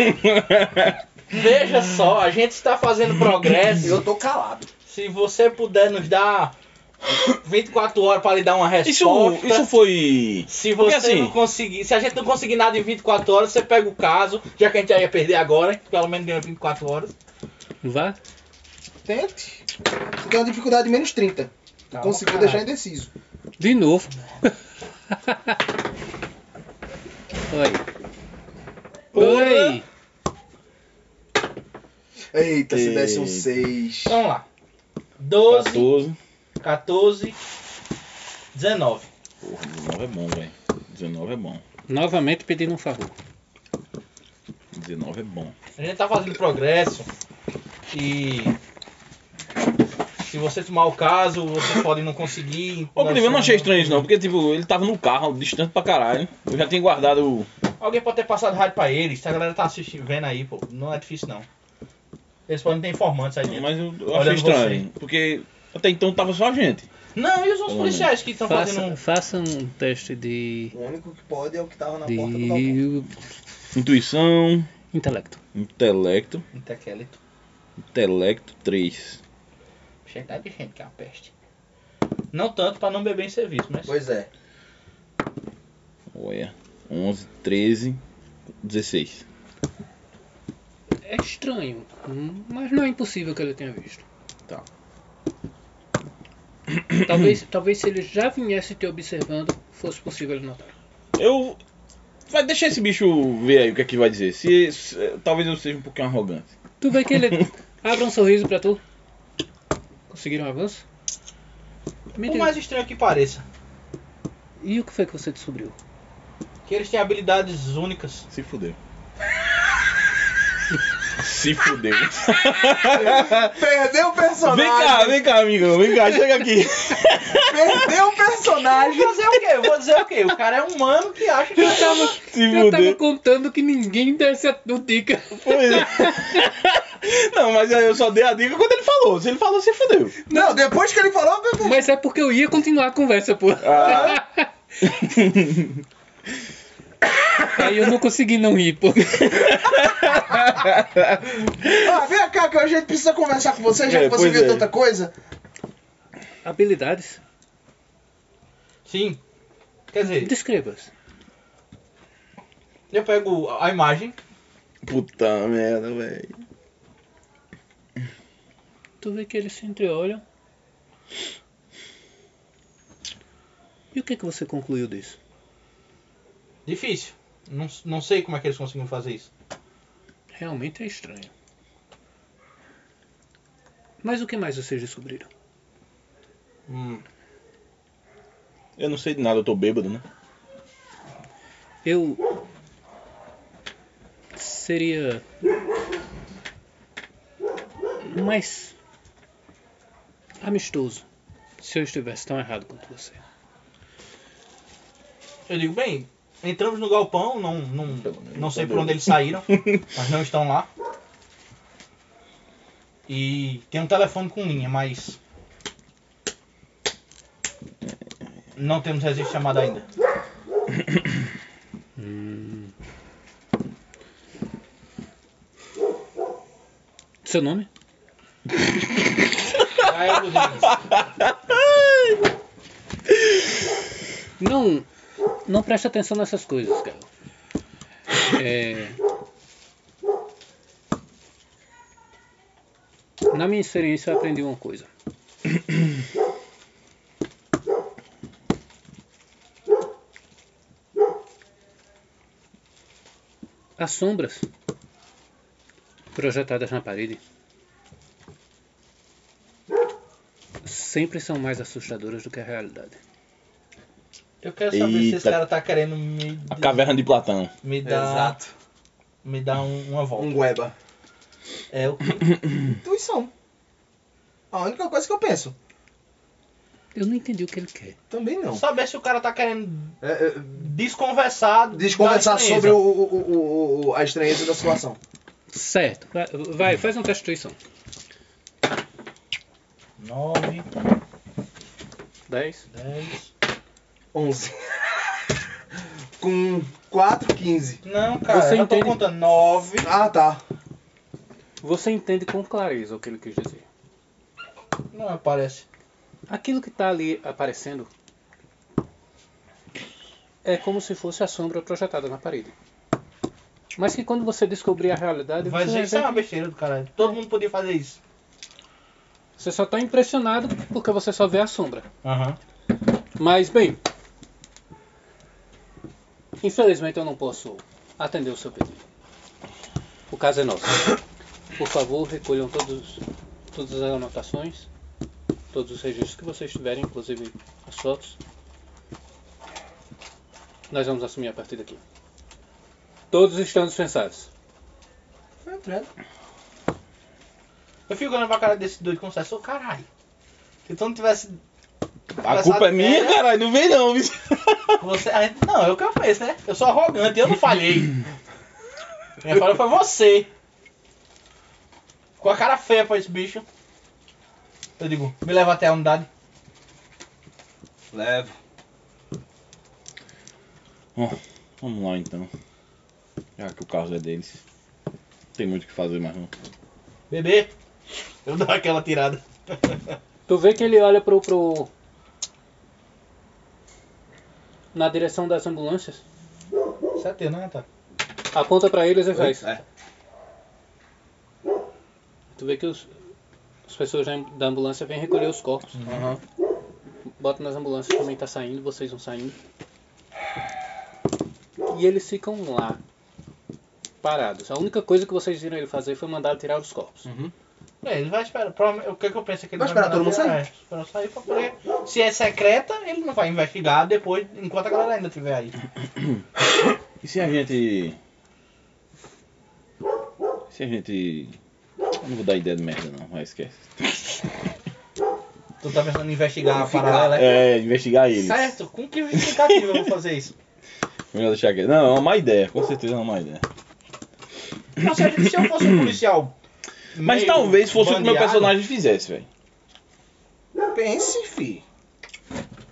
Speaker 1: veja só, a gente está fazendo progresso.
Speaker 4: Eu tô calado.
Speaker 1: Se você puder nos dar 24 horas para lhe dar uma
Speaker 2: Isso,
Speaker 1: resposta.
Speaker 2: isso foi.
Speaker 1: Se
Speaker 2: Porque
Speaker 1: você
Speaker 2: assim-
Speaker 1: não conseguir, se a gente não conseguir nada em 24 horas, você pega o caso, já que a gente já ia perder agora, pelo menos ganha 24 horas.
Speaker 3: Vá,
Speaker 4: Tente. Você tem uma dificuldade de menos 30. Conseguiu deixar indeciso.
Speaker 3: De novo. Oi. Oi.
Speaker 4: Eita, se desse um
Speaker 2: Eita.
Speaker 4: 6.
Speaker 1: Então, Vamos lá. 12,
Speaker 2: 14.
Speaker 1: 14, 19.
Speaker 2: Porra, 19 é bom, velho. 19 é bom.
Speaker 3: Novamente pedindo um favor.
Speaker 2: 19 é bom.
Speaker 1: A gente tá fazendo progresso. E. Se você tomar o caso, você pode não conseguir.
Speaker 2: Ô, Clive, eu não achei estranho isso, não. Porque, tipo, ele tava no carro, distante pra caralho. Eu já tinha guardado o...
Speaker 1: Alguém pode ter passado rádio pra eles. Se a galera tá assistindo, vendo aí, pô. Não é difícil, não. Eles podem ter informantes aí dentro.
Speaker 2: Mas eu, eu
Speaker 1: Olhando
Speaker 2: achei estranho. Porque até então tava só a gente.
Speaker 1: Não, e os outros
Speaker 2: Pelo
Speaker 1: policiais que estão
Speaker 3: Faça,
Speaker 1: fazendo.
Speaker 3: faça um teste de.
Speaker 4: O único que pode é o que tava na porta do balcão.
Speaker 3: de.
Speaker 2: Intuição,
Speaker 3: intelecto.
Speaker 2: intelecto,
Speaker 1: um Intequelito.
Speaker 2: intelecto 3.
Speaker 1: Chegar de gente, que é uma peste. Não tanto pra não beber em serviço, mas.
Speaker 4: Pois é.
Speaker 2: Olha, 11, 13, 16.
Speaker 3: É estranho, hum, mas não é impossível que ele tenha visto.
Speaker 2: Tá.
Speaker 3: Talvez, talvez se ele já viesse te observando, fosse possível ele notar.
Speaker 2: Eu... Vai deixar esse bicho ver aí o que é que vai dizer. Se, se- talvez eu seja um pouquinho arrogante.
Speaker 3: Tu vê que ele abre um sorriso pra tu. Conseguiram um avanço? Me
Speaker 1: Por
Speaker 3: diga,
Speaker 1: mais estranho que pareça,
Speaker 3: E o que foi que você descobriu?
Speaker 1: que eles têm habilidades únicas.
Speaker 2: Se fudeu. *laughs* Se fudeu.
Speaker 4: Perdeu o personagem.
Speaker 2: Vem cá, vem cá, amigão. Vem cá, chega aqui.
Speaker 4: Perdeu o
Speaker 1: Eu
Speaker 4: personagem.
Speaker 1: vou dizer o quê? Eu vou dizer o quê? O cara é um humano que é acha que.
Speaker 2: Se
Speaker 3: Eu tava
Speaker 2: fudeu.
Speaker 3: contando que ninguém desse a o dica.
Speaker 2: Pois é. *laughs* Não, mas eu só dei a dica quando ele falou. Se ele falou, se fudeu.
Speaker 4: Não, depois que ele falou,
Speaker 3: Mas é porque eu ia continuar a conversa, pô. Aí eu não consegui não rir, pô.
Speaker 4: ah, vem cá que a gente precisa conversar com você, já
Speaker 2: É,
Speaker 4: que você
Speaker 2: pois
Speaker 4: viu
Speaker 2: é.
Speaker 4: tanta coisa.
Speaker 3: Habilidades?
Speaker 1: Sim. Quer dizer,
Speaker 3: Descreva-as.
Speaker 1: eu pego a imagem.
Speaker 2: Puta merda, velho.
Speaker 3: Tu vê que eles se entreolham. E o que que você concluiu disso?
Speaker 1: Difícil. Não, não sei como é que eles conseguiram fazer isso.
Speaker 3: Realmente é estranho. Mas o que mais vocês descobriram?
Speaker 1: Hum.
Speaker 2: Eu não sei de nada, eu tô bêbado, né?
Speaker 3: Eu seria mais amistoso se eu estivesse tão errado quanto você.
Speaker 1: Eu digo, bem, entramos no galpão, não, não, não sei por onde eles saíram, mas não estão lá. E tem um telefone com linha, mas. Não temos registro de chamada ainda.
Speaker 3: Seu nome?
Speaker 1: Gael Rodrigues.
Speaker 3: Não, não preste atenção nessas coisas, cara. É... Na minha experiência eu aprendi uma coisa. As sombras projetadas na parede sempre são mais assustadoras do que a realidade.
Speaker 1: Eu quero saber se esse
Speaker 2: Eita.
Speaker 1: cara tá querendo me,
Speaker 2: A caverna de Platão.
Speaker 1: me dar, me dar um- uma volta.
Speaker 4: Um gueba.
Speaker 1: É o
Speaker 4: Intuição. A única coisa que eu penso.
Speaker 3: Eu não entendi o que ele quer.
Speaker 4: Também não.
Speaker 1: Saber se o cara tá querendo
Speaker 4: Então. É, é,
Speaker 1: desconversar. da
Speaker 4: Desconversar
Speaker 1: estranheza.
Speaker 4: sobre o, o- o- o- o- a estranheza da situação.
Speaker 3: Certo. Vai, vai, faz um teste de intuição.
Speaker 1: 9,
Speaker 3: 10.
Speaker 1: 10.
Speaker 4: 11. *laughs* Com 4, 15.
Speaker 1: Não, cara,
Speaker 3: Você
Speaker 1: eu
Speaker 3: entende?
Speaker 1: tô contando 9.
Speaker 4: Ah, tá.
Speaker 3: Você entende com clareza o que ele quis dizer.
Speaker 1: Não aparece.
Speaker 3: Aquilo que está ali aparecendo é como se fosse a sombra projetada na parede. Mas que quando você descobrir a realidade,
Speaker 1: Vai
Speaker 3: você
Speaker 1: dizer que isso é
Speaker 3: vai
Speaker 1: uma
Speaker 3: ver
Speaker 1: besteira do caralho. Todo mundo podia fazer isso.
Speaker 3: Você só tá impressionado porque você só vê a sombra.
Speaker 1: Aham.
Speaker 3: Mas, bem. Infelizmente eu não posso atender o seu pedido. O caso é nosso. Por favor, recolham todos, todas as anotações, todos os registros que vocês tiverem, inclusive as fotos. Nós vamos assumir a partir daqui. Todos estão dispensados.
Speaker 1: Foi entrando. Eu fico olhando pra cara desse doido como se fosse, ô caralho. Se tu não tivesse.
Speaker 2: A culpa é minha, caralho. Não vem não, viu?
Speaker 1: Você, a gente- não, eu que eu fiz, né? Eu sou arrogante, eu não falhei. *laughs* Minha falha foi você. Com a cara feia pra esse bicho. Eu digo, me leva até a unidade.
Speaker 4: Leva.
Speaker 2: Vamos lá então. Já que o caso é deles. Não tem muito o que fazer mais não.
Speaker 1: Bebê. Eu dou aquela tirada.
Speaker 3: Tu vê que ele olha pro, pro. Na direção das ambulâncias,
Speaker 1: Isso é teu, né, tá?
Speaker 3: aponta pra eles e faz.
Speaker 4: É.
Speaker 3: Tu vê que os, as pessoas da da ambulância vêm recolher os corpos. Bota nas ambulâncias, também tá saindo, vocês vão saindo. E eles ficam lá, parados. A única coisa que vocês viram ele fazer foi mandar tirar os corpos.
Speaker 1: É, ele vai esperar. Prova- O que, que eu penso é que ele
Speaker 4: Vai esperar
Speaker 1: mandar
Speaker 4: todo mundo
Speaker 1: tirar-
Speaker 4: sair?
Speaker 1: É, esperar sair pra poder. Se é secreta, ele não vai investigar depois, enquanto a galera ainda estiver aí.
Speaker 2: E se a gente. Se a gente. Não vou dar ideia de merda não, mas esquece.
Speaker 1: Tu tá pensando em investigar a
Speaker 4: Tá
Speaker 1: parada, né?
Speaker 2: É, investigar eles.
Speaker 1: Certo, com que justificativa eu vou fazer isso?
Speaker 2: Melhor deixar aqui. Não, é uma má ideia, com certeza é uma má ideia.
Speaker 1: Ou seja, se eu fosse um policial.
Speaker 2: Mas
Speaker 1: meio
Speaker 2: talvez fosse o que meu
Speaker 1: bandeado,
Speaker 2: personagem fizesse, velho.
Speaker 4: Pense, fi.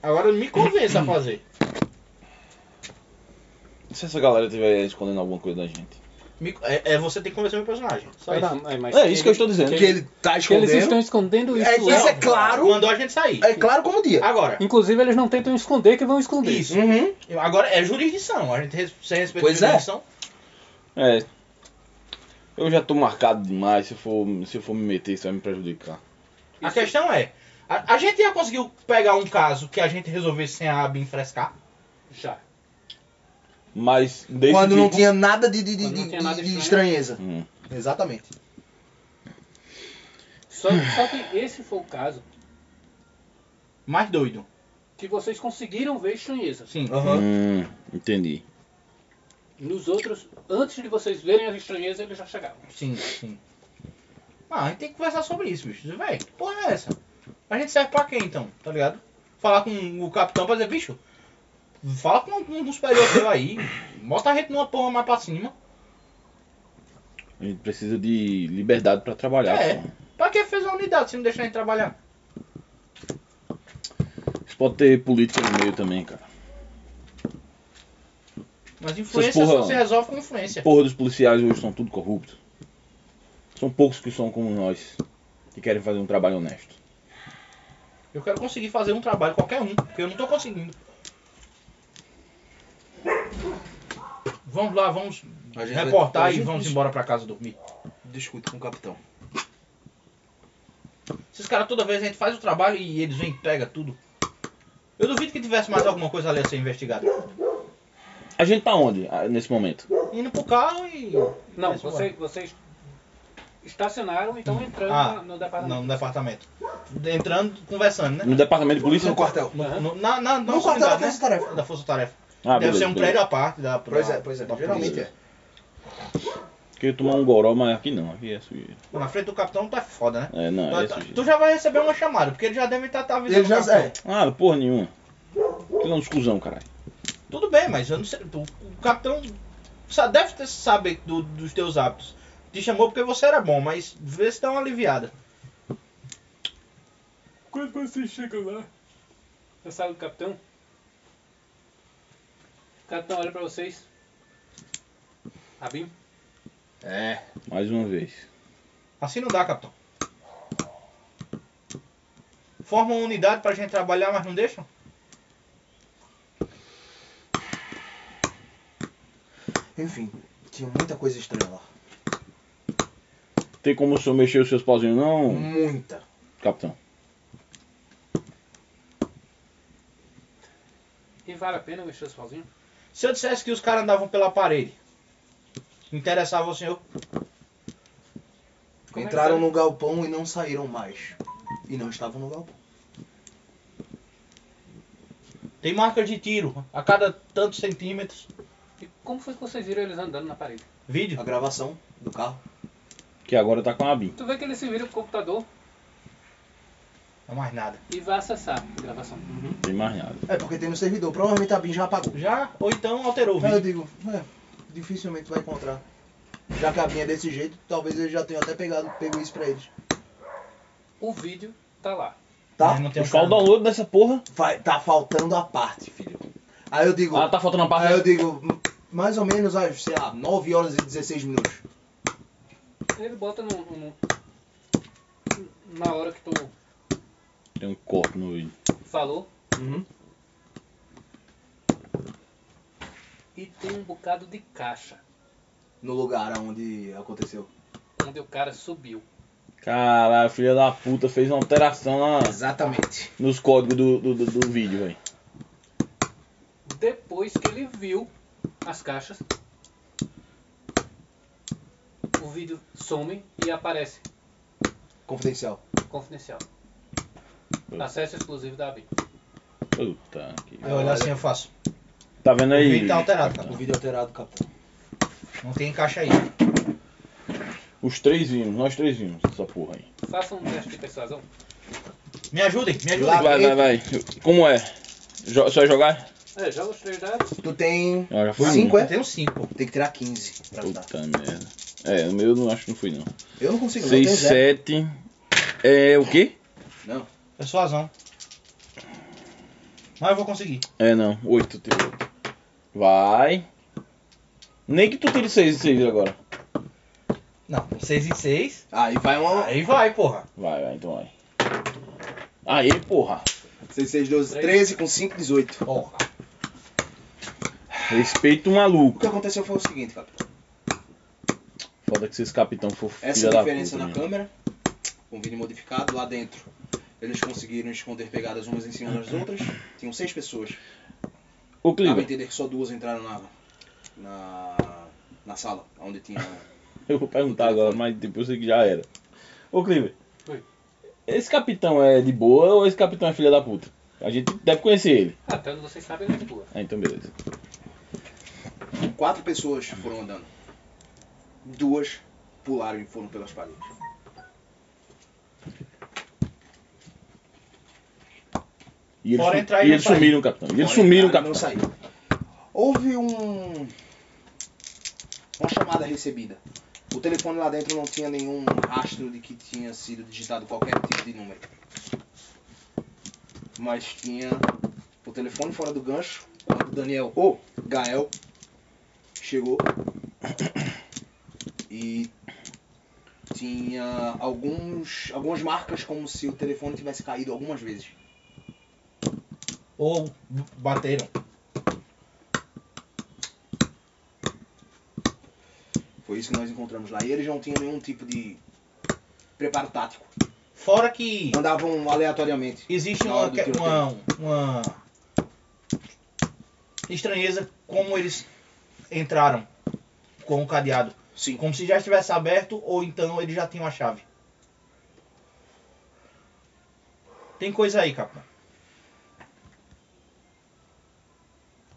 Speaker 1: Agora me convença a fazer.
Speaker 2: Se essa galera estiver escondendo alguma coisa da gente.
Speaker 1: Me- é, é você tem que convencer meu personagem. Só
Speaker 3: Mas
Speaker 1: isso.
Speaker 3: não, mas
Speaker 2: É isso que eu estou dizendo.
Speaker 4: Que ele tá
Speaker 3: que eles
Speaker 4: escondendo.
Speaker 3: estão escondendo isso.
Speaker 4: É,
Speaker 3: lá.
Speaker 4: isso é claro.
Speaker 1: Mandou a gente sair.
Speaker 4: É claro como o dia. Uhum.
Speaker 1: Agora.
Speaker 3: Inclusive, eles não tentam esconder que vão esconder.
Speaker 1: Ah, Isso. Eu- Agora é jurisdição. A gente res- sem respeito
Speaker 4: Pois
Speaker 1: à
Speaker 4: é.
Speaker 1: jurisdição.
Speaker 2: É. Eu já tô marcado demais, se eu for, se eu for me meter, isso vai me prejudicar.
Speaker 1: A questão é. A, a gente já conseguiu pegar um caso que a gente resolvesse sem a Abin frescar?
Speaker 3: Já.
Speaker 2: Mas desde
Speaker 4: Quando
Speaker 2: que...
Speaker 4: não tinha nada de, de, de,
Speaker 3: Quando não
Speaker 4: de-
Speaker 3: tinha nada
Speaker 4: de- de
Speaker 3: estranho.
Speaker 4: estranheza.
Speaker 2: Hum.
Speaker 4: Exatamente.
Speaker 3: Só, só que esse foi o caso
Speaker 1: Mais doido.
Speaker 3: que vocês conseguiram ver estranheza.
Speaker 1: Sim.
Speaker 2: Hum, entendi.
Speaker 3: Nos outros, antes de vocês verem as estranhezas, eles já chegavam.
Speaker 1: Sim, sim. Ah, a gente tem que conversar sobre isso, bicho. Véi, que porra é essa? A gente serve pra quê então, tá ligado? Falar com o capitão pra dizer, bicho, fala com um um superior seu aí, mostra a gente numa porra mais pra cima.
Speaker 2: A gente precisa de liberdade pra trabalhar.
Speaker 1: É.
Speaker 2: pô.
Speaker 1: Pra que fez uma unidade se não deixar a gente trabalhar?
Speaker 2: Isso pode ter política no meio também, cara.
Speaker 1: Mas influência
Speaker 2: porra-
Speaker 1: só se resolve com influência.
Speaker 2: Porra dos policiais hoje são tudo corruptos. São poucos que são como nós, que querem fazer um trabalho honesto.
Speaker 1: Eu quero conseguir fazer um trabalho qualquer um, porque eu não tô conseguindo. Vamos lá, vamos
Speaker 4: A gente vai-
Speaker 1: reportar
Speaker 4: a
Speaker 1: e
Speaker 4: gente
Speaker 1: vamos
Speaker 4: dis-
Speaker 1: embora pra casa dormir.
Speaker 4: Discute com o capitão.
Speaker 1: Esses caras toda vez a gente faz o trabalho e eles vêm e pega tudo. Eu duvido que tivesse mais alguma coisa ali a ser investigada.
Speaker 2: A gente tá onde ah, nesse momento?
Speaker 1: Indo pro carro e.
Speaker 3: Não,
Speaker 1: Mas,
Speaker 3: você- vocês estacionaram e estão entrando
Speaker 1: Ah,
Speaker 3: na- no
Speaker 1: Não,
Speaker 3: departamento.
Speaker 1: no departamento. Entrando, conversando, né?
Speaker 2: No departamento de polícia?
Speaker 4: No quartel.
Speaker 3: Aham.
Speaker 1: No- na, na, na
Speaker 4: No quartel da
Speaker 1: unidade,
Speaker 4: Força Tarefa.
Speaker 1: né? Da Força Tarefa.
Speaker 2: Ah,
Speaker 1: Deve
Speaker 2: beleza,
Speaker 1: ser um
Speaker 2: beleza.
Speaker 1: prédio à parte da.
Speaker 4: Pois
Speaker 1: da-
Speaker 4: é, pois é.
Speaker 1: da
Speaker 4: Geralmente
Speaker 1: polícia.
Speaker 4: é.
Speaker 2: Queria tomar um goró, mas aqui não. Aqui é sujeira.
Speaker 1: Pô, Na frente do capitão tá foda, né?
Speaker 2: É, não,
Speaker 1: Tá-
Speaker 2: é
Speaker 1: tá-
Speaker 2: sujeira.
Speaker 1: tu já vai receber uma chamada, porque ele já deve estar tá avisando.
Speaker 4: Ele já
Speaker 1: o capitão.
Speaker 4: é.
Speaker 2: Ah, porra nenhuma. Aquilo é um escusão, caralho.
Speaker 1: Tudo bem, mas eu não sei. tu- o capitão sa- deve ter saber do- dos teus hábitos. Te chamou porque você era bom, mas vê se dá uma aliviada.
Speaker 3: Quando vocês chegam lá, na sala do capitão, o capitão olha pra vocês. Abim,
Speaker 4: É.
Speaker 2: Mais uma vez.
Speaker 1: Assim não dá, capitão. Forma uma unidade pra gente trabalhar, mas não deixam?
Speaker 4: Enfim, tinha muita coisa estranha lá.
Speaker 2: Tem Hum. como o senhor mexer os seus pauzinhos, não?
Speaker 4: Muita.
Speaker 2: capitão.
Speaker 3: E vale a pena vestir esse pauzinho?
Speaker 1: Se eu dissesse que os caras andavam pela parede, interessava o senhor?
Speaker 3: Como é que
Speaker 4: Entraram
Speaker 3: tá?
Speaker 4: no galpão e não saíram mais. E não estavam no galpão.
Speaker 1: Tem marcas de tiro a cada tantos centímetros.
Speaker 3: E como foi que vocês viram eles andando na parede?
Speaker 1: Vídeo.
Speaker 4: A gravação do carro.
Speaker 2: Que agora tá com a Abi.
Speaker 3: Tu vê que eles se viram pro computador
Speaker 1: Não mais nada.
Speaker 3: e vai acessar a gravação.
Speaker 2: Tem mais nada.
Speaker 4: É porque tem no servidor. Provavelmente a BIM já apagou.
Speaker 1: Já? Ou então alterou o
Speaker 4: Aí eu
Speaker 1: vídeo.
Speaker 4: digo, é, dificilmente vai encontrar. Já que a BIM é desse jeito, talvez eles já tenham até pegado, pego isso pra eles.
Speaker 3: O vídeo tá lá.
Speaker 4: Tá?
Speaker 1: Mas não tem um
Speaker 2: Puxar o
Speaker 1: cara.
Speaker 2: download dessa porra.
Speaker 4: Vai- tá faltando a parte, filho. Aí eu
Speaker 1: um
Speaker 4: digo.
Speaker 2: Ah, tá faltando a parte.
Speaker 4: Aí eu digo, mais ou menos às, sei lá, 9 horas e 16 minutos.
Speaker 3: Ele bota no, no- na hora que tu
Speaker 2: Tem um corte no vídeo.
Speaker 3: falou
Speaker 4: Uhum.
Speaker 3: e tem um bocado de caixa
Speaker 4: No lugar onde aconteceu.
Speaker 3: onde o cara subiu.
Speaker 2: Caralho, filha da puta, fez uma alteração na-
Speaker 4: Exatamente.
Speaker 2: nos códigos do, do, do, do vídeo, velho.
Speaker 3: Depois que ele viu as caixas, o vídeo some e aparece
Speaker 4: Confidencial.
Speaker 3: confidencial. Acesso exclusivo da ABIN.
Speaker 2: Puta que.
Speaker 1: Aí eu olho assim eu faço.
Speaker 2: Tá vendo aí?
Speaker 1: O vídeo tá alterado,
Speaker 4: O
Speaker 2: capitão?
Speaker 4: vídeo alterado, capitão.
Speaker 1: Não tem caixa aí.
Speaker 2: Os três vimos, nós três vimos essa porra aí.
Speaker 3: Faça um teste de persuasão.
Speaker 1: Me ajudem, me ajudem.
Speaker 4: Lá-
Speaker 2: Vai, vai, vai. Como é? Jo só jogar?
Speaker 3: É, joga os três dados.
Speaker 4: Tu tem.
Speaker 2: Não, já foi
Speaker 4: Cinco,
Speaker 2: um.
Speaker 4: é?
Speaker 1: Eu tenho cinco.
Speaker 4: Tem que tirar 15 pra ajudar.
Speaker 2: Puta merda. É, o meu eu não acho que não fui não.
Speaker 4: Eu não consigo, não. Eu
Speaker 2: 6,
Speaker 4: tenho zero.
Speaker 2: 7. É o quê?
Speaker 1: Persuasão. Mas eu vou conseguir.
Speaker 2: É não, 8 tiro. Vai. Nem que tu tire 6 e 6 agora.
Speaker 1: Não, seis em seis.
Speaker 4: Aí vai uma.
Speaker 1: Aí vai, porra.
Speaker 2: Vai, vai, então vai. Aê, porra.
Speaker 4: 6, 6, 12, 13 com 5, 18.
Speaker 1: Porra.
Speaker 2: Respeita o
Speaker 4: O
Speaker 2: maluco.
Speaker 4: que aconteceu foi o seguinte, capitão.
Speaker 2: Foda que esses capitão for
Speaker 4: Essa é
Speaker 2: filha da
Speaker 4: diferença
Speaker 2: puta,
Speaker 4: na
Speaker 2: né?
Speaker 4: câmera, com vídeo modificado lá dentro. Eles conseguiram esconder pegadas umas em cima das outras. Tinham seis pessoas.
Speaker 2: Ô,
Speaker 4: Dá pra
Speaker 2: Clive,
Speaker 4: entender que só duas entraram na. na. na sala, onde tinha. Ah,
Speaker 2: eu vou perguntar agora, mas depois eu sei que já era. Ô, Clive.
Speaker 3: Oi.
Speaker 2: Esse capitão é de boa ou esse capitão é filha da puta? A gente deve conhecer ele.
Speaker 3: Até onde vocês sabem, ele é de boa.
Speaker 2: Ah, então beleza.
Speaker 4: Quatro pessoas foram andando. Duas pularam e foram pelas paredes.
Speaker 2: E eles,
Speaker 1: Bora
Speaker 2: su-
Speaker 1: entrar e
Speaker 2: e
Speaker 1: não
Speaker 2: eles
Speaker 1: sair.
Speaker 2: sumiram, capitão. E eles
Speaker 4: Olha,
Speaker 2: sumiram,
Speaker 4: cara, não
Speaker 2: capitão.
Speaker 4: saiu. Houve um. Uma chamada recebida. O telefone lá dentro não tinha nenhum rastro de que tinha sido digitado qualquer tipo de número. Mas tinha o telefone fora do gancho. Quando o Daniel, ou Gael, chegou. E tinha alguns, algumas marcas como se o telefone tivesse caído algumas vezes.
Speaker 1: Ou b- bateram.
Speaker 4: Foi isso que nós encontramos lá. E eles não tinham nenhum tipo de preparo tático.
Speaker 1: Fora que
Speaker 4: Andavam aleatoriamente.
Speaker 1: existe
Speaker 4: Na
Speaker 1: uma,
Speaker 4: hora do tiroteio.
Speaker 1: uma, uma estranheza como eles entraram com o cadeado.
Speaker 4: Sim.
Speaker 1: Como se já estivesse aberto ou então eles já tinham a chave. Tem coisa aí, capitão.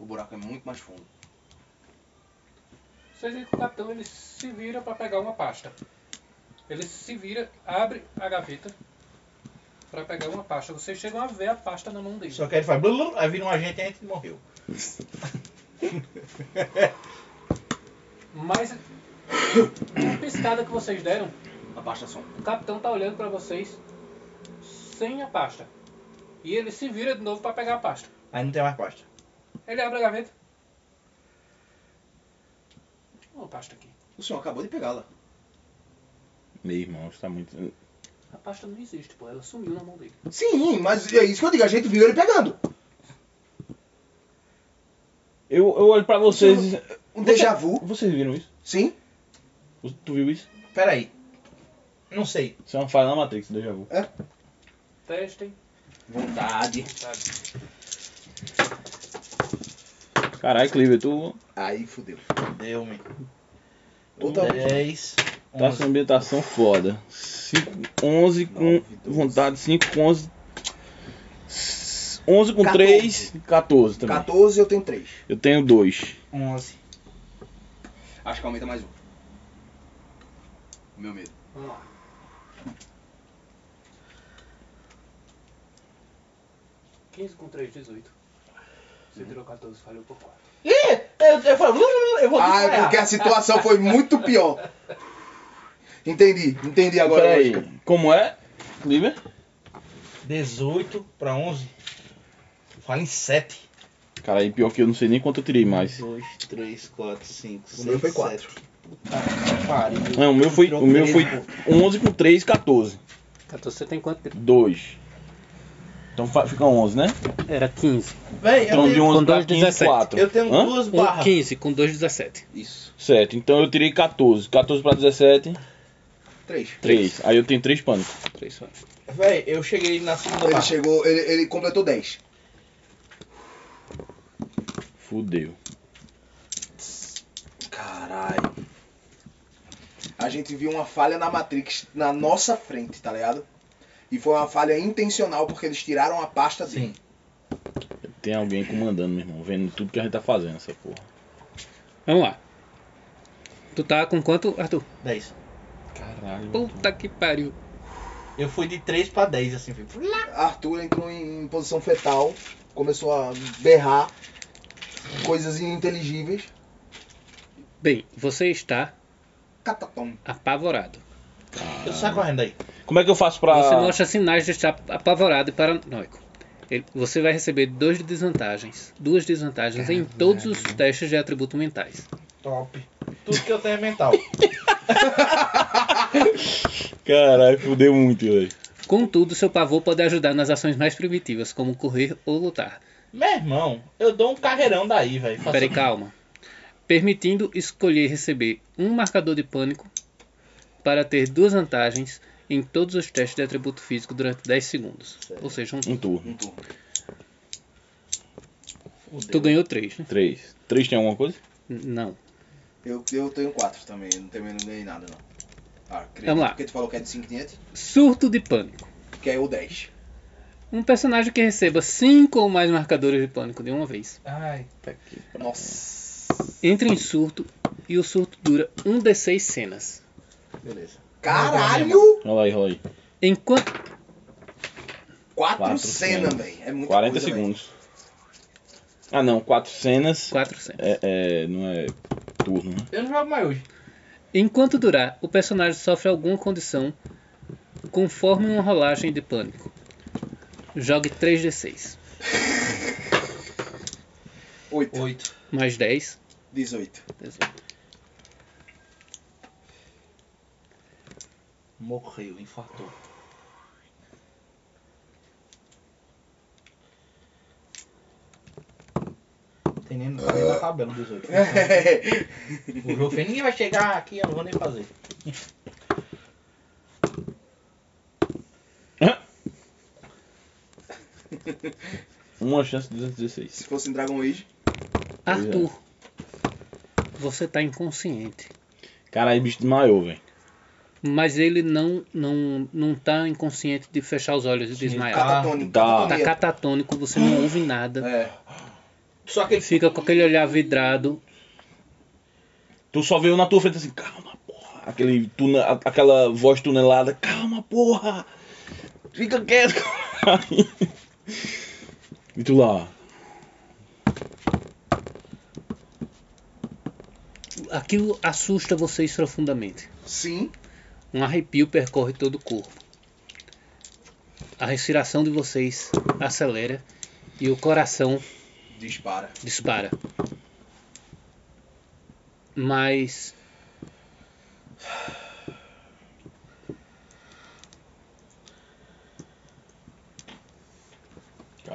Speaker 4: O buraco é muito mais fundo.
Speaker 3: Vocês veem que o capitão ele se vira para pegar uma pasta. Ele se vira, abre a gaveta para pegar uma pasta. Vocês chegam a ver a pasta na mão dele.
Speaker 1: Só que ele faz blu, blu, aí vira um agente e a gente morreu.
Speaker 3: Mas *coughs* na piscada que vocês deram,
Speaker 4: A pasta som.
Speaker 3: o capitão tá olhando para vocês sem a pasta. E ele se vira de novo para pegar a pasta.
Speaker 1: Aí não tem mais pasta.
Speaker 3: Ele abre a gaveta. Uma pasta aqui.
Speaker 4: O senhor acabou de pegá-la.
Speaker 2: Meu irmão, está muito.
Speaker 3: A pasta não existe, pô. Ela sumiu na mão dele.
Speaker 4: Sim, mas é isso que eu digo. A gente viu ele pegando.
Speaker 2: Eu, eu olho pra vocês.
Speaker 4: Um
Speaker 2: Você-
Speaker 4: déjà vu.
Speaker 2: Vocês viram isso?
Speaker 4: Sim.
Speaker 2: Tu viu isso?
Speaker 1: Pera aí. Não sei.
Speaker 2: Isso é uma falha na Matrix, um déjà vu.
Speaker 3: Testem.
Speaker 13: Vontade.
Speaker 2: Caralho, Cleaver, tu
Speaker 4: Aí fudeu.
Speaker 1: Deu, Um, me.
Speaker 4: Outra
Speaker 1: 10.
Speaker 2: tá sem ambientação foda. 11 com vontade, 5 com 11. 11 com 3, 14 também.
Speaker 4: 14 eu tenho 3.
Speaker 2: Eu tenho 2.
Speaker 1: 11.
Speaker 13: Acho que aumenta mais um. Meu medo.
Speaker 3: Vamos lá. Quinze com 3, 18. Você tirou 14, falhou por 4.
Speaker 1: Ih, eu, eu falei, eu vou
Speaker 4: Ah, é
Speaker 1: disparar.
Speaker 4: porque a situação foi muito pior. Entendi, entendi agora. a
Speaker 2: Peraí,
Speaker 4: lógica.
Speaker 2: como é? Cleaver?
Speaker 1: 18 pra 11. Fala em 7.
Speaker 2: Cara, aí pior que eu não sei nem quanto eu tirei mais.
Speaker 13: 2, 3, 4, 5, 6.
Speaker 4: O meu foi 4.
Speaker 2: Não, o meu foi, o meu foi 11 com 3, 14.
Speaker 3: 14, você tem quanto?
Speaker 2: 2. Então fa- fica 11, né?
Speaker 8: Era 15.
Speaker 1: Véi, eu
Speaker 2: Então de
Speaker 1: tenho,
Speaker 2: 11
Speaker 8: Com
Speaker 2: pra
Speaker 8: dois,
Speaker 2: 15,
Speaker 8: 17.
Speaker 2: 4.
Speaker 1: eu tenho
Speaker 2: Hã?
Speaker 1: duas
Speaker 8: Um,
Speaker 1: barras.
Speaker 8: 15 com 2, 17.
Speaker 13: Isso.
Speaker 2: Certo, então eu tirei 14. 14 pra 17,
Speaker 4: 3.
Speaker 2: 3. Aí eu tenho 3 pânico.
Speaker 8: 3 só.
Speaker 1: Véi, eu cheguei na segunda
Speaker 4: Ele
Speaker 1: barra.
Speaker 4: chegou, ele, ele completou 10.
Speaker 2: Fudeu.
Speaker 4: Caralho. A gente viu uma falha na Matrix na nossa frente, tá ligado? E foi uma falha intencional porque eles tiraram a pasta dele.
Speaker 2: Tem alguém comandando, meu irmão, vendo tudo que a gente tá fazendo, essa porra.
Speaker 8: Vamos lá. Tu tá com quanto, Arthur?
Speaker 1: 10.
Speaker 2: Caralho.
Speaker 8: Puta que pariu.
Speaker 1: Eu fui de 3 pra 10, assim. fui.
Speaker 4: Arthur entrou em, em posição fetal, começou a berrar coisas ininteligíveis.
Speaker 8: Bem, você está
Speaker 4: Catatom.
Speaker 8: apavorado.
Speaker 1: Eu saio correndo aí.
Speaker 2: Como é que eu faço pra.
Speaker 8: Você mostra sinais de estar apavorado e paranoico. Ele- Você vai receber dois de desvantagens, duas desvantagens em todos os testes de atributos mentais.
Speaker 1: Top. Tudo que eu tenho é mental.
Speaker 2: Caralho, fudeu muito, velho.
Speaker 8: Contudo, seu pavor pode ajudar nas ações mais primitivas, como correr ou lutar.
Speaker 1: Meu irmão, eu dou um carreirão daí, velho. Faço- um
Speaker 8: Peraí, calma. Permitindo escolher receber um marcador de pânico para ter duas vantagens em todos os testes de atributo físico durante 10 segundos. Ou seja, um,
Speaker 2: Um turno.
Speaker 8: tu ganhou 3, né?
Speaker 2: 3. 3 tem alguma coisa?
Speaker 8: N- Não.
Speaker 4: Eu, eu tenho 4 também, eu também não ganhei nada não. Ah, acredito,
Speaker 8: Vamos lá.
Speaker 4: Porque tu falou que é de 5,500,
Speaker 8: Surto de pânico.
Speaker 4: que é o 10.
Speaker 8: Um personagem que receba cinco ou mais marcadores de pânico de uma vez.
Speaker 1: Ai.
Speaker 4: Nossa.
Speaker 8: Entra em surto e o surto dura um de seis cenas.
Speaker 4: Caralho!
Speaker 2: Olha aí, olha aí.
Speaker 8: Enquanto.
Speaker 4: 4
Speaker 2: Quatro
Speaker 4: cenas,
Speaker 2: cenas.
Speaker 4: velho. É muito
Speaker 2: 40
Speaker 4: coisa, véi.
Speaker 2: segundos. Ah não, 4 cenas.
Speaker 8: Quatro cenas.
Speaker 2: É, é, não é turno, né?
Speaker 1: Eu não jogo mais hoje.
Speaker 8: Enquanto durar, o personagem sofre alguma condição conforme uma rolagem de pânico. Jogue 3 de 6.
Speaker 4: 8,
Speaker 1: 8.
Speaker 8: Mais 10.
Speaker 4: 18.
Speaker 8: 18.
Speaker 1: Morreu, infartou. Tem nem tá nem na tabela dos *laughs* 8. O jogo fez, ninguém vai chegar aqui, eu não vou nem fazer.
Speaker 2: Uma chance de
Speaker 4: Se
Speaker 2: 216.
Speaker 4: fosse em Dragon Age,
Speaker 8: Arthur, você tá inconsciente.
Speaker 2: Caralho, bicho desmaiou, velho.
Speaker 8: Mas ele não, não, não tá inconsciente de fechar os olhos e desmaiar.
Speaker 4: catatônico.
Speaker 2: tá.
Speaker 8: Tá
Speaker 4: catatonia.
Speaker 8: catatônico, você não ouve nada.
Speaker 4: É.
Speaker 1: Só que ele
Speaker 8: Fica com aquele olhar vidrado.
Speaker 2: Tu só veio na tua frente assim, calma, porra. Aquele tune- a- aquela voz tunelada, calma, porra. Fica quieto. *laughs* caralho." e tu lá,
Speaker 8: Aquilo assusta vocês profundamente.
Speaker 4: Sim.
Speaker 8: Um arrepio percorre todo o corpo. A respiração de vocês acelera e o coração
Speaker 4: Dispara.
Speaker 8: dispara. Mas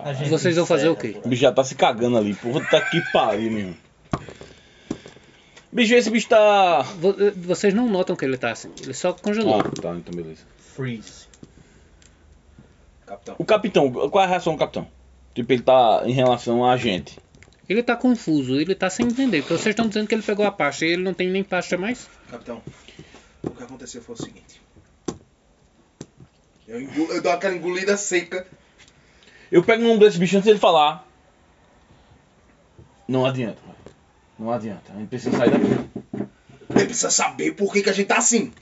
Speaker 1: A gente
Speaker 8: vocês vão fazer o
Speaker 1: encerra
Speaker 8: quê?
Speaker 2: o bicho já tá se cagando ali. Porra, tá que pariu, meu. irmão. Bicho, esse bicho tá.
Speaker 8: vo- vocês não notam que ele tá assim. Ele só congelou.
Speaker 2: Ah, tá, então beleza.
Speaker 1: por- Freeze.
Speaker 4: capitão.
Speaker 2: O capitão, qual é a reação do capitão? Tipo, ele tá em relação a gente.
Speaker 8: Ele tá confuso, ele tá sem entender. Porque vocês estão dizendo que ele pegou a pasta e ele não tem nem pasta mais.
Speaker 4: Capitão, o que aconteceu foi o seguinte. Eu, engulo- eu dou aquela engolida seca.
Speaker 2: Eu pego o nome desse bicho antes dele falar. Não adianta, pai. Não adianta. A gente precisa sair daqui.
Speaker 4: Ele precisa saber por que, que a gente tá assim.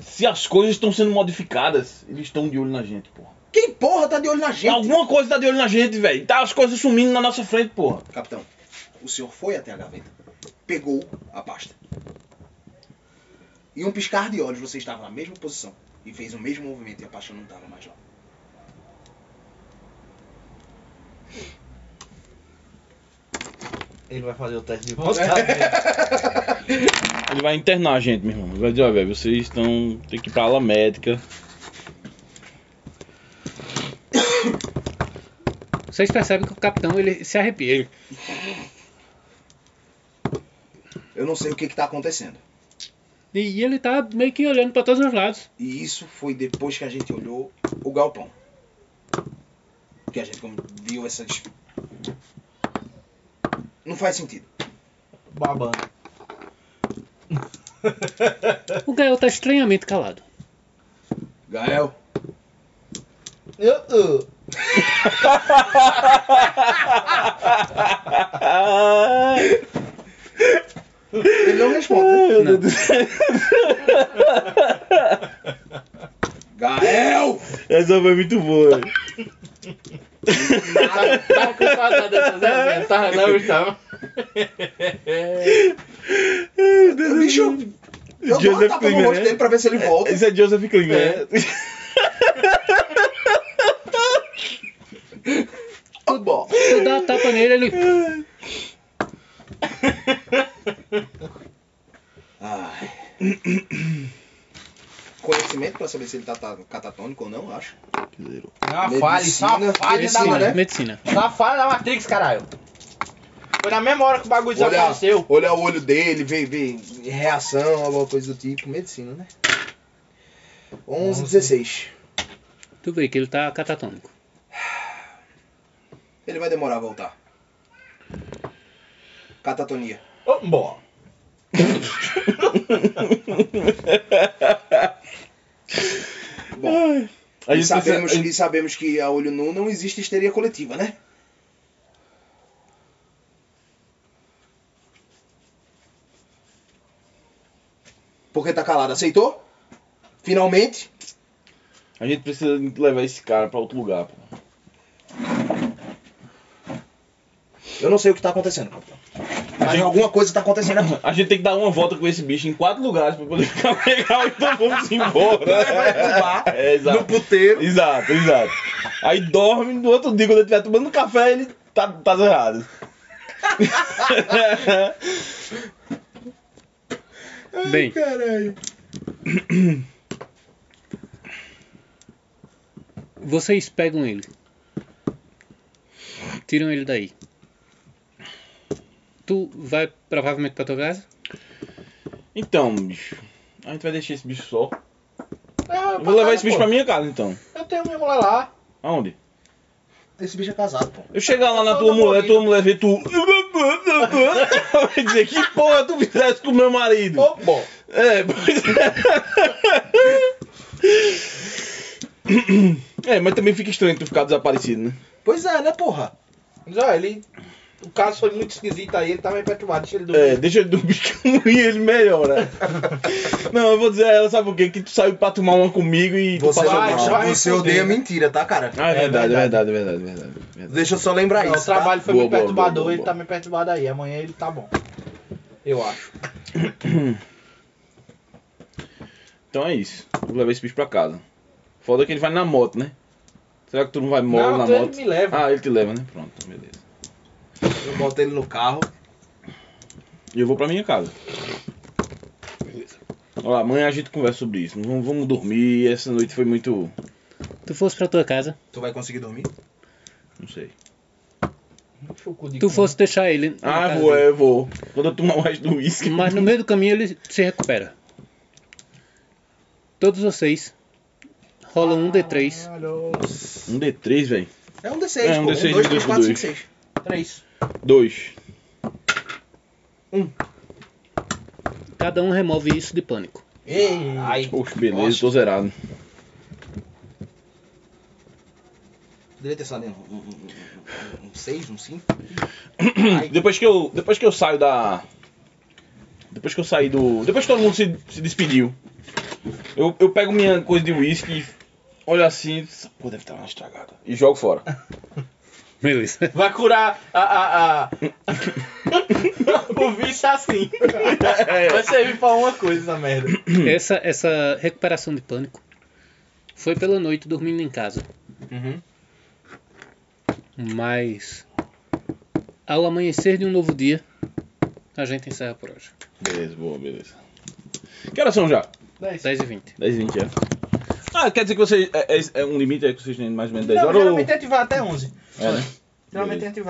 Speaker 2: Se as coisas estão sendo modificadas, eles estão de olho na gente, porra.
Speaker 4: Quem porra tá de olho na gente?
Speaker 2: Alguma coisa tá de olho na gente, velho. Tá as coisas sumindo na nossa frente, porra.
Speaker 4: Capitão, o senhor foi até a gaveta, pegou a pasta. Em um piscar de olhos, você estava na mesma posição e fez o mesmo movimento e a pasta não estava mais lá.
Speaker 1: Ele vai fazer o teste de *laughs* vontade.
Speaker 2: Ele vai internar a gente, meu irmão. Ele vai dizer, ó, velho, vocês estão. Tem que ir pra ala médica.
Speaker 8: Vocês percebem que o capitão ele se arrepia. Ele,
Speaker 4: Eu não sei o que está acontecendo.
Speaker 8: e ele tá meio que olhando pra todos os lados.
Speaker 4: E isso foi depois que a gente olhou o galpão. Que a gente como, viu essas. Não faz sentido.
Speaker 1: *laughs* Babando.
Speaker 8: O Gael tá estranhamente calado.
Speaker 4: Gael,
Speaker 1: Uh, uh.
Speaker 4: *laughs* ele não responde.
Speaker 2: É,
Speaker 4: né? Gael!
Speaker 2: Essa foi muito boa.
Speaker 3: Tava com saudade dessas resenhas, tava não, estava.
Speaker 4: Bicho, eu dou uma
Speaker 2: Joseph
Speaker 4: tapa no
Speaker 2: Klinger,
Speaker 4: rosto
Speaker 2: né?
Speaker 4: dele pra ver se ele volta.
Speaker 2: Esse é Joseph Klinger, né?
Speaker 4: Tá bom.
Speaker 8: Tu dá a tapa nele, ele.
Speaker 4: Ai. *clears throat* Conhecimento pra saber se ele tá, tá catatônico ou não, eu acho.
Speaker 1: É uma falha, isso é uma
Speaker 4: Medicina,
Speaker 1: falha da,
Speaker 4: medicina.
Speaker 8: né?
Speaker 1: Matrix.
Speaker 8: Medicina.
Speaker 1: isso é uma falha da Matrix, caralho. Foi na mesma hora que o bagulho
Speaker 4: Olhar,
Speaker 1: desapareceu.
Speaker 4: olhar o olho dele, ver, ver reação, alguma coisa do tipo. Medicina, né? 11, 16.
Speaker 8: Tu vê que ele tá catatônico.
Speaker 4: Ele vai demorar a voltar. Catatonia.
Speaker 1: Oh, bom.
Speaker 4: *laughs* Bom,
Speaker 1: É
Speaker 2: A
Speaker 4: e
Speaker 2: gente
Speaker 4: sabemos,
Speaker 2: precisa-
Speaker 4: e sabemos que a olho nu não existe histeria coletiva, né? Porque tá calado, aceitou? Finalmente?
Speaker 2: A gente precisa levar esse cara pra outro lugar, pô.
Speaker 4: Eu não sei o que tá acontecendo, capitão. Mas alguma coisa tá acontecendo
Speaker 1: *laughs*
Speaker 4: aqui.
Speaker 2: A gente tem que dar uma volta com esse bicho em quatro lugares pra poder *laughs* ficar legal e todo mundo se embora. *laughs* É, exato.
Speaker 4: puteiro.
Speaker 2: Exato, exato. Aí dorme no outro dia, quando ele estiver tomando café, ele tá, tá zerado.
Speaker 8: Bem, vocês pegam ele. Tiram ele daí. Tu vai provavelmente pra tua casa?
Speaker 2: Então, bicho. A gente vai deixar esse bicho só.
Speaker 1: Tá É,
Speaker 2: Eu vou levar esse bicho pra minha casa, então.
Speaker 1: Eu tenho minha mulher lá.
Speaker 2: Aonde?
Speaker 4: Esse bicho é casado, pô.
Speaker 2: Eu chegar lá
Speaker 1: Tá
Speaker 2: na tua mulher, tua mulher
Speaker 1: *laughs*
Speaker 2: vê tu. Vai dizer que porra tu fizesse com meu marido.
Speaker 1: Oh, bom.
Speaker 2: É, pois é. *coughs* É, mas também fica estranho tu ficar desaparecido, né?
Speaker 4: Pois é, né, porra?
Speaker 1: Mas, ó, ele... O caso foi muito esquisito aí, ele tá meio perturbado. Deixa ele dormir.
Speaker 2: É, deixa ele dormir *laughs* e ele melhora. Não, eu vou dizer a ela, sabe por quê? Que tu saiu pra tomar uma comigo e tu
Speaker 4: Você,
Speaker 2: passou
Speaker 1: vai,
Speaker 2: mal.
Speaker 4: você,
Speaker 1: vai
Speaker 4: você
Speaker 1: responder,
Speaker 4: odeia
Speaker 1: né?
Speaker 4: mentira, tá, cara?
Speaker 2: Ah, é verdade, é verdade, é verdade, é verdade. é verdade.
Speaker 4: Deixa eu só lembrar
Speaker 1: Não,
Speaker 4: isso. tá?
Speaker 1: o trabalho foi
Speaker 2: Boa,
Speaker 1: meio
Speaker 2: boa,
Speaker 1: perturbador,
Speaker 2: boa, boa,
Speaker 1: ele
Speaker 2: boa.
Speaker 1: tá meio perturbado aí. Amanhã ele tá bom. Eu acho.
Speaker 2: Então é isso. Eu Vou levar esse bicho pra casa. Foda que ele vai na moto, né? Será que tu não vai mole
Speaker 1: Não, então
Speaker 2: na
Speaker 1: ele
Speaker 2: moto?
Speaker 1: me leva.
Speaker 2: Ah, ele te leva, né? Pronto, beleza.
Speaker 4: Tá? Eu boto ele no carro.
Speaker 2: E eu vou pra minha casa. Beleza. Olha, amanhã a gente conversa sobre isso. Não Vamos, vamos dormir. Essa noite foi muito.
Speaker 8: Tu fosse pra tua casa,
Speaker 4: Tu vai conseguir dormir?
Speaker 2: Não sei.
Speaker 1: Deixa o cu de
Speaker 8: tu
Speaker 1: cana.
Speaker 8: fosse deixar ele. na
Speaker 2: Ah,
Speaker 8: casa
Speaker 2: vou,
Speaker 8: dele.
Speaker 2: é, eu vou. Quando eu tomar o resto do uísque.
Speaker 8: Mas no meio do caminho ele se recupera. Todos vocês Rola um D3.
Speaker 2: Um D3, velho.
Speaker 4: É um D6,
Speaker 2: É, um
Speaker 4: pô.
Speaker 2: D6
Speaker 4: um,
Speaker 2: dividido
Speaker 4: dois, três,
Speaker 2: por
Speaker 4: quatro,
Speaker 2: dois.
Speaker 4: cinco, seis.
Speaker 3: Três.
Speaker 2: Dois.
Speaker 8: Cada um remove isso de pânico.
Speaker 4: Ei,
Speaker 1: Ai,
Speaker 2: Poxa, beleza, tô zerado. né?
Speaker 4: Poderia ter saído um- um- um- um 6, um 5.
Speaker 2: Depois que eu, depois que eu saio da. Depois que eu saí do. Depois que todo mundo se, se despediu, eu, eu pego minha coisa de uísque, olho assim, essa porra deve estar mais estragada. E jogo *laughs* fora.
Speaker 8: Beleza.
Speaker 1: vai curar a. a, *laughs*
Speaker 2: *laughs*
Speaker 1: a... o bicho é assim.
Speaker 2: É.
Speaker 1: Vai servir pra uma coisa essa merda.
Speaker 8: *coughs* Essa, essa recuperação de pânico foi pela noite dormindo em casa.
Speaker 4: Uhum.
Speaker 8: Mas ao amanhecer de um novo dia, a gente encerra por hoje.
Speaker 2: Beleza, boa, beleza. Que horas são já?
Speaker 8: 10 e 20.
Speaker 2: 10 e 20 é. Ah, quer dizer que vocês. É, é- é um limite aí que vocês têm mais ou menos 10
Speaker 1: Não,
Speaker 2: horas? ou-
Speaker 1: geralmente a gente vai até 11.
Speaker 2: É, né?
Speaker 1: Geralmente
Speaker 2: Beleza.
Speaker 1: a gente vai.